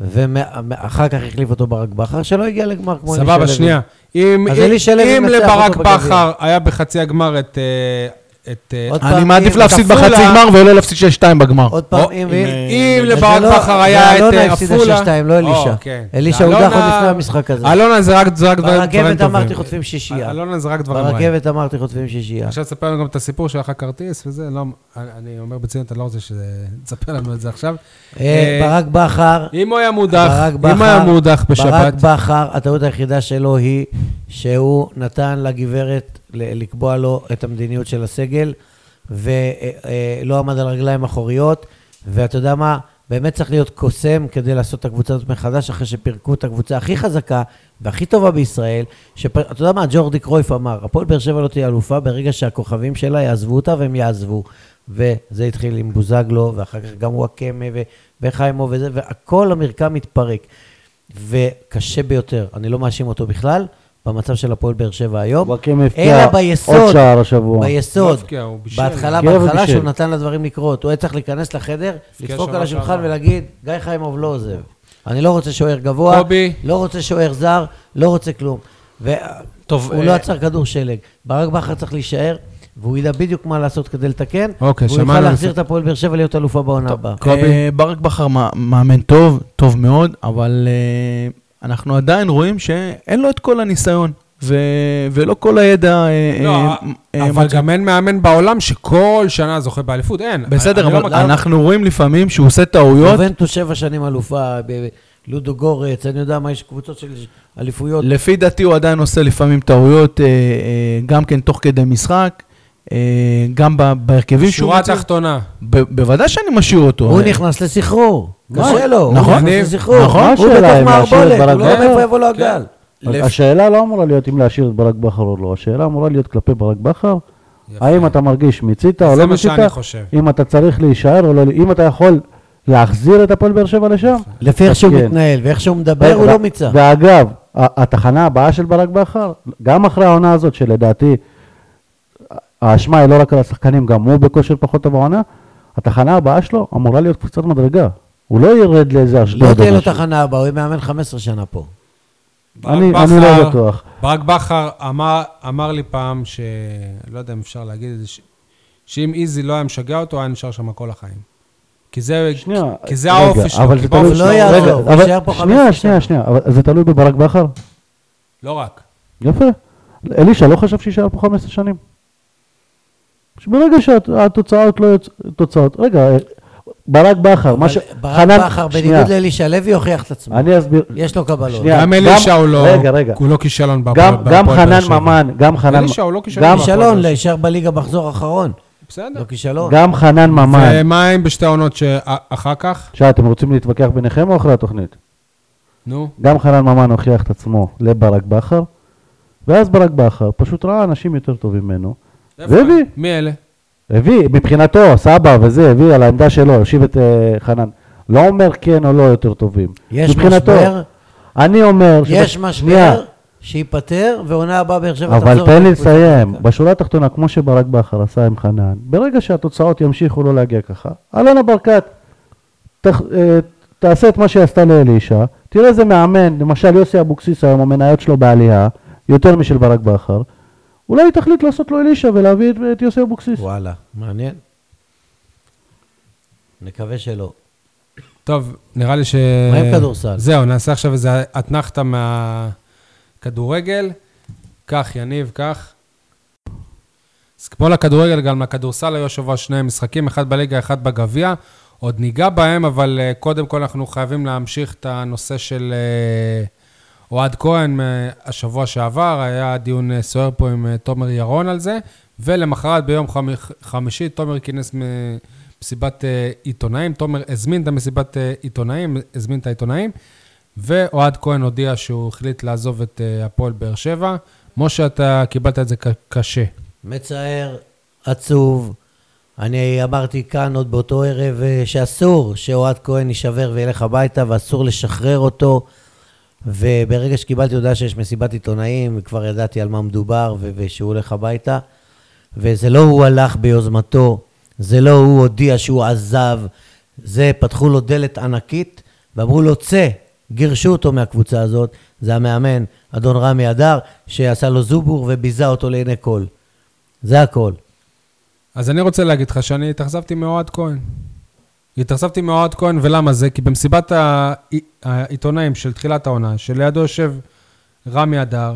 D: ואחר כך החליף אותו ברק בכר, שלא הגיע לגמר כמו אלישע לוי.
B: סבבה, שנייה. אם
D: אז
B: אם-
D: אלישע לוי
B: אם
D: מנצח
B: לברק
D: אותו בגביע.
B: בכר היה בחצי הגמר את... אה, את אה,
D: עוד
E: אני
D: פעם,
E: מעדיף
D: אם
E: להפסיד
B: עפולה-
E: בחצי גמר ולא להפסיד 6-2 בגמר.
D: עוד
B: או,
D: פעם, אם...
B: אם
D: אז
B: לברק
D: זה לא-
B: בכר היה את אה, עפולה...
D: זה אלונה הפסידה 6-2, לא אלישע.
B: או, כן.
D: אלישע הודח עוד
B: אלונה-
D: לפני המשחק הזה.
B: אלונה זה רק זה רק דברים דברים טובים. אה,
D: ברכבת אמרתי חוטפים שישייה.
B: אלונה זה רק דברים רעים.
D: ברכבת אמרתי חוטפים שישייה.
B: עכשיו תספר לנו גם את הסיפור שלך כרטיס וזה, לא, אני אומר בציניות, אני לא רוצה שתספר לנו את זה עכשיו.
D: אה, ברק בכר,
B: אם הוא היה מודח,
D: ברק
B: אם
D: בכר-
B: היה מודח
D: ברק
B: בשבת,
D: בכר, הטעות היחידה שלו היא שהוא נתן לגברת ל- לקבוע לו את המדיניות של הסגל, ולא לא עמד על רגליים אחוריות, ואתה יודע מה? באמת צריך להיות קוסם כדי לעשות את הקבוצה הזאת מחדש, אחרי שפירקו את הקבוצה הכי חזקה והכי טובה בישראל. שפ... אתה יודע מה, ג'ורדי קרויף אמר, הפועל באר שבע לא תהיה אלופה ברגע שהכוכבים שלה יעזבו אותה והם יעזבו. וזה התחיל עם בוזגלו, ואחר כך גם וואקמה ו... וחיימו וזה, והכל המרקם מתפרק. וקשה ביותר, אני לא מאשים אותו בכלל, במצב של הפועל באר שבע היום.
C: וואקים
D: אלא
C: הבקיע עוד
D: ביסוד,
C: שער השבוע.
B: לא
D: ביסוד,
B: הבקיע, הוא בישל.
D: בהתחלה,
C: הבקיע
D: בהתחלה
C: ובישל.
D: שהוא נתן לדברים לקרות, הוא היה צריך להיכנס לחדר,
B: הבקיע
D: לדפוק
B: שנה
D: על השולחן
B: שעברה.
D: ולהגיד, גיא חיימוב לא עוזב. אני לא רוצה שוער גבוה,
B: קובי.
D: לא רוצה שוער זר, לא רוצה כלום.
E: טוב,
D: והוא
E: אה,
D: לא עצר כדור שלג. ברק בכר צריך להישאר, והוא ידע בדיוק מה לעשות כדי לתקן,
B: אוקיי,
D: והוא יוכל
B: שמענו.
D: להחזיר את הפועל באר שבע להיות אלופה בעונה הבאה.
E: אה, ברק בכר מא- מאמן טוב, טוב מאוד, אבל אה, אנחנו עדיין רואים שאין לו את כל הניסיון, ו- ולא כל הידע... אה,
B: לא,
E: אה, אה,
B: אבל
E: מצוי.
B: גם אין מאמן בעולם שכל שנה זוכה באליפות, אין.
E: בסדר,
B: אני לא
E: אבל
B: מכיר.
E: אנחנו רואים לפעמים שהוא עושה טעויות.
D: יובנטוס שבע שנים אלופה, ב- ב- לודו גורץ, אני יודע מה, יש קבוצות של אליפויות.
E: לפי דעתי הוא עדיין עושה לפעמים טעויות, אה, אה, גם כן תוך כדי משחק, אה, גם ב- בהרכבים שהוא
B: שורה
E: מוציא.
B: תחתונה.
E: ב- בוודאי שאני משאיר אותו.
D: הוא
E: אה,
D: נכנס לסחרור.
E: נכון.
D: קשה לו, הוא
E: נכון.
D: נכנס לסחרור.
E: נכון. מה
C: השאלה
D: הוא בתוך
C: אם להשאיר את
D: מערבולת,
C: ברק כן.
D: הוא לא יודע
B: בכר?
D: איפה יבוא לו הגל.
E: לפ-
C: השאלה לא אמורה להיות אם להשאיר את ברק בכר או לא, השאלה אמורה להיות כלפי ברק בכר,
B: יפה.
C: האם אתה מרגיש מיצית או
B: זה
C: לא
B: מה
C: מיצית,
B: שאני חושב.
C: אם אתה צריך להישאר או לא, אם אתה יכול להחזיר את הפועל באר שבע לשם.
D: לפי איך שהוא
C: כן.
D: מתנהל ואיך שהוא מדבר, הוא
C: ו-
D: לא מיצה.
C: ואגב, ה- התחנה הבאה של ברק בכר, גם אחרי העונה הזאת, שלדעתי האשמה היא לא רק על השחקנים, גם הוא בכושר פחות טוב העונה, התחנה הבאה שלו אמורה להיות קבוצת מדרגה. הוא לא ירד לאיזה אשדוד.
D: לא
C: או
D: תהיה לו
C: משהו.
D: תחנה הבאה, הוא יהיה מאמן 15 שנה פה.
B: ברק
C: אני- אני
B: בכר-
C: לא בטוח.
B: ברק בכר אמר, אמר לי פעם, ש... לא יודע אם אפשר להגיד את זה, ש... שאם איזי לא היה משגע אותו, היה נשאר שם כל החיים. כי זה,
C: שנייה,
B: כי זה
C: רגע,
B: האופי שלו,
C: אבל
B: כי
C: זה
B: באופי
C: תלוי-
B: שלו
D: לא
B: הוא-
D: יעזוב,
C: רגע,
D: הוא
C: אבל-
D: יישאר פה 15
C: שנייה, שנייה, שנייה, אבל זה תלוי בברק בכר?
B: לא רק.
C: יפה. אלישע לא חשב שיישאר פה 15 שנים. שברגע שהתוצאות לא יוצאות, תוצאות, רגע, אה, ברק בכר, מה ש...
D: אבל ברק
C: חנן-
D: בכר,
C: שנייה,
D: בניגוד לאלישע לוי, הוכיח את עצמו.
C: אני אסביר.
D: יש לו קבלות.
C: שנייה.
B: גם
C: כן, גם-
B: אלישע הוא לא,
C: רגע, רגע.
B: הוא לא כישלון בהפועל-
C: גם,
B: בהפועל
C: גם
B: באר
C: חנן
B: שבע.
C: ממן, גם חנן,
B: אלישע הוא לא כישלון
C: גם,
B: בהפועל.
D: כישלון, להישאר בליגה מחזור אחרון.
B: בסדר.
D: לא כישלון.
C: גם חנן ממן.
B: ומה עם בשתי העונות שאחר כך?
C: עכשיו, אתם רוצים להתווכח ביניכם או אחרי התוכנית?
B: נו.
C: גם חנן ממן הוכיח את עצמו לברק בכר, ואז ברק בכר פשוט ראה אנשים יותר טובים ממנו, והביא.
B: מי אלה?
C: הביא, מבחינתו, סבא וזה, הביא על העמדה שלו, הושיב את אה, חנן. לא אומר כן או לא יותר טובים.
D: יש
C: מבחינתו,
D: משבר?
C: אני אומר... שבש-
D: יש
C: שנייה,
D: משבר שייפתר, ועונה הבאה באר שבע תחזור.
C: אבל תן לי
D: לקבוצה.
C: לסיים. בשורה התחתונה, כמו שברק בכר עשה עם חנן, ברגע שהתוצאות ימשיכו לא להגיע ככה, אלונה ברקת, תח- אה, תעשה את מה שהיא עשתה לאלישע, תראה איזה מאמן, למשל יוסי אבוקסיס היום, המניות שלו בעלייה, יותר משל ברק בכר, אולי היא תחליט לעשות לו אלישע ולהביא את- את יוסי אבוקסיס.
D: וואלה, מעניין. נקווה שלא.
B: טוב, נראה לי ש... אה,
D: מה עם כדורסל?
B: זהו, נעשה עכשיו איזה אתנחתה מה... כדורגל, כך, יניב, כך. אז כמו לכדורגל, גם לכדורסל היו השבוע שני משחקים, אחד בליגה, אחד בגביע. עוד ניגע בהם, אבל אה, קודם כל אנחנו חייבים להמשיך את הנושא של אה, אוהד כהן מהשבוע שעבר, היה דיון אה, סוער פה עם אה, תומר ירון על זה, ולמחרת ביום חמ- חמישי תומר כינס מ- מסיבת אה, עיתונאים, תומר הזמין את המסיבת אה, עיתונאים, הזמין את העיתונאים, ואוהד כהן הודיע שהוא החליט לעזוב את אה, הפועל באר שבע. משה, אתה קיבלת את זה ק- קשה.
D: מצער, עצוב. אני אמרתי כאן עוד באותו ערב אה, שאסור שאוהד כהן יישבר וילך הביתה ואסור לשחרר אותו. וברגע שקיבלתי הודעה שיש מסיבת עיתונאים, כבר ידעתי על מה מדובר ו- ושהוא הולך הביתה. וזה לא הוא הלך ביוזמתו, זה לא הוא הודיע שהוא עזב, זה פתחו לו דלת ענקית ואמרו לו צא, גירשו אותו מהקבוצה הזאת, זה המאמן, אדון רמי אדר, שעשה לו זובור וביזה אותו לעיני כל. זה הכל.
B: אז אני רוצה להגיד לך שאני התאכזבתי מאוהד כהן. התאכזבתי מאוהד כהן, ולמה זה? כי במסיבת ה- העיתונאים של תחילת העונה, שלידו יושב רמי אדר,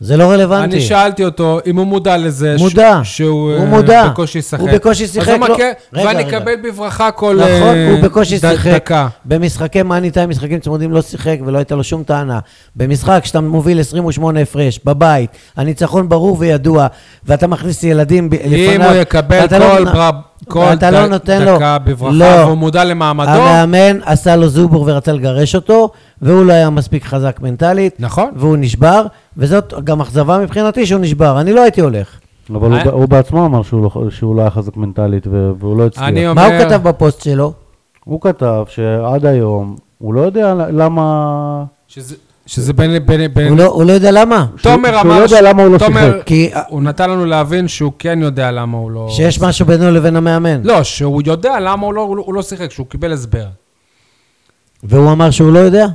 D: זה לא רלוונטי.
B: אני שאלתי אותו אם הוא מודע לזה
D: מודע.
B: ש- שהוא
D: הוא
B: אה,
D: מודע.
B: בקושי שיחק.
D: הוא בקושי
B: אז
D: שיחק,
B: אמר,
D: לא-
B: כן,
D: רגע,
B: ואני
D: רגע.
B: אקבל בברכה כל
D: נכון,
B: אה,
D: הוא בקושי
B: ד-
D: שיחק.
B: דקה.
D: במשחקי מאני טיים, משחקים צמודים, לא שיחק ולא הייתה לו שום טענה. במשחק שאתה מוביל 28 הפרש, בבית, הניצחון ברור וידוע, ואתה מכניס ילדים ב- לפניו.
B: אם הוא יקבל
D: ואתה לא
B: כל
D: נ-
B: בר- כל
D: ואתה לא
B: ד-
D: נותן לו.
B: דקה
D: לא.
B: בברכה, והוא מודע למעמדו,
D: המאמן עשה לו זובור ורצה לגרש אותו, והוא לא היה מספיק חזק מנטלית.
B: נכון.
D: והוא נשבר, וזאת גם אכזבה מבחינתי שהוא נשבר. אני לא הייתי הולך.
C: אבל הוא
B: אה?
C: ב- הוא בעצמו אמר שהוא לא- שהוא לא היה חזק מנטלית ו- והוא לא
B: אני
C: הצליח.
B: אומר...
D: מה הוא כתב בפוסט שלו?
C: הוא כתב שעד היום הוא לא יודע למה...
B: שזה- שזה בין... בין- בין-
D: הוא לא- הוא לא יודע למה.
B: תומר
C: שהוא
B: אמר...
C: לא יודע
B: ש-
C: למה הוא לא
B: תומר-
C: שיחק.
D: כי
B: הוא נתן לנו להבין שהוא כן יודע למה הוא לא...
D: שיש משהו בינו לבין המאמן.
B: לא, שהוא יודע למה הוא לא, הוא לא- הוא לא שיחק, שהוא קיבל הסבר.
D: והוא אמר שהוא לא יודע?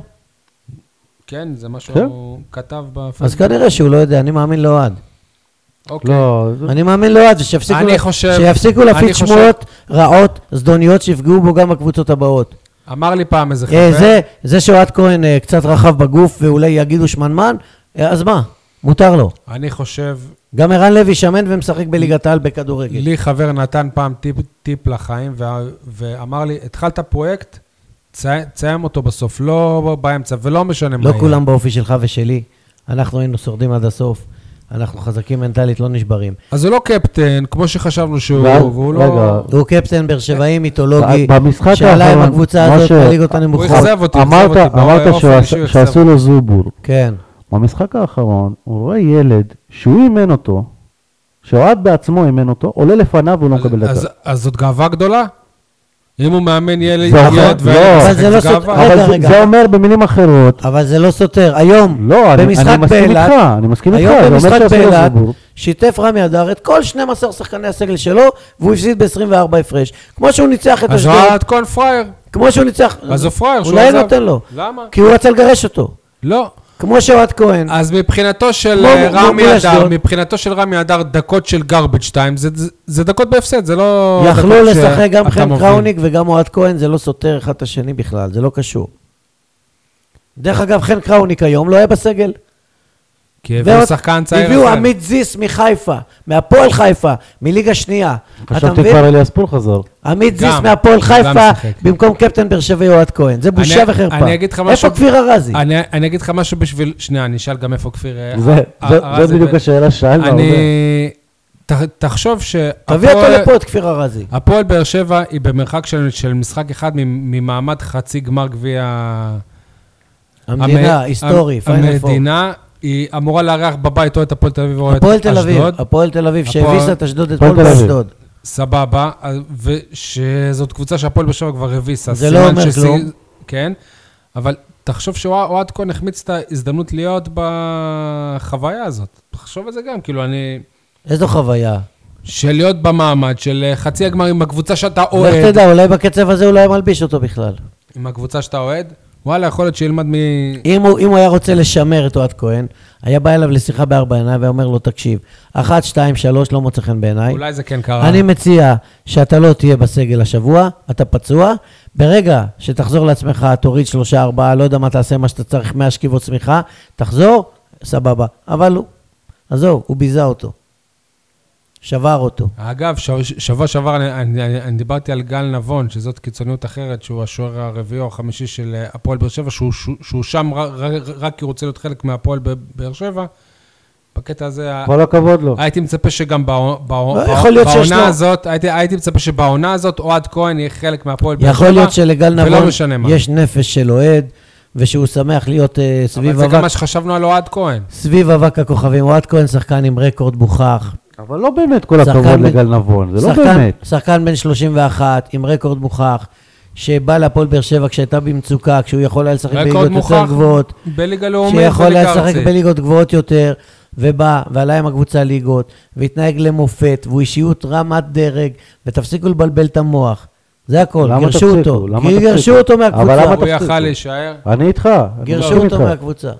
B: כן, זה מה שהוא
C: כן.
B: כתב
D: אז
B: בפייסבוק.
D: כנראה שהוא לא יודע, אני מאמין לאוהד.
B: אוקיי.
C: לא, זה-
D: אני מאמין לאוהד, ושיפסיקו
B: אני
D: לה-
B: חושב-
D: שיפסיקו
B: אני
D: להפיץ
B: חושב-
D: שמועות רעות, זדוניות, שיפגעו בו גם בקבוצות הבאות.
B: אמר לי פעם איזה
D: אה,
B: חבר,
D: זה- זה שאוהד כהן אה, קצת רחב בגוף ואולי יגידו שמנמן, אה, אז מה? מותר לו.
B: אני חושב,
D: גם ערן לוי שמן ומשחק בליגת העל בכדורגל.
B: לי חבר נתן פעם טיפ, טיפ לחיים, וה- ואמר לי, התחלת פרויקט, צי- תסיים אותו בסוף, לא באמצע, ולא משנה מה
D: לא
B: יהיה.
D: כולם באופי שלך ושלי. אנחנו היינו שורדים עד הסוף. אנחנו חזקים מנטלית, לא נשברים.
B: אז הוא לא קפטן, כמו שחשבנו שהוא,
C: ואז-
B: והוא לא...
C: רגע.
D: הוא קפטן באר שבעי מיתולוגי,
C: במשחק
D: שעלה עם
C: האחרון,
D: הקבוצה
C: משה-
D: הזאת בליגות הנמוכות.
B: הוא אכזב אותי, אכזב
C: אמרת-
B: אותי,
C: אמרת
B: באופן
C: שהוא
B: אישי הוא
C: עשה- שעשו לו זובור.
D: כן.
C: במשחק האחרון הוא רואה ילד שהוא אימן אותו, שאוהד בעצמו אימן אותו, עולה לפניו והוא לא מקבל דקה.
B: אז, אז זאת גאווה גדולה? אם הוא מאמן ילד,
C: זה נכון,
B: ילד
C: לא.
B: והילד
C: אבל
B: משחק,
D: זה לא סותר.
B: גאווה?
D: רגע,
C: אבל
D: רגע.
C: זה- זה אומר במילים אחרות,
D: אבל זה לא סותר. היום,
C: לא, אני-
D: במשחק
C: אני מסכים
D: באילת-
C: איתך, אני מסכים איתך,
D: היום
C: זה אומר
D: במשחק
C: שעשו לו
D: באילת,
C: זובור.
D: שיתף רמי אדר את כל 12 שחקני הסגל שלו, והוא הפסיד ב-24 הפרש. כמו שהוא ניצח את
B: אז
D: אשדוד,
B: רעד כהן פראייר.
D: כמו שהוא ניצח...
B: אז הוא פראייר שהוא
D: לא אולי
B: עזב.
D: נותן לו.
B: למה?
D: כי הוא רצה לגרש אותו.
B: לא.
D: כמו שאוהד כהן.
B: אז מבחינתו של
D: כמו-
B: אה,
D: כמו-
B: רמי
D: כמו
B: אדר,
D: אשדוד.
B: מבחינתו של רמי אדר, דקות של garbage time, זה- זה- זה דקות בהפסד, זה לא...
D: יכלו
B: דקות
D: לשחק גם
B: שאתה
D: חן
B: מוביל.
D: קראוניק וגם אוהד כהן, זה לא סותר אחד את השני בכלל, זה לא קשור. דרך אגב, חן קראוניק היום לא היה בסגל.
B: כי הביאו שחקן צעיר
D: הביאו
B: אחר.
D: עמית זיס מחיפה, מהפועל חיפה, מליגה שנייה. אתה
C: חשבתי
D: מבין?
C: כבר אליאס פול חזר.
D: עמית זיס
B: גם,
D: מהפועל
B: גם
D: חיפה,
B: שיחק.
D: במקום קפטן באר שבעי אוהד כהן. זה בושה
B: אני-
D: וחרפה.
B: אני אגיד לך משהו-
D: איפה כפיר ארזי?
B: אני אני אגיד לך משהו בשביל... שנייה, אני אשאל גם איפה כפיר... אה,
C: זה-
B: אה,
C: זה-
B: אה,
C: זאת בדיוק
B: ו-
C: השאלה לא, ששאלנו.
B: אני...
C: הרבה.
B: ת- תחשוב שהפועל...
D: תביא אותו לפה, את כפיר ארזי.
B: הפועל באר שבע היא במרחק של, של משחק אחד ממ- ממעמד חצי גמר גביע...
D: המדינה,
B: המ-
D: היסטורי,
B: המ-
D: פיינל פור.
B: המדינה, היא אמורה לארח בבית או את הפועל תל אביב או את
D: הפועל תל אביב,
B: אשדוד.
D: הפועל תל אביב,
B: הפועל-
D: שהביסה את אשדוד
C: הפועל
D: אתמול
C: תל אביב.
D: באשדוד.
B: סבבה, אז- ושזאת קבוצה שהפועל באר שבע כבר הביסה.
D: זה
B: סימן
D: לא אומר
B: שסי-
D: כלום.
B: כן, אבל תחשוב שאוהד כהן החמיץ את ההזדמנות להיות בחוויה הזאת. תחשוב על זה גם, כאילו, אני...
D: איזו חוויה.
B: של להיות במעמד של אה, חצי הגמר עם הקבוצה שאתה
D: לך
B: אוהד.
D: תדע, אולי בקצב הזה הוא לא היה מלביש אותו בכלל.
B: עם הקבוצה שאתה אוהד, וואלה, יכול להיות שילמד מ...
D: אם הוא, אם הוא היה רוצה לשמר את אוהד כהן, היה בא אליו לשיחה בארבע עיניים והיה אומר לו, תקשיב, אחת, שתיים, שלוש, לא מוצא חן בעיניי.
B: אולי זה כן קרה.
D: אני מציע שאתה לא תהיה בסגל השבוע, אתה פצוע. ברגע שתחזור לעצמך, תוריד שלושה, ארבעה, לא יודע מה תעשה, מה שאתה צריך, 100 שכיבות צמיחה, תחזור, סבבה, אבל הוא, עזוב, הוא ביזה אותו. שבר אותו.
B: אגב, ש- שבוע שעבר אני, אני, אני, אני דיברתי על גל נבון, שזאת קיצוניות אחרת, שהוא השוער הרביעי או החמישי של אה, הפועל באר שבע, שהוא, שהוא, שהוא שם רק, רק כי הוא רוצה להיות חלק מהפועל ב- באר שבע. בקטע הזה, ה-
C: כל הכבוד לא לו.
B: הייתי מצפה שגם בעו- בעו-
D: לא,
B: בעו-
D: יכול להיות שיש לו-
B: בעונה הזאת, הייתי- הייתי מצפה שבעונה הזאת אוהד כהן יהיה חלק מהפועל באר שבע.
D: יכול להיות שלגל
B: ולא
D: נבון
B: משנה מה.
D: יש נפש של אוהד, ושהוא שמח להיות אה,
B: אבל
D: סביב
B: זה גם
D: אבק
B: מה שחשבנו על אוהד כהן.
D: סביב אבק הכוכבים. אוהד כהן שחקן עם רקורד מוכח.
C: אבל לא באמת כל
D: שחקן
C: הכבוד
D: ב-
C: לגל נבון, זה לא
D: שחקן-
C: באמת.
D: שחקן בן 31, עם רקורד מוכח, שבא להפועל באר שבע כשהייתה במצוקה, כשהוא יכול היה לשחק
B: רקורד
D: בליגות יותר
B: מוכח
D: גבוהות,
B: בליגה לאומית
D: שיכול היה
B: ובליגה
D: לשחק
B: ארצית.
D: בליגות גבוהות יותר, ובא, ועלה עם הקבוצה ליגות, והתנהג למופת, והוא אישיות רמת דרג, ותפסיקו לבלבל את המוח. זה הכל,
C: למה
D: גירשו
C: תפסיקו?
D: אותו.
C: למה
D: כי
C: תפסיקו?
D: גירשו אותו מהקבוצה.
C: אבל למה
B: הוא
C: תפסיקו? לא.
B: יכל להישאר.
C: אני איתך, אני
D: גירשו
C: מסכים
D: אותו
C: איתך.
D: מהקבוצה.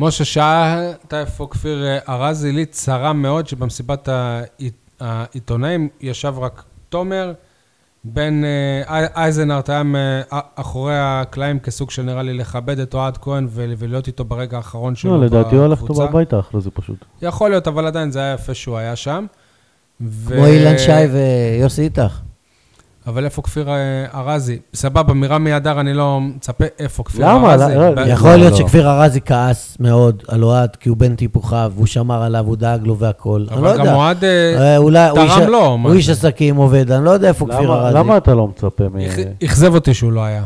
B: משה שאלת איפה כפיר אה, ארז לי צרה מאוד שבמסיבת העית- העיתונאים ישב רק תומר, בן אה, אי- אייזנארט היה אה, אחורי הקלעים כסוג של נראה לי לכבד את אוהד כהן ול- ולהיות איתו ברגע האחרון שלו
C: לא, לדעתי הוא הלך טוב
B: בקבוצה.
C: הביתה אחרי זה פשוט.
B: יכול להיות, אבל עדיין זה היה יפה שהוא היה שם. ו-
D: כמו אילן שי ויוסי איתך.
B: אבל איפה כפיר אה, ארזי? סבבה, מרמי אדר אני לא מצפה איפה כפיר
C: למה?
B: ארזי.
C: לא,
B: ב-
C: לא,
D: יכול להיות
C: לא.
D: שכפיר ארזי כעס מאוד על אוהד, כי הוא בן טיפוחיו, והוא שמר עליו, הוא דאג לו והכול. אני לא
B: אבל גם
D: יודע.
B: אוהד אה,
D: אה, אולי הוא
B: תרם
D: איש-
B: לו,
D: הוא
B: מה
D: איש
B: זה?
D: עסקים עובד, אני לא יודע איפה כפיר
C: למה-
D: ארזי.
C: למה אתה לא מצפה מ...
B: אכ- אכזב אותי שהוא לא היה.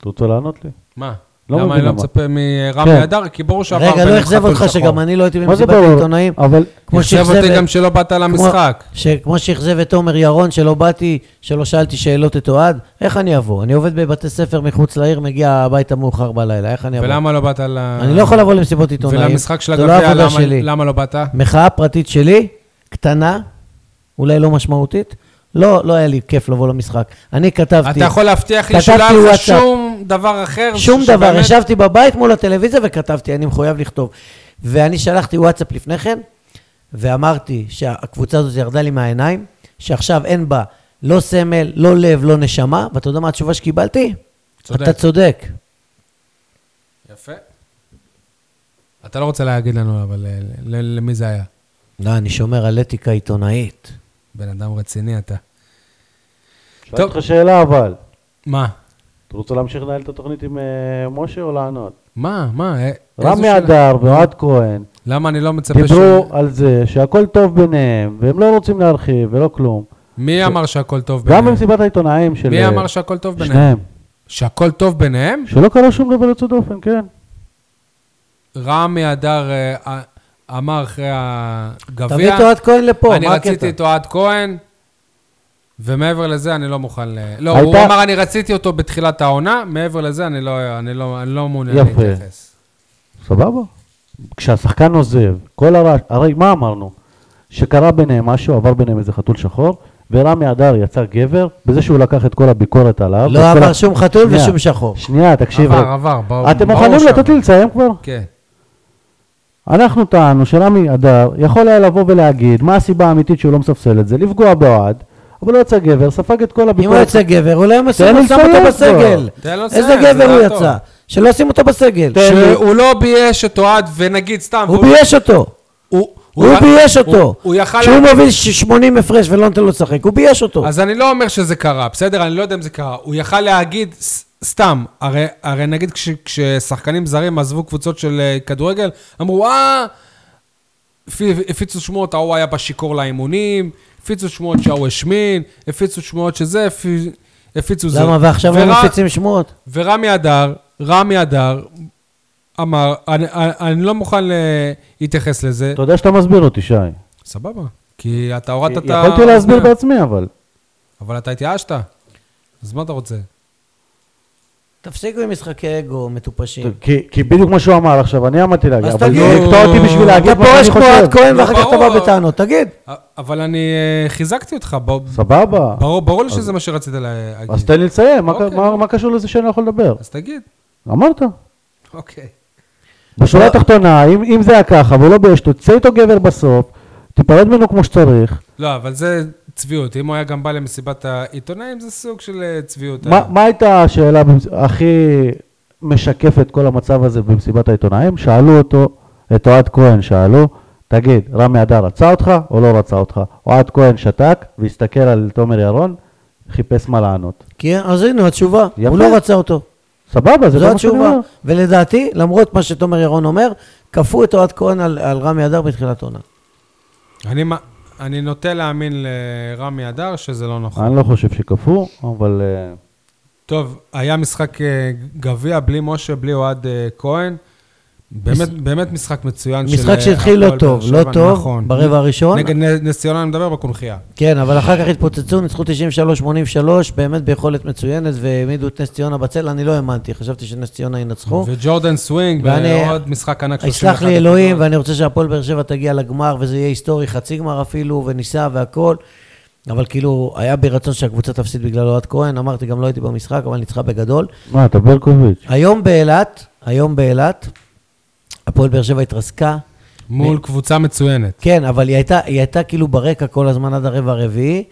C: אתה רוצה לענות לי?
B: מה?
C: לא
B: למה
C: מבין
B: אני לא
C: למה.
B: מצפה
C: כן.
B: מרמי אדר? כי ברור שעבר
D: רגע, לא
B: ביניהם
D: אכזב
B: חתול
D: אותך
B: שחור.
D: שגם אני לא הייתי
C: מה זה
D: במסיבת
C: ברור?
D: העיתונאים,
C: אבל
D: כמו
B: אכזב אותי גם
D: שאכזב
B: שלא באת למשחק.
D: כמו שאכזב את תומר ירון, שלא באתי, שלא שאלתי שאלות את אוהד, איך אני אבוא? אני עובד בבתי ספר מחוץ לעיר, מגיע הביתה מאוחר בלילה, איך אני אבוא?
B: ולמה לא באת ל...
D: אני לא יכול לבוא למסיבות עיתונאים,
B: ולמשחק של
D: זו לא
B: הגביע,
D: העבודה
B: למה-
D: שלי.
B: למה לא באת?
D: מחאה פרטית שלי, קטנה, אולי לא משמעותית, לא, לא היה לי כיף לבוא למשחק. אני כתבתי,
B: אתה יכול להבטיח לי
D: כתבתי
B: שלא היה לך
D: וואטסאפ.
B: שום דבר אחר?
D: שום
B: ש-
D: דבר,
B: שבאמת-
D: ישבתי בבית מול הטלוויזיה וכתבתי, אני מחויב לכתוב. ואני שלחתי וואטסאפ לפני כן, ואמרתי שהקבוצה הזאת ירדה לי מהעיניים, שעכשיו אין בה לא סמל, לא לב, לא נשמה, ואתה יודע מה התשובה שקיבלתי?
B: צודק.
D: אתה צודק.
B: יפה. אתה לא רוצה להגיד לנו, אבל אה, ל- ל- למי זה היה?
D: לא, אני שומר על אתיקה עיתונאית.
B: בן אדם רציני אתה.
C: שאלתי
B: טוב.
C: אותך שאלה אבל.
B: מה?
C: אתה רוצה להמשיך לנהל את התוכנית עם אה, משה או לענות?
B: מה? מה? אה, איזו
C: רמי
B: שאלה?
C: אדר ואוהד כהן
B: למה אני לא מצפה ש...
C: דיברו על זה שהכל טוב ביניהם, והם לא רוצים להרחיב ולא כלום.
B: מי אמר שהכל טוב
C: גם
B: ביניהם?
C: במסיבת העיתונאים של...
B: מי
C: אה,
B: אמר שהכל טוב ביניהם?
C: שניהם.
B: שהכל טוב ביניהם?
C: שלא קרה שום דבר יוצא דופן, כן.
B: רמי אדר אה, אה, אמר אחרי הגביע...
D: תביא את אוהד כהן לפה,
B: אני
D: מה
B: רציתי
D: הקטע?
B: את אוהד כהן, ומעבר לזה אני לא מוכן ל... לא,
C: הייתה-
B: הוא אמר אני רציתי אותו בתחילת העונה, מעבר לזה אני לא- אני לא אני לא מעוניין
C: יפה.
B: להתייחס.
C: סבבה. כשהשחקן עוזב, כל הרעש, הרי מה אמרנו? שקרה ביניהם משהו, עבר ביניהם איזה חתול שחור, ורמי אדר יצא גבר, בזה שהוא לקח את כל הביקורת עליו.
D: לא
C: ואת כל
D: עבר
C: ה-
D: שום חתול
C: שנייה,
D: ושום שחור.
C: שנייה, תקשיב.
B: עבר,
C: רגע.
B: עבר, ברור.
C: אתם
B: ברור
C: מוכנים
B: שעבר.
C: לתת לי לסיים כבר?
B: כן.
C: אנחנו טענו שרמי אדר יכול היה לבוא ולהגיד מה הסיבה האמיתית שהוא לא מספסל את זה, לפגוע באוהד, אבל הוא יצא גבר, ספג את כל
D: אם הוא
C: הביקורת.
D: יצא גבר, אולי הם עשו
C: תן לי
D: שם אותו
C: לסיים
D: בסגל.
B: כבר. תן לו
D: איזה
B: לסיים, זה לא
D: גבר הוא
B: דעתו.
D: יצא? שלא שים אותו בסגל.
C: תן לי.
B: שהוא לא בייש את אוהד, ונגיד סתם...
D: הוא
B: והוא-
D: בייש אותו.
B: הוא-
D: הוא
B: הוא-
D: בייש אותו.
B: הוא- הוא יכל...
D: כשהוא
B: לה-
D: מוביל ש- 80 הפרש ולא נותן לו לשחק, הוא בייש אותו.
B: אז אני לא אומר שזה קרה, בסדר? אני לא יודע אם זה קרה. הוא יכל להגיד, ס- סתם, הרי, הרי נגיד כש, כששחקנים זרים עזבו קבוצות של אה, כדורגל, אמרו, אה, הפ- הפיצו שמועות, ההוא היה בשיכור לאימונים, הפיצו שמועות שההוא השמין, הפיצו שמועות שזה, הפי- הפיצו זה.
D: למה? ועכשיו הם
B: ורא-
D: מפיצים שמועות?
B: ורמי אדר, רמי אדר, אמר, אני, אני, אני לא מוכן להתייחס לזה.
C: אתה יודע שאתה מסביר אותי, שי.
B: סבבה, כי אתה הורדת את ה... אה.
C: יכולתי להסביר
B: האוזניה.
C: בעצמי, אבל.
B: אבל אתה התייאשת, אז מה אתה רוצה?
D: תפסיקו עם משחקי אגו מטופשים.
C: כי- כי בדיוק מה שהוא אמר עכשיו, אני עמדתי להגיד,
D: אז
C: אבל
D: תגיד.
C: זה לקטוע אותי בשביל להגיד
D: אתה
C: מה
D: פורש
C: שאני
D: כמו עד
C: חושב.
D: כהן ואחר כך אתה
B: ברור.
D: בא בטענות, תגיד.
B: אבל אני אה, חיזקתי אותך, ב-
C: סבבה.
B: ברור ברור לי שזה מה שרצית להגיד.
C: אז תן לי לסיים, מה-
B: אוקיי.
C: מה- מה קשור לזה שאני לא יכול לדבר?
B: אז תגיד,
C: אמרת.
B: אוקיי.
C: בשורה
D: לא.
C: התחתונה, אם אם זה היה ככה ולא באש, תצא איתו גבר בסוף, תיפרד ממנו כמו שצריך.
B: לא, אבל זה צביעות. אם הוא היה גם בא למסיבת העיתונאים, זה סוג של אה, צביעות.
C: מה מה הייתה השאלה במס- הכי משקפת כל המצב הזה במסיבת העיתונאים? שאלו אותו את אוהד כהן שאלו, תגיד, רמי אדר רצה אותך או לא רצה אותך? אוהד כהן שתק והסתכל על תומר ירון, חיפש מה לענות.
D: כי אז הנה התשובה,
C: יפה.
D: הוא לא רצה אותו.
C: סבבה, זה
D: זו
C: לא מה שאני
D: התשובה.
C: אומר.
D: ולדעתי, למרות מה שתומר ירון אומר, כפו את אוהד כהן על, על רמי אדר בתחילת עונה.
B: אני, מ- אני נוטה להאמין לרמי אדר שזה לא נכון.
D: אה-
C: אני לא חושב שכפו, אבל אה,
B: טוב, היה משחק אה, גביע בלי משה, בלי אוהד אה, כהן. באמת, באמת משחק מצוין של...
D: משחק
B: אה,
D: שהתחיל לא
B: הפועל
D: טוב,
B: באר
D: לא
B: שבע,
D: טוב,
B: נכון.
D: ברבע הראשון.
B: נגד נ- נס ציונה, אני מדבר בקונכייה.
D: כן, אבל אחר כך התפוצצו, ניצחו 93-83, באמת ביכולת מצוינת, והעמידו את נס ציונה בצל, אני לא האמנתי, חשבתי שנס ציונה ינצחו.
B: וג'ורדן סווינג,
D: ואני-
B: ועוד משחק ענק
D: יסלח לי
B: נקודות.
D: אלוהים, ואני רוצה שהפועל באר שבע תגיע לגמר, וזה יהיה היסטורי, חצי גמר אפילו, וניסע והכול. אבל כאילו, היה בי רצון שהקבוצה תפסיד בגלל אוהד כהן, אמרתי, גם לא הייתי במשחק, אבל ניצחה בגדול.
C: מה, אתה ברקוביץ'.
D: היום באילת, היום באילת, הפועל באר שבע התרסקה.
B: מול קבוצה מצוינת.
D: כן, אבל היא הייתה, היא הייתה כאילו ברקע כל הזמן עד הרבע הרביעי,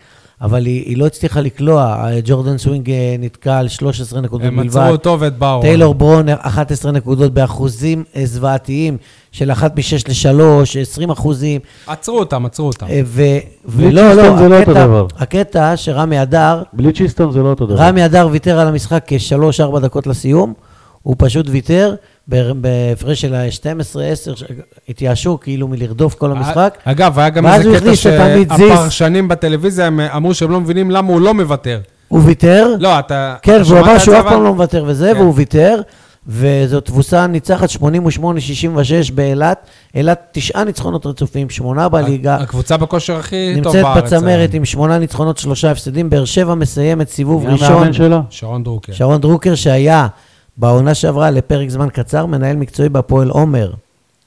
D: אבל היא, היא לא הצליחה לקלוע. ג'ורדן סווינג אה, נתקע על 13 נקודות
B: הם
D: בלבד.
B: עצרו אותו ואת באו.
D: טיילור ברון, 11 נקודות באחוזים אה, זוועתיים של אחת משש לשלוש, 20 אחוזים.
B: עצרו אותם, עצרו אותם.
D: אה, ו...
C: בלי
D: ולא,
C: צ'יסטון זה לא אותו
D: הקטע-
C: דבר.
D: הקטע שרמי אדר,
C: בלי צ'יסטון זה לא אותו דבר.
D: רמי אדר ויתר על המשחק כשלוש-ארבע דקות לסיום, הוא פשוט ויתר ב- בהפרש של ה-12-10, התייאשו כאילו מלרדוף כל
B: אה,
D: המשחק.
B: אגב, היה גם
D: ואז
B: איזה
D: הוא
B: קטע
D: הכניס את עמית זיס.
B: שהפרשנים בטלוויזיה הם אמרו שהם לא מבינים למה הוא לא מוותר.
D: הוא ויתר,
B: לא, אתה...
D: כן,
B: אתה
D: והוא
B: שמעת
D: אמר
B: את
D: שהוא
B: זה,
D: אף פעם
B: אבל?
D: לא מוותר וזה,
B: כן.
D: והוא ויתר, וזו תבוסה ניצחת 88-66 באילת. אילת תשעה ניצחונות רצופים, שמונה בליגה.
B: הקבוצה בכושר הכי טוב
D: נמצאת
B: בארץ. אה.
D: בצמרת
B: היום.
D: עם שמונה ניצחונות, שלושה הפסדים. באר שבע מסיימת סיבוב
C: מי
D: ראשון.
C: המאמן שלה?
B: שרון דרוקר.
D: שרון דרוקר, שהיה בעונה שעברה לפרק זמן קצר, מנהל מקצועי בהפועל עומר.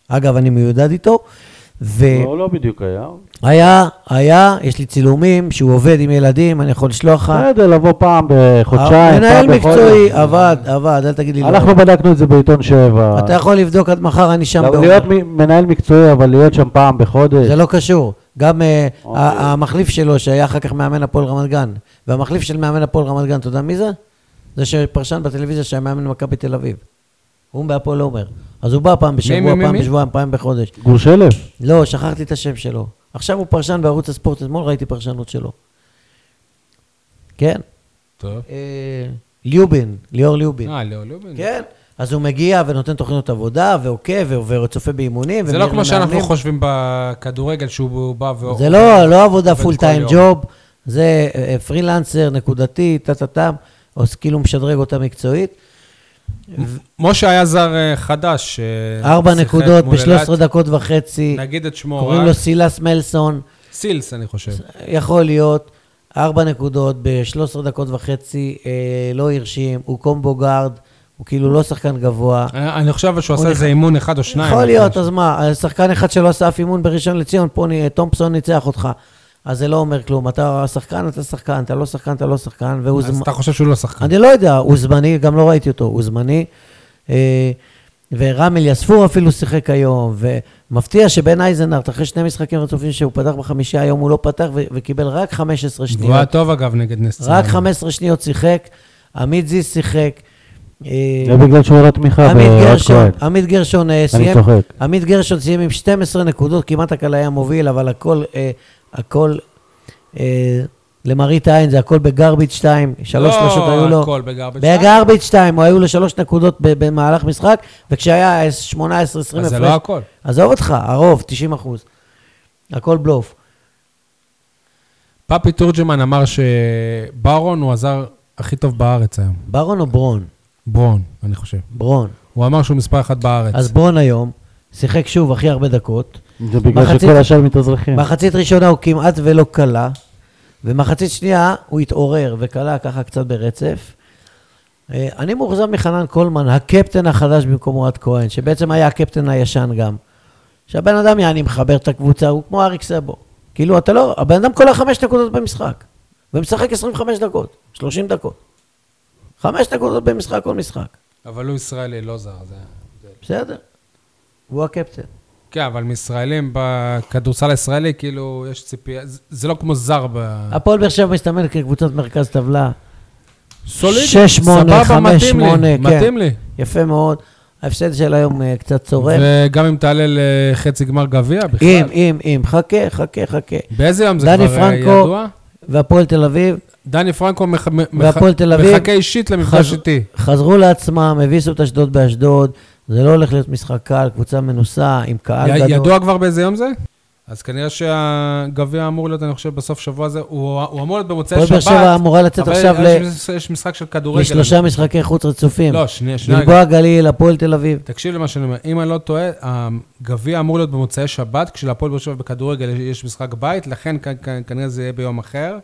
D: אגב, אני מיודד איתו. והיה,
C: לא, לא בדיוק היה.
D: היה, יש לי צילומים שהוא עובד עם ילדים, אני יכול לשלוח לך.
B: אה,
C: בסדר, לבוא פעם בחודשיים,
D: אה, מנהל
C: פעם בחודש.
D: מקצועי, עבד, עבד, אל תגיד לי לא.
C: אנחנו בדקנו את זה בעיתון שבע.
D: אתה יכול לבדוק עד מחר, אני שם
C: אבל
D: בעומר.
C: להיות מ- מנהל מקצועי, אבל להיות שם פעם בחודש.
D: זה לא קשור. גם אה,
C: אוקיי.
D: ה- המחליף שלו, שהיה אחר כך מאמן הפועל רמת גן, והמחליף של מאמן הפועל רמת גן, אתה יודע מי זה? זה שפרשן בטלוויזיה שהיה מאמן מכבי תל אביב. הוא בהפועל עומר. אז הוא בא פעם
B: מי,
D: בשבוע,
B: מי,
D: פעם
B: מי?
D: בשבועיים, פעם בחודש.
C: גורשלף.
D: לא, שכחתי את השם שלו. עכשיו הוא פרשן בערוץ הספורט, אתמול ראיתי פרשנות שלו. כן?
B: טוב.
D: אה, ליובין, ליאור ליובין.
B: אה, לא, לא באמת.
D: כן, אז הוא מגיע ונותן תוכניות עבודה, ועוקב, ו- וצופה באימונים.
B: זה לא
D: ומעיר
B: כמו שאנחנו
D: למאמנים.
B: חושבים בכדורגל שהוא בא ו...
D: זה לא, לא עבודה
B: עובד
D: פול
B: כל
D: טיים
B: יום.
D: ג'וב, זה אה, אה, פרילנסר, נקודתי, טה-טה-טם, או ס- כאילו משדרג אותה מקצועית.
B: משה היה זר אה, חדש. אה,
D: ארבע
B: שיחק
D: נקודות
B: מול
D: ב-13
B: אילת.
D: דקות וחצי,
B: נגיד את שמו,
D: קוראים
B: רק.
D: לו סילס מלסון,
B: סילס, אני חושב.
D: יכול להיות, ארבע נקודות ב-13 דקות וחצי, אה, לא הרשים, הוא קומבו גארד, הוא כאילו לא שחקן גבוה.
B: אני אני חושב שהוא
D: הוא
B: עשה איזה אימון אחד או אה, שניים.
D: יכול להיות,
B: לפני
D: אז מה, אה, שחקן אחד שלא עשה אף אימון בראשון לציון, פה נ- תומפסון ניצח אותך. אז זה לא אומר כלום, אתה שחקן, אתה שחקן, אתה לא שחקן, אתה לא שחקן, והוא
B: ש- אז
D: זמ-
B: אתה חושב שהוא לא שחקן.
D: אני לא יודע, הוא זמני, גם לא ראיתי אותו, הוא זמני. אה, ורם אליספור אפילו שיחק היום, ומפתיע שבן אייזנארט, אחרי שני משחקים רצופים שהוא פתח בחמישה, היום הוא לא פתח ו- וקיבל רק 15
B: הוא היה
D: שניות.
B: טוב, אגב, נגד נס ציונה.
D: רק 15 שניות שיחק, עמית זיס שיחק. אה,
C: זה בגלל שהוא הראה תמיכה
D: עמית
C: באוהד כהן.
D: גרשון, עמית גרשון אה,
C: אני
D: סיים,
C: צוחק.
D: עמית גרשון סיים עם 12 נקודות, כמעט הקהל היה מוביל, אבל הכל, אה, הכל, אה, למראית העין, זה הכל בגרביץ' 2, שלוש
B: לא
D: שלושות היו לו.
B: הכל בגרביץ' time.
D: בגרביץ' 2, הוא היו לו שלוש נקודות ב- במהלך משחק, וכשהיה 18-20 הפרש...
B: אז זה לא הכל.
D: עזוב אותך, הרוב, 90 אחוז. הכל בלוף.
B: פאפי תורג'מן אמר שברון הוא הזר הכי טוב בארץ היום.
D: ברון או ברון?
B: ברון, אני חושב.
D: ברון.
B: הוא אמר שהוא מספר אחת בארץ.
D: אז ברון היום, שיחק שוב הכי הרבה דקות.
C: זה בגלל
D: מחצית-
C: שכל השאר מתאזרחים.
D: מחצית ראשונה הוא כמעט ולא כלה, ומחצית שנייה הוא התעורר וכלה ככה קצת ברצף. אה, אני מאוכזב מחנן קולמן, הקפטן החדש במקום אוהד כהן, שבעצם היה הקפטן הישן גם. שהבן אדם יעני מחבר את הקבוצה, הוא כמו אריק סבו. כאילו, אתה לא, הבן אדם קולע חמש נקודות במשחק, ומשחק 25 דקות, 30 דקות. חמש נקודות במשחק כל משחק,
B: אבל הוא ישראלי, לא זר. זה...
D: בסדר. הוא הקפטן.
B: כן, אבל מישראלים, בכדורסל הישראלי, כאילו, יש ציפייה, זה- זה לא כמו זר ב...
D: הפועל באר שבע מסתמן כקבוצת מרכז טבלה.
B: סולידי.
D: שש, שמונה,
B: סבבה,
D: חמש,
B: מתאים לי,
D: שמונה, כן.
B: מתאים לי.
D: יפה מאוד. ההפסד של היום אה, קצת צורם.
B: וגם אם תעלה לחצי גמר גביע בכלל.
D: אם, אם, אם, חכה, חכה, חכה.
B: באיזה יום זה
D: דני
B: כבר אה,
D: פרנקו-
B: ידוע?
D: והפועל תל אביב
B: דני פרנקו מח- מח-
D: והפועל תל אביב-
B: מחכה אישית למפגש
D: חז-
B: איתי.
D: חזרו לעצמם, הביסו את אשדוד באשדוד, זה לא הולך להיות משחק קל, קבוצה מנוסה, עם קהל
B: י-
D: גדול.
B: ידוע כבר באיזה יום זה? אז כנראה שהגביע אמור להיות, אני חושב, בסוף שבוע הזה. הוא הוא אמור להיות במוצאי
D: הפועל באר
B: שבת.
D: שבע אמורה לצאת
B: אבל
D: עכשיו ל-
B: יש- יש משחק של כדורגל.
D: לשלושה משחקי חוץ רצופים.
B: לא, שנייה, שנייה. רגע.
D: גלבוע גליל, הפועל תל אביב.
B: תקשיב למה שאני אומר. אם אני לא טועה, הגביע אמור להיות במוצאי שבת, כשלהפועל באר שבע בכדורגל יש משחק בית, לכן כ- כ- כנראה זה יהיה ביום אחר.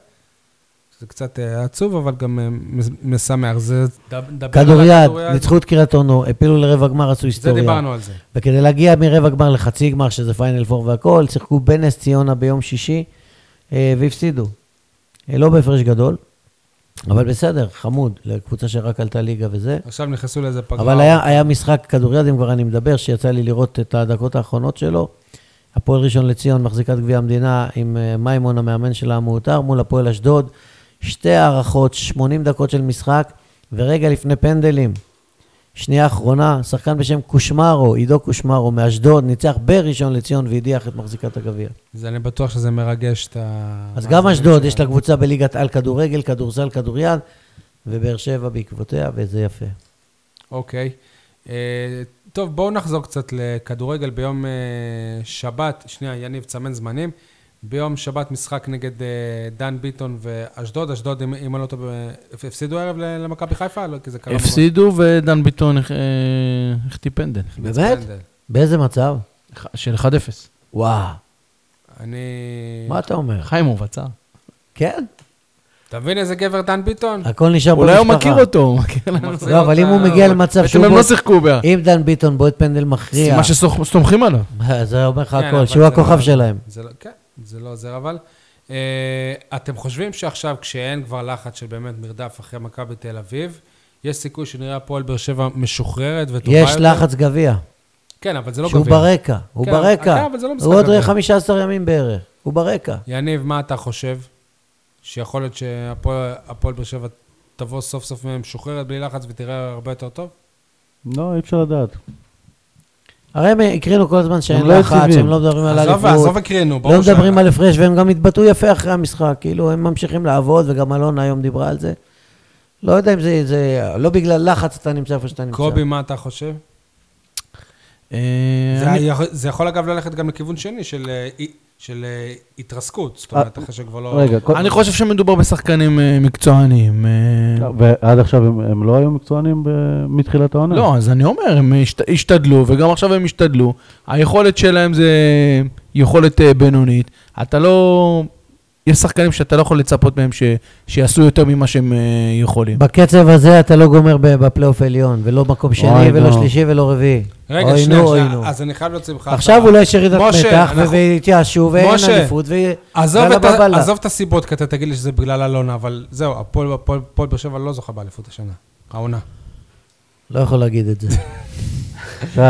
B: זה קצת אה, עצוב, אבל גם אה, מס- משמח. זה... דבר על
D: כדוריד,
B: הכדוריד.
D: ניצחו את קריית אונו, הפילו לרבע גמר, עשו
B: זה
D: היסטוריה.
B: דיברנו על זה.
D: וכדי להגיע מרבע גמר לחצי גמר, שזה פיינל פור והכל, שיחקו בנס ציונה ביום שישי, אה, והפסידו. אה, לא בהפרש גדול, אבל בסדר, חמוד, לקבוצה שרק עלתה ליגה וזה.
B: עכשיו נכנסו לאיזה פגרה.
D: אבל היה, היה משחק כדוריד, אם כבר אני מדבר, שיצא לי לראות את הדקות האחרונות שלו. הפועל ראשון לציון מחזיקת גביע המדינה עם אה, מימון, המאמן שלה המעוטר, מול הפועל אשדוד. שתי הערכות, 80 דקות של משחק, ורגע לפני פנדלים. שנייה אחרונה, שחקן בשם קושמרו, עידו קושמרו מאשדוד, ניצח בראשון לציון והדיח את מחזיקת הגביע.
B: אז אני בטוח שזה מרגש את ה...
D: אז גם אשדוד, יש לה קבוצה בליגת על כדורגל, כדורסל, כדוריד, ובאר שבע בעקבותיה, וזה יפה.
B: אוקיי. אה, טוב, בואו נחזור קצת לכדורגל ביום אה, שבת. שנייה, יניב, תסמן זמנים. ביום שבת משחק נגד אה, דן ביטון ואשדוד. אשדוד, אם- אם אני לא טועה, אה, הפסידו הערב ל- למכבי חיפה? לא, כי זה קרה...
E: הפסידו ודן ביטון אה, החטיא פנדל
B: ממש
D: באמת?
B: פנדל.
D: באיזה מצב?
E: של 1-0.
D: וואו.
B: אני...
D: מה אתה אומר?
E: חיימוב עצר.
D: כן,
B: אתה מבין איזה גבר דן ביטון?
D: הכל נשאר במשפחה.
E: אולי הוא מכיר אותו, הוא מכיר לנו.
D: לא, אבל אם הוא מגיע למצב
E: בעצם
D: שהוא...
E: הם לא
D: בועט-
E: שיחקו בה.
D: אם דן ביטון בועט פנדל מכריע,
E: סימן שסומכים עליו.
D: זה אומר לך
B: כן, אבל
D: הכל, שהוא
B: זה
D: הכוכב
B: לא-
D: שלהם.
B: זה לא- כן, זה לא עוזר, אבל... אה, אתם חושבים שעכשיו, כשאין כבר לחץ של באמת מרדף אחרי מכבי תל אביב, יש סיכוי שנראה הפועל באר שבע משוחררת וטובה
D: יש
B: יותר?
D: לחץ גביע,
B: כן, אבל זה לא
D: שהוא
B: גביע.
D: ברקע, הוא
B: כן,
D: ברקע.
B: אגב, אבל זה לא משחק
D: הוא עוד
B: גביע.
D: 15 ימים בערך, הוא ברקע.
B: יניב, מה אתה חושב? שיכול להיות שהפועל הפועל באר שבע תבוא סוף סוף משוחררת בלי לחץ ותראה הרבה יותר טוב?
C: לא, אי אפשר לדעת.
D: הרי הם הקרינו כל הזמן שאין
C: הם לא
D: לחץ,
C: יציבים.
D: הם לא מדברים על
B: עזוב,
D: אליפות,
B: עזוב הקרינו, ברור
D: לא מדברים על הפרש, והם גם התבטאו יפה אחרי המשחק, כאילו, הם ממשיכים לעבוד, וגם אלונה היום דיברה על זה. לא יודע אם זה, זה, לא בגלל לחץ אתה נמצא איפה שאתה נמצא.
B: קובי, מה אתה חושב?
E: אה,
B: זה
E: אני-
B: יכול- זה יכול אגב ללכת גם לכיוון שני של, אה, אי- של אה, התרסקות, זאת
D: אה,
B: אומרת, אחרי שכבר לא...
C: רגע, כל-
E: אני חושב שמדובר בשחקנים אה, מקצוענים. אה,
D: לא,
C: ועד עכשיו הם- הם לא היו מקצוענים ב- מתחילת העונה?
E: לא, אז אני אומר, הם השת- השתדלו, וגם עכשיו הם השתדלו. היכולת שלהם זה יכולת אה, בינונית. אתה לא... יש שחקנים שאתה לא יכול לצפות מהם ש... שיעשו יותר ממה שהם אה, יכולים.
D: בקצב הזה אתה לא גומר ב- בפלייאוף עליון, ולא מקום שני,
C: אוי,
D: ולא
C: נו.
D: שלישי ולא רביעי.
B: רגע,
D: אוי,
B: שנייה,
D: נו, אוי,
B: שנייה,
D: נו.
B: אז אני חייב להוציא ממך...
D: עכשיו
B: הצעה.
D: אולי יש ירידת
B: משה,
D: מתח,
B: אנחנו-
D: ויתייאשו, ואין
B: משה,
D: אליפות, ו...
B: עזוב
D: ואללה
B: את, ה...
D: בבאללה.
B: עזוב את הסיבות, כי אתה תגיד לי שזה בגלל אלונה, אבל זהו, הפועל הפועל- הפועל באר שבע לא זוכה באליפות השנה, העונה.
D: לא יכול להגיד את זה.
C: שי,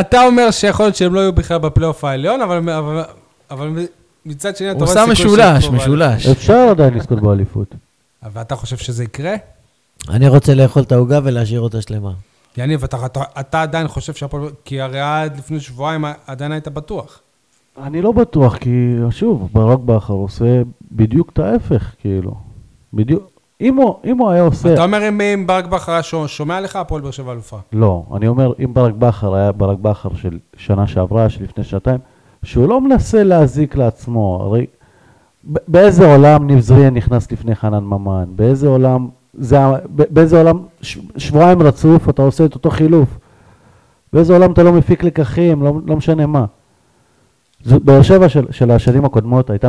B: אתה אומר שיכול להיות שהם לא יהיו בכלל בפלייאוף העליון, אבל, אבל, אבל מצד שני אתה
E: הוא
B: רואה
E: עושה
B: סיכוי
E: משולש,
B: שהם פה
E: משולש.
C: אפשר עדיין לזכות באליפות.
B: באליפות. ואתה חושב שזה יקרה?
D: אני רוצה לאכול את העוגה ולהשאיר אותה שלמה.
B: יניב, אתה, אתה, אתה עדיין חושב שהפועל... כי הרי עד לפני שבועיים עדיין היית בטוח.
C: אני לא בטוח, כי שוב, ברק בכר עושה בדיוק את ההפך, כאילו. בדיוק. אם הוא, אם הוא היה עושה...
B: אתה אומר אם, אם ברק בכר היה שומע- שומע לך, הפועל באר שבע אלופה.
C: לא, אני אומר, אם ברק בכר היה ברק בכר של שנה שעברה, של לפני שנתיים, שהוא לא מנסה להזיק לעצמו, הרי ב- באיזה עולם ניב זריה נכנס לפני חנן ממן? באיזה עולם, זה, ה- ב- באיזה עולם ש, שבועיים רצוף אתה עושה את אותו חילוף? באיזה עולם אתה לא מפיק לקחים, לא, לא משנה מה. זו- באר שבע של, של השנים הקודמות הייתה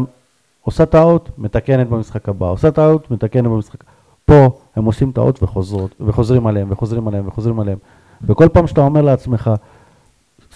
C: עושה טעות, מתקנת במשחק הבא, עושה טעות, מתקנת במשחק... פה הם עושים טעות וחוזרות, וחוזרים עליהם, וחוזרים עליהם, וחוזרים עליהם. וכל פעם שאתה אומר לעצמך,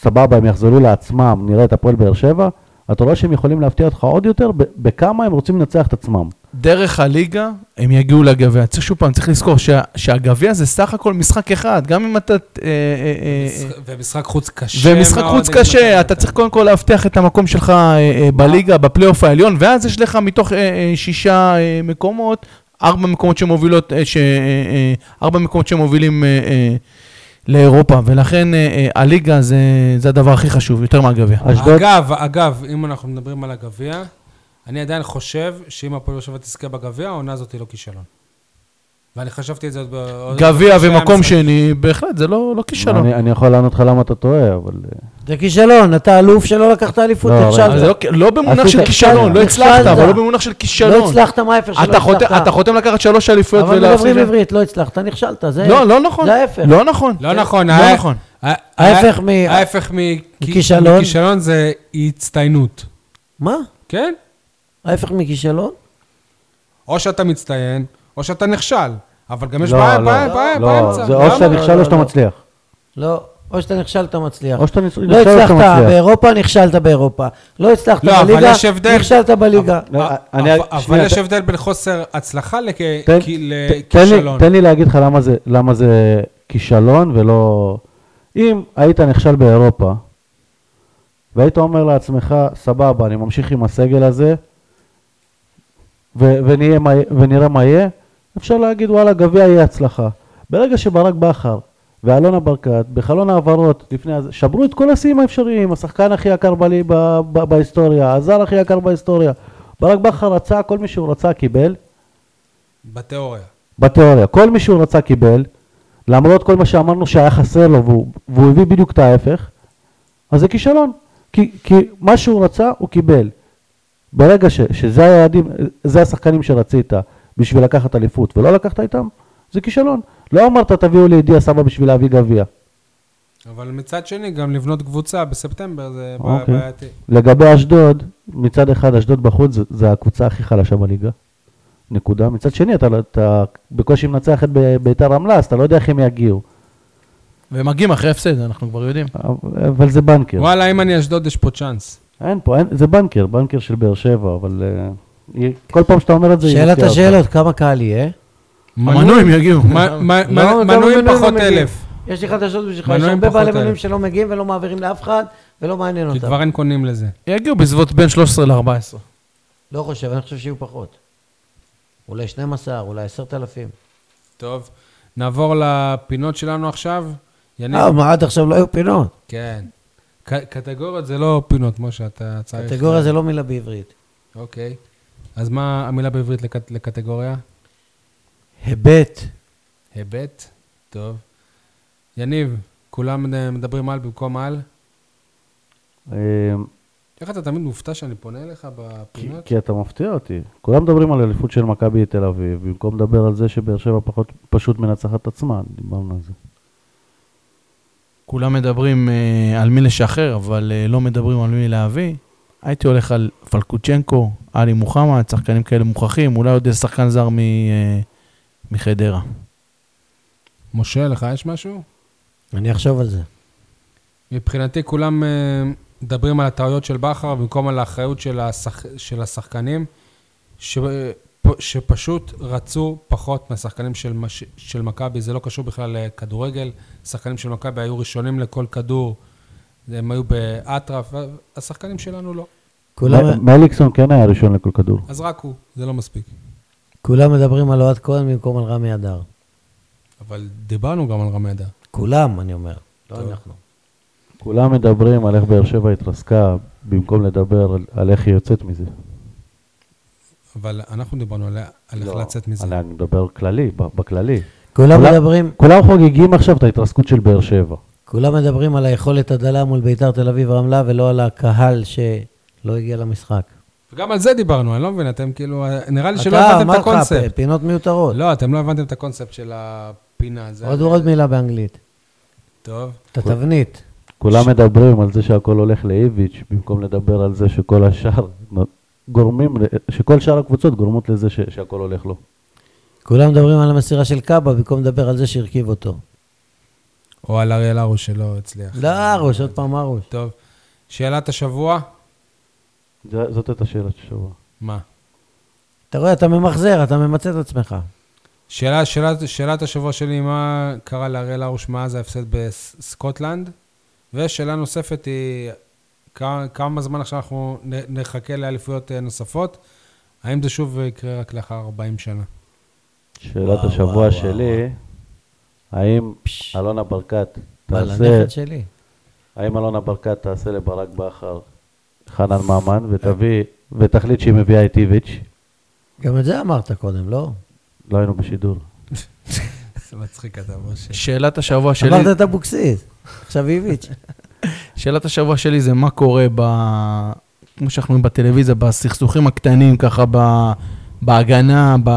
C: סבבה, הם יחזרו לעצמם, נראה את הפועל באר שבע, אתה רואה שהם יכולים להפתיע אותך עוד יותר ב- בכמה הם רוצים לנצח את עצמם.
E: דרך הליגה, הם יגיעו לגביע. צריך שוב פעם, צריך לזכור שה, שהגביע זה סך הכל משחק אחד. גם אם אתה... אה, אה, אה, אה,
B: ומשחק חוץ קשה
E: ומשחק
B: מאוד,
E: חוץ
B: נגד מכבי
E: קשה, אתה
B: נתניה.
E: צריך קודם כל להבטיח את המקום שלך אה, אה, בליגה, בפלייאוף העליון, ואז יש לך מתוך אה, אה, שישה אה, מקומות, ארבע מקומות שמובילות, אה, ש- אה, אה, ארבע מקומות שמובילים אה, אה, לאירופה, ולכן אה, אה, הליגה זה, זה הדבר הכי חשוב, יותר מהגביע.
C: אשדוד,
B: אגב, אגב, אם אנחנו מדברים על הגביע, אני עדיין חושב שאם הפועל באר שבע תזכה בגביע, העונה הזאת היא לא כישלון. ואני חשבתי את זה עוד ב... עוד
E: גביע
B: לפני
E: ומקום
B: המשחק.
E: שני, בהחלט, זה לא, לא כישלון.
C: אני אני יכול לענות לך למה אתה טועה, אבל... אה,
D: זה כישלון, אתה אלוף שלא לקחת אליפות,
C: לא, אבל-
D: נכשלת.
E: אז זה לא, לא במונח
C: עשית-
E: של כישלון, לא
D: נכשלת.
E: הצלחת, אבל לא במונח של
D: לא
E: כישלון.
D: הצלחת, מה ההפך שלא
E: אתה חותם-
D: הצלחת?
E: אתה חותם לקחת שלוש אליפויות
D: אבל מדברים
E: ולהפסיד.
D: עברית, לא הצלחת, נכשלת, זה...
E: לא, לא נכון.
D: זה ההפך.
E: לא נכון.
B: לא נכון,
E: לא
B: ה-
E: נכון.
B: ה-
D: ההפך מ-
B: ההפך מכ-
D: מכישלון?
B: מכישלון זה הצטיינות.
D: מה?
B: כן?
D: ההפך מכישלון?
B: או שאתה מצטיין, או שאתה נכשל. אבל גם יש
C: לא,
B: בעיה
C: לא,
B: בעיה- בעיה
C: לא,
B: באמצע.
C: זה או
B: למה?
C: שאתה
D: לא,
C: נכשל
D: לא,
C: או שאתה
D: לא.
C: מצליח.
D: לא. או שאתה נכשל, אתה מצליח.
C: או שאתה נצ-
D: לא
C: נכשל או
D: הצלחת
C: שאתה מצליח.
D: באירופה, נכשלת באירופה. לא הצלחת
B: לא, אבל
D: בליגה,
B: יש הבדל.
D: נכשלת בליגה.
C: לא,
B: אבל-
C: אני-
B: אבל
C: שנייה,
B: יש
C: ת-
B: הבדל בין חוסר הצלחה לכ-
C: תן-
B: כי-
C: ת- תן לי-
B: לכישלון.
C: תן לי להגיד לך למה זה- למה זה כישלון ולא... אם היית נכשל באירופה, והיית אומר לעצמך, סבבה, אני ממשיך עם הסגל הזה, ו- ונהיה מה- ונראה מה יהיה, אפשר להגיד, וואלה, גביע יהיה הצלחה. ברגע שברק בכר ואלונה ברקת, בחלון העברות לפני, הזה, שברו את כל השיאים האפשריים, השחקן הכי יקר בלי, ב- ב- בהיסטוריה, הזר הכי יקר בהיסטוריה. ברק בכר רצה, כל מי שהוא רצה קיבל,
B: בתיאוריה.
C: בתיאוריה. כל מי שהוא רצה קיבל, למרות כל מה שאמרנו שהיה חסר לו, והוא, והוא הביא בדיוק את ההפך, אז זה כישלון. כי, כי מה שהוא רצה, הוא קיבל. ברגע ש, שזה היעדים, זה השחקנים שרצית בשביל לקחת אליפות, ולא לקחת איתם, זה כישלון. לא אמרת תביאו לי את דיה סבא בשביל להביא גביע.
B: אבל מצד שני, גם לבנות קבוצה בספטמבר זה בעיה-
C: אוקיי.
B: בעייתי.
C: לגבי אשדוד, מצד אחד אשדוד בחוץ זה, זה הקבוצה הכי חלשה בליגה. נקודה. מצד שני, אתה, אתה בקושי מנצח את ב- ביתר רמלה, אז אתה לא יודע איך הם יגיעו.
E: והם מגיעים אחרי הפסד, אנחנו כבר יודעים.
C: אבל זה בנקר.
B: וואלה, אם אני אשדוד, יש פה צ'אנס.
C: אין פה, אין, זה בנקר, בנקר של באר שבע, אבל אה, היא- כל פעם שאתה אומר את זה, היא
D: שאלת
C: מפתיעה אותך.
D: השאלות, כמה קהל יהיה?
E: המנויים יגיעו.
B: מ- מ-
D: לא,
B: מ-
D: גם
B: מנויים
D: המנויים לא
B: פחות
D: מגיעים.
B: אלף,
D: יש לי חדשות בשבילך, יש
B: מנויים
D: הרבה
B: פחות
D: בעלי
B: אלף.
D: מנויים שלא מגיעים ולא מעבירים לאף אחד, ולא מעניין
B: כי
D: אותם.
B: כבר אין קונים לזה.
E: יגיעו בסביבות בין 13 ל-14.
D: לא חושב, אני חושב שיהיו פחות. אולי 12, אולי 10,000.
B: טוב, נעבור לפינות שלנו עכשיו. יניב,
D: אה, מה, עד עכשיו לא היו פינות.
B: כן. ק- קטגוריות זה לא פינות, משה, אתה צריך... אה,
D: קטגוריה זה לא מילה בעברית.
B: אוקיי. אז מה המילה בעברית לקט- לקטגוריה?
D: היבט.
B: היבט? טוב. יניב, כולם אה, מדברים על במקום על?
C: אה,
B: איך אתה תמיד מופתע שאני פונה אליך
C: כי-
D: כן,
B: בפינות?
C: כי אתה מפתיע אותי. כולם מדברים על אליפות של מכבי תל אביב, במקום לדבר על זה שבאר שבע פחות, פשוט מנצחת עצמה, דיברנו על זה.
E: כולם מדברים אה, על מי לשחרר, אבל אה, לא מדברים על מי להביא. הייתי הולך על פלקוצ'נקו, עלי מוחמד, שחקנים כאלה מוכחים, אולי עוד איזה שחקן זר מ- אה, מחדרה.
B: משה, לך יש משהו?
D: אני אחשוב על זה.
B: מבחינתי כולם אה, מדברים על הטעויות של בכר במקום על האחריות של, השח... של השחקנים, ש... פ- שפשוט רצו פחות מהשחקנים של, מש... של מכבי, זה לא קשור בכלל לכדורגל. השחקנים של מכבי היו ראשונים לכל כדור, הם היו באטרף, השחקנים שלנו לא.
D: כולם-
C: מ- מליקסון כן היה ראשון לכל כדור.
B: אז רק הוא, זה לא מספיק.
D: כולם מדברים על אוהד כהן במקום על רמי אדר.
B: אבל דיברנו גם על רמדה.
D: כולם, אני אומר. לא אנחנו.
C: כולם מדברים על איך באר שבע התרסקה, במקום לדבר על, על איך היא יוצאת מזה.
B: אבל אנחנו דיברנו על, על איך
C: לא,
B: לצאת מזה.
C: אני מדבר כללי, ב- בכללי.
D: כולם
C: כולם-
D: מדברים...
C: כולם חוגגים עכשיו את ההתרסקות של באר שבע.
D: כולם מדברים על היכולת הדלה מול ביתר תל אביב רמלה ולא על הקהל שלא הגיע למשחק.
B: וגם על זה דיברנו, אני לא מבין, אתם כאילו, נראה לי שלא
D: אתה,
B: הבנתם
D: אמר
B: את
D: לך,
B: הקונספט.
D: פ- פינות מיותרות.
B: לא, אתם לא הבנתם את הקונספט של הפינה. זה...
D: עוד עוד מילה באנגלית.
B: טוב.
D: את התבנית.
C: כולם מדברים על זה שהכל הולך לאיביץ', במקום לדבר על זה שכל השאר גורמים, ל- שכל שאר הקבוצות גורמות לזה ש- שהכל הולך לו.
D: כולם מדברים על המסירה של קאבה במקום לדבר על זה שהרכיב אותו.
B: נכון. או על אריאל הרוש שלא הצליח.
D: לא, ארוש, עוד פעם ארוש.
B: טוב. שאלת השבוע?
C: זה- זאת הייתה שאלה של שבוע.
B: מה?
D: אתה רואה, אתה ממחזר, אתה ממצה את עצמך.
B: שאלה, שאלת, שאלת השבוע שלי, מה קרה לאריאל הרוש מאז ההפסד בסקוטלנד? ושאלה נוספת היא, כמה, כמה זמן עכשיו אנחנו נ- נחכה לאליפויות אה, נוספות? האם זה שוב יקרה רק לאחר 40 שנה?
C: שאלת
D: וואו,
C: השבוע
D: וואו,
C: שלי, האם אלונה ברקת
D: בעל
C: תעשה,
D: הנכד שלי.
C: האם אלונה ברקת תעשה לברק בכר חנן ממן ותביא, ותחליט שהיא מביאה את איביץ'?
D: גם את זה אמרת קודם, לא?
C: לא היינו בשידור.
B: זה מצחיק אתה, משה.
E: שאלת השבוע שלי,
D: אמרת את אבוקסיס, עכשיו איביץ'.
E: שאלת השבוע שלי זה מה קורה ב... כמו שאנחנו רואים בטלוויזיה, בסכסוכים הקטנים, ככה ב... בהגנה, ב...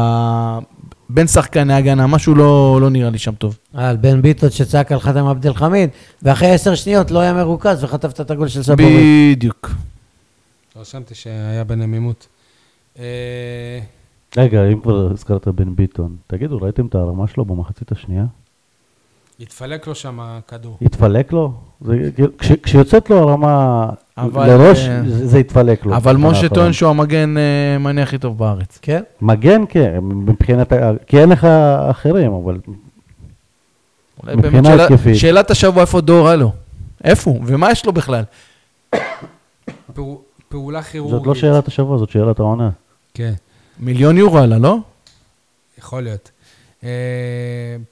E: בין שחקני הגנה, משהו לא, לא נראה לי שם טוב.
D: אה, על בן ביטון שצעק על חתם עבד אל חמיד, ואחרי עשר שניות לא היה מרוכז וחטפת את הגול של סבורית.
E: בדיוק.
B: רשמתי שהיה ביניהם עימות. אה,
C: רגע, אם כבר הזכרת בן ביטון, תגידו, ראיתם את הרמה שלו במחצית השנייה?
B: התפלק לו שם הכדור.
C: התפלק לו? זה, כאילו, כש, כשיוצאת לו הרמה
E: אבל,
C: לראש,
E: אה,
C: זה, זה התפלק לו.
E: אבל משה
C: האחרון.
E: טוען שהוא המגן אה, מני הכי טוב בארץ.
D: כן?
C: מגן כן, מבחינת, ה- כי אין לך אחרים, אבל
E: אולי
C: מבחינה
E: באמת שאלה-
C: התקפית.
E: שאלת השבוע, איפה דור הלו? איפה הוא? ומה יש לו בכלל?
B: פעו- פעולה כירורגית.
C: זאת לא שאלת השבוע, זאת שאלת העונה.
B: כן,
E: מיליון יורו עלה, לא?
B: יכול להיות. אה,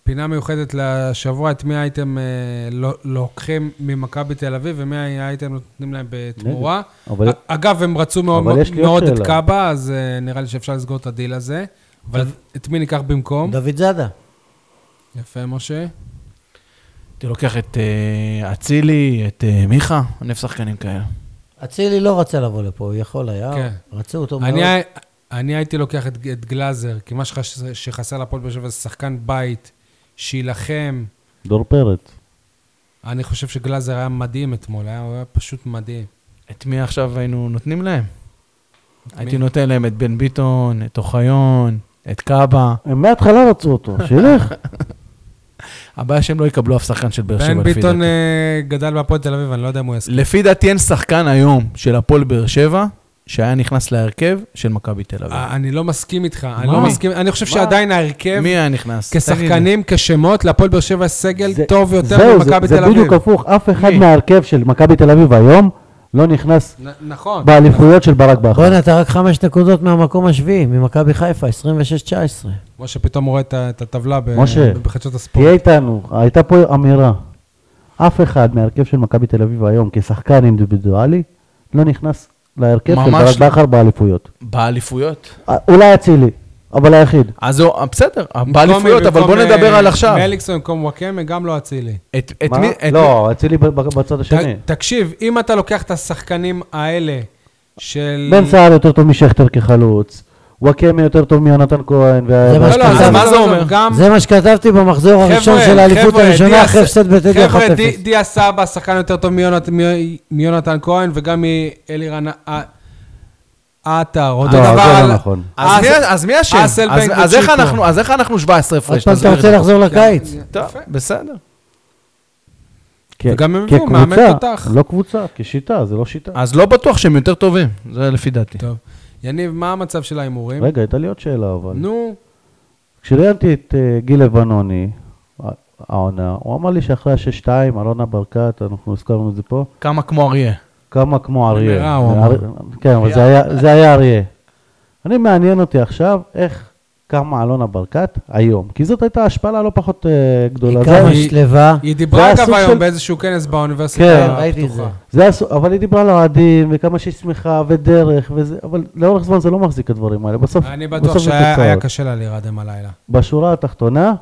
B: פינה מיוחדת לשבוע, את מי הייתם אה, לא- לוקחים ממכבי תל אביב ומי הייתם נותנים להם בתמורה.
C: אבל-
E: אה-
B: א- אגב, הם רצו מאוד-
C: אבל יש לי עוד
B: מאוד את
C: שאלה.
B: קאבה, אז אה, נראה לי שאפשר לסגור את הדיל הזה. אבל את מי ניקח במקום?
D: דוד זאדה.
B: יפה, משה.
E: הייתי לוקח את אה, אצילי, את אה, מיכה, אני אוהב שחקנים כאלה.
D: אצילי לא רצה לבוא לפה, הוא יכול היה,
B: כן.
D: רצו אותו מאוד.
B: אני, אני הייתי לוקח את, את גלאזר, כי מה שחס, שחסר לפועל באר שבע זה שחקן בית, שיילחם.
C: דור פרץ.
B: אני חושב שגלאזר היה מדהים אתמול, היה, הוא היה פשוט מדהים.
E: את מי עכשיו היינו נותנים להם? הייתי
B: מי?
E: נותן להם את בן ביטון, את אוחיון, את קאבה.
C: הם מההתחלה רצו אותו, שילך.
E: הבעיה שהם לא יקבלו אף שחקן של באר שבע,
B: בן
E: לפי דעתי.
B: ביטון אה, גדל בהפועל תל אביב, אני לא יודע אם הוא יסכים.
E: לפי דעתי אין שחקן היום של הפועל באר שבע שהיה נכנס להרכב של מכבי תל אביב.
B: אה, אני לא מסכים איתך, אני
E: מה?
B: לא מסכים, אני חושב שעדיין ההרכב,
E: מי היה נכנס? תגיד לי.
B: כשחקנים, כשמות, להפועל באר שבע יש סגל
C: זה-
B: טוב יותר
C: זהו, זה-
B: ממכבי תל
C: זה
B: אביב.
C: בדיוק הפוך, אף אחד
E: מי? אה.
C: מההרכב של מכבי תל אביב היום לא נכנס
B: נ- נכון.
C: באליפויות של ברק בכר.
D: בואנה, אתה רק חמש נקודות מהמקום השביעי, ממכבי חיפה, 26-19.
B: כמו שפתאום הוא רואה את ה- את הטבלה ב-
C: משה,
B: בחדשות הספורט.
C: תהיה איתנו, הייתה פה אמירה. אף אחד מההרכב של מכבי תל אביב היום כשחקן אינדיבידואלי לא נכנס להרכב של
E: ממש
C: ברק
E: לא.
C: בכר באליפויות.
E: באליפויות.
C: אה, אולי אצילי, אבל היחיד.
E: אז זהו, אה, בסדר,
B: במקום-
E: באליפויות, אבל בוא
B: במקום,
E: נדבר
B: אה,
E: על עכשיו.
B: מליקסון במקום וואקמה, גם לא אצילי.
E: את את
C: מה?
E: מי? את מי-
C: לא, אצילי ב- ב- בצד השני.
B: ת- תקשיב, אם אתה לוקח את השחקנים האלה של...
C: בן סער יותר טוב משכטר כחלוץ, וואקמה יותר טוב מיונתן כהן. וה- אה,
D: זה מה
B: לא, לא,
D: אז
B: עזוב,
E: מה זה
B: עזוב,
E: אומר?
B: גם...
D: זה מה שכתבתי במחזור הראשון
B: חבר'ה,
D: של האליפות
B: חבר'ה,
D: הראשונה,
B: דיה
D: אחרי
B: ס-
D: הפסד בטדי 1-0.
B: חבר'ה, די- דיה סבא, שחקן יותר טוב מיונתן- מי- מיונתן כהן וגם מאלירן ע- עטר. אותו
C: לא,
B: דבר
C: זה לא
B: על-
C: נכון.
E: אז
B: אס-
E: מי- אז מי אשם?
B: אסל
E: אז-
B: בן
E: אז איך
B: גוצ'יקו.
E: אנחנו- אז איך אנחנו 17 הפרש?
D: עוד פעם אתה
E: תסביר לי.
D: רוצה לחזור לקיץ?
E: טוב, בסדר.
C: כ-
B: וגם הם הביאו מאמן
C: כקבוצה,
B: תותח.
C: לא קבוצה, כשיטה, זה לא שיטה.
E: אז לא בטוח שהם יותר טובים, זה לפי דעתי.
B: טוב. יניב, מה המצב של ההימורים?
C: רגע, הייתה לי עוד שאלה, אבל.
B: נו,
D: אה,
C: כשראיינתי את אה, גיל לבנוני, ה- העונה, הוא אמר לי שאחרי השש-שתיים, אלונה ברקת, אנחנו הזכרנו את זה פה,
E: כמה כמו אריה.
C: כמה כמו אריה.
B: נמרה, הוא
C: זה
B: אמר.
C: אר- כן, אבל זה היה- זה היה אריה. אני מעניין אותי עכשיו, איך קמה אלונה ברקת היום. כי זאת הייתה השפלה לא פחות אה, גדולה.
D: היא
C: זה-
D: כמה
B: היא-
D: שלווה.
B: היא דיברה אגב
C: הסוג של-
B: היום באיזשהו כנס
C: כן,
B: באוניברסיטה
D: ראיתי את
B: הפתוחה.
D: זה.
C: זה הסו... אבל היא דיברה על אוהדים, וכמה שהיא שמחה, ודרך, וזה, אבל לאורך זמן זה לא מחזיק הדברים האלה. בסוף,
B: אני בטוח
C: בסוף זה
B: שהיה היה
C: תוצאות.
B: קשה לה להירדם הלילה.
C: בשורה התחתונה,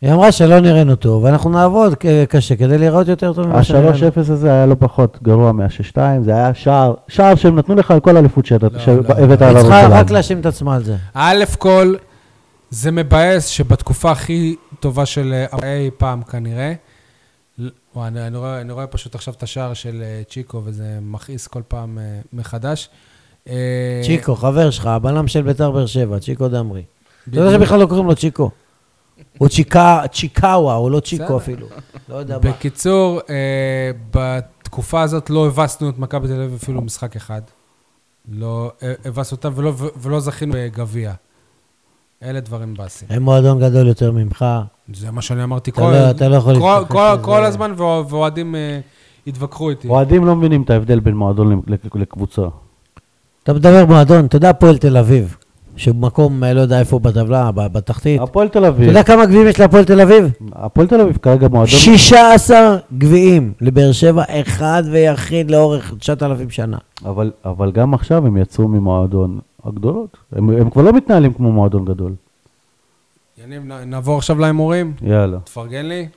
D: היא אמרה שלא נראינו טוב, ואנחנו נעבוד כ- קשה כדי להיראות יותר טוב ממה שנראינו.
C: ה-3-0 הזה היה לא פחות גרוע מה-6-2, זה היה שער, שער שהם נתנו לך על כל אליפות
B: לא,
C: שהבאת על
D: היא צריכה
C: ירושלים.
D: רק להאשים את עצמה על זה.
B: א' כל, זה מבאס שבתקופה הכי טובה של אה, אי פעם כנראה, ל- וואי, אני, אני, רואה, אני רואה פשוט עכשיו את השער של אה, צ'יקו, וזה מכעיס כל פעם אה, מחדש. אה,
D: צ'יקו, חבר שלך, הבלם של ביתר באר שבע, צ'יקו דמרי. אתה יודע
B: בדיוק.
D: שבכלל לא קוראים לו צ'יקו. הוא צ'יקה, צ'יקאווה, הוא לא צ'יקו
B: בסדר.
D: אפילו. לא יודע מה.
B: בקיצור, אה, בתקופה הזאת לא הבסנו את מכבי תל אביב אפילו משחק אחד. לא אה, הבסנו אותה ולא, ולא זכינו בגביע. אלה דברים באסים.
D: הם מועדון גדול יותר ממך.
B: זה מה שאני אמרתי
D: אתה
B: כל,
D: לא- אתה לא יכול
B: כל,
D: להתייחס
B: כל,
D: לזה.
B: כל הזמן, ואוה- ואוהדים אה, התווכחו איתי.
C: אוהדים לא מבינים את ההבדל בין מועדון לק- לק- לקבוצה.
D: אתה מדבר מועדון, אתה יודע, הפועל תל אביב. שבמקום, אה, לא יודע איפה בטבלה, ב- בתחתית.
C: הפועל תל
D: אתה
C: אביב,
D: יודע כמה גביעים יש להפועל תל אביב?
C: הפועל תל אביב כרגע מועדון,
D: 16 גביעים לבאר שבע, אחד ויחיד לאורך 9,000 שנה.
C: אבל, אבל גם עכשיו הם יצאו ממועדון הגדולות. הם, הם כבר לא מתנהלים כמו מועדון גדול.
B: יניב, נ- נעבור עכשיו להימורים?
C: יאללה.
B: תפרגן לי.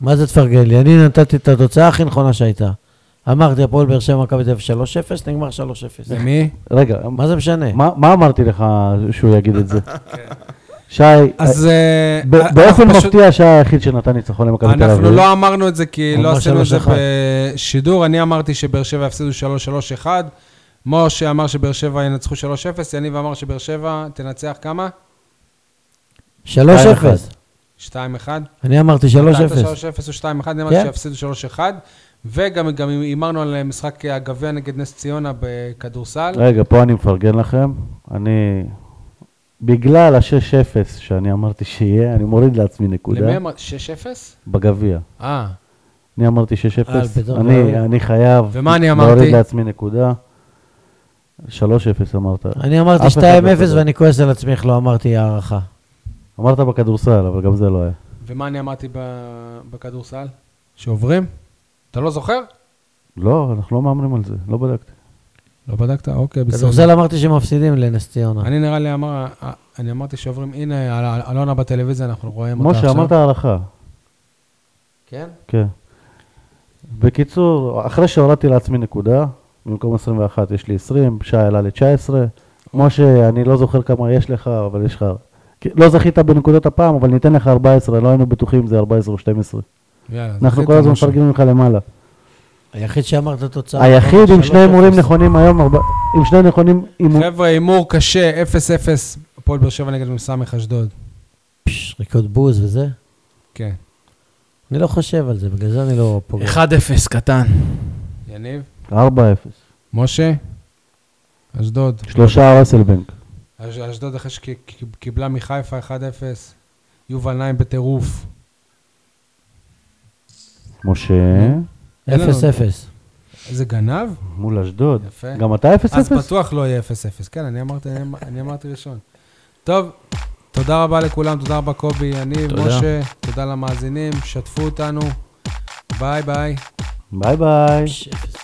D: מה זה תפרגן לי? אני נתתי את התוצאה הכי נכונה שהייתה. אמרתי, הפועל באר שבע, מכבי תל אביב 3-0, נגמר 3-0.
B: למי?
C: רגע,
B: כן.
D: מה זה משנה?
C: מה, מה אמרתי לך שהוא יגיד את זה?
B: כן.
C: שי,
B: אז... אה,
C: ב-
B: אה,
C: באופן
B: אנחנו פשוט-
C: מפתיע שי היחיד שנתן ניצחון למכבי תל אביב.
B: אנחנו לא אמרנו את זה כי
D: הוא
B: לא
D: אמר
B: עשינו את זה
D: 3-1.
B: בשידור. אני אמרתי שבאר שבע יפסידו 3-3-1. משה אמר שבאר שבע ינצחו 3-0. יניב אמר שבאר שבע תנצח כמה?
D: 3-0.
B: 2-1.
D: אני אמרתי 3-0.
B: אתה אמרת 3-0 או 2-1, אני אמרתי
D: כן.
B: שיפסידו 3-1. וגם גם הימרנו על אה, משחק הגביע נגד נס ציונה בכדורסל.
C: רגע, פה אני מפרגן לכם. אני... בגלל ה-6-0 שאני אמרתי שיהיה, אני מוריד לעצמי נקודה.
B: למי אמרת? 6-0?
C: בגביע.
B: אה,
C: אני אמרתי
D: אה,
C: 6-0.
D: פתאום
C: אני,
D: לא-
C: אני חייב
B: ומה אני אמרתי?
C: להוריד לעצמי נקודה. 3-0 אמרת.
D: אני אמרתי
C: אף אחד
D: 2-0
C: לא צודק.
D: ואני כועס על עצמי איך לא אמרתי הערכה.
C: אמרת בכדורסל, אבל גם זה לא היה.
B: ומה אני אמרתי ב- בכדורסל? שעוברים? אתה לא זוכר?
C: לא, אנחנו לא מהמרים על זה, לא בדקתי.
B: לא בדקת? אוקיי,
D: כדורסל אמרתי שמפסידים לנס ציונה.
B: אני נראה לי אמר, אני אמרתי שעוברים, הנה, אל- אלונה בטלוויזיה, אנחנו רואים אותה
C: משה,
B: עכשיו.
C: אמרת הערכה.
D: כן?
C: כן. בקיצור, אחרי שהורדתי לעצמי נקודה, במקום 21 יש לי 20, שי עלה ל-19. משה, אני לא זוכר כמה יש לך, אבל יש לך... כי- לא זכית בנקודות הפעם, אבל ניתן לך 14, לא היינו בטוחים אם זה 14 או 12.
B: יאללה,
C: אנחנו
B: זכית,
C: כל הזמן
B: משה.
C: מפרגנים לך למעלה.
D: היחיד שאמר את התוצאה.
C: היחיד עם
D: שלוש
C: שני הימורים
D: אפס.
C: נכונים היום, ארבע- עם שני נכונים, עם-
B: חבר'ה, הימור קשה, 0-0, הפועל באר שבע נגד מסמך אשדוד.
D: פש, ריקוד בוז וזה.
B: כן.
D: אני לא חושב על זה, בגלל זה אני לא פוגע.
E: 1-0 קטן.
B: יניב?
C: 4-0.
B: משה? אשדוד.
C: שלושה אסלבנק.
B: אש- אשדוד אחרי שקיבלה מחיפה 1-0, יובל נעים בטירוף.
C: משה,
D: 0-0.
B: אין לנו. איזה גנב?
C: מול אשדוד.
B: יפה.
C: גם אתה 0-0?
B: אז בטוח לא יהיה 0-0. כן, אני אמרתי, אני אמ- אני אמרתי ראשון. טוב, תודה רבה לכולם, תודה רבה קובי, יניב,
E: תודה.
B: משה, תודה למאזינים, שתפו אותנו, ביי ביי.
C: ביי ביי.
D: 0-0.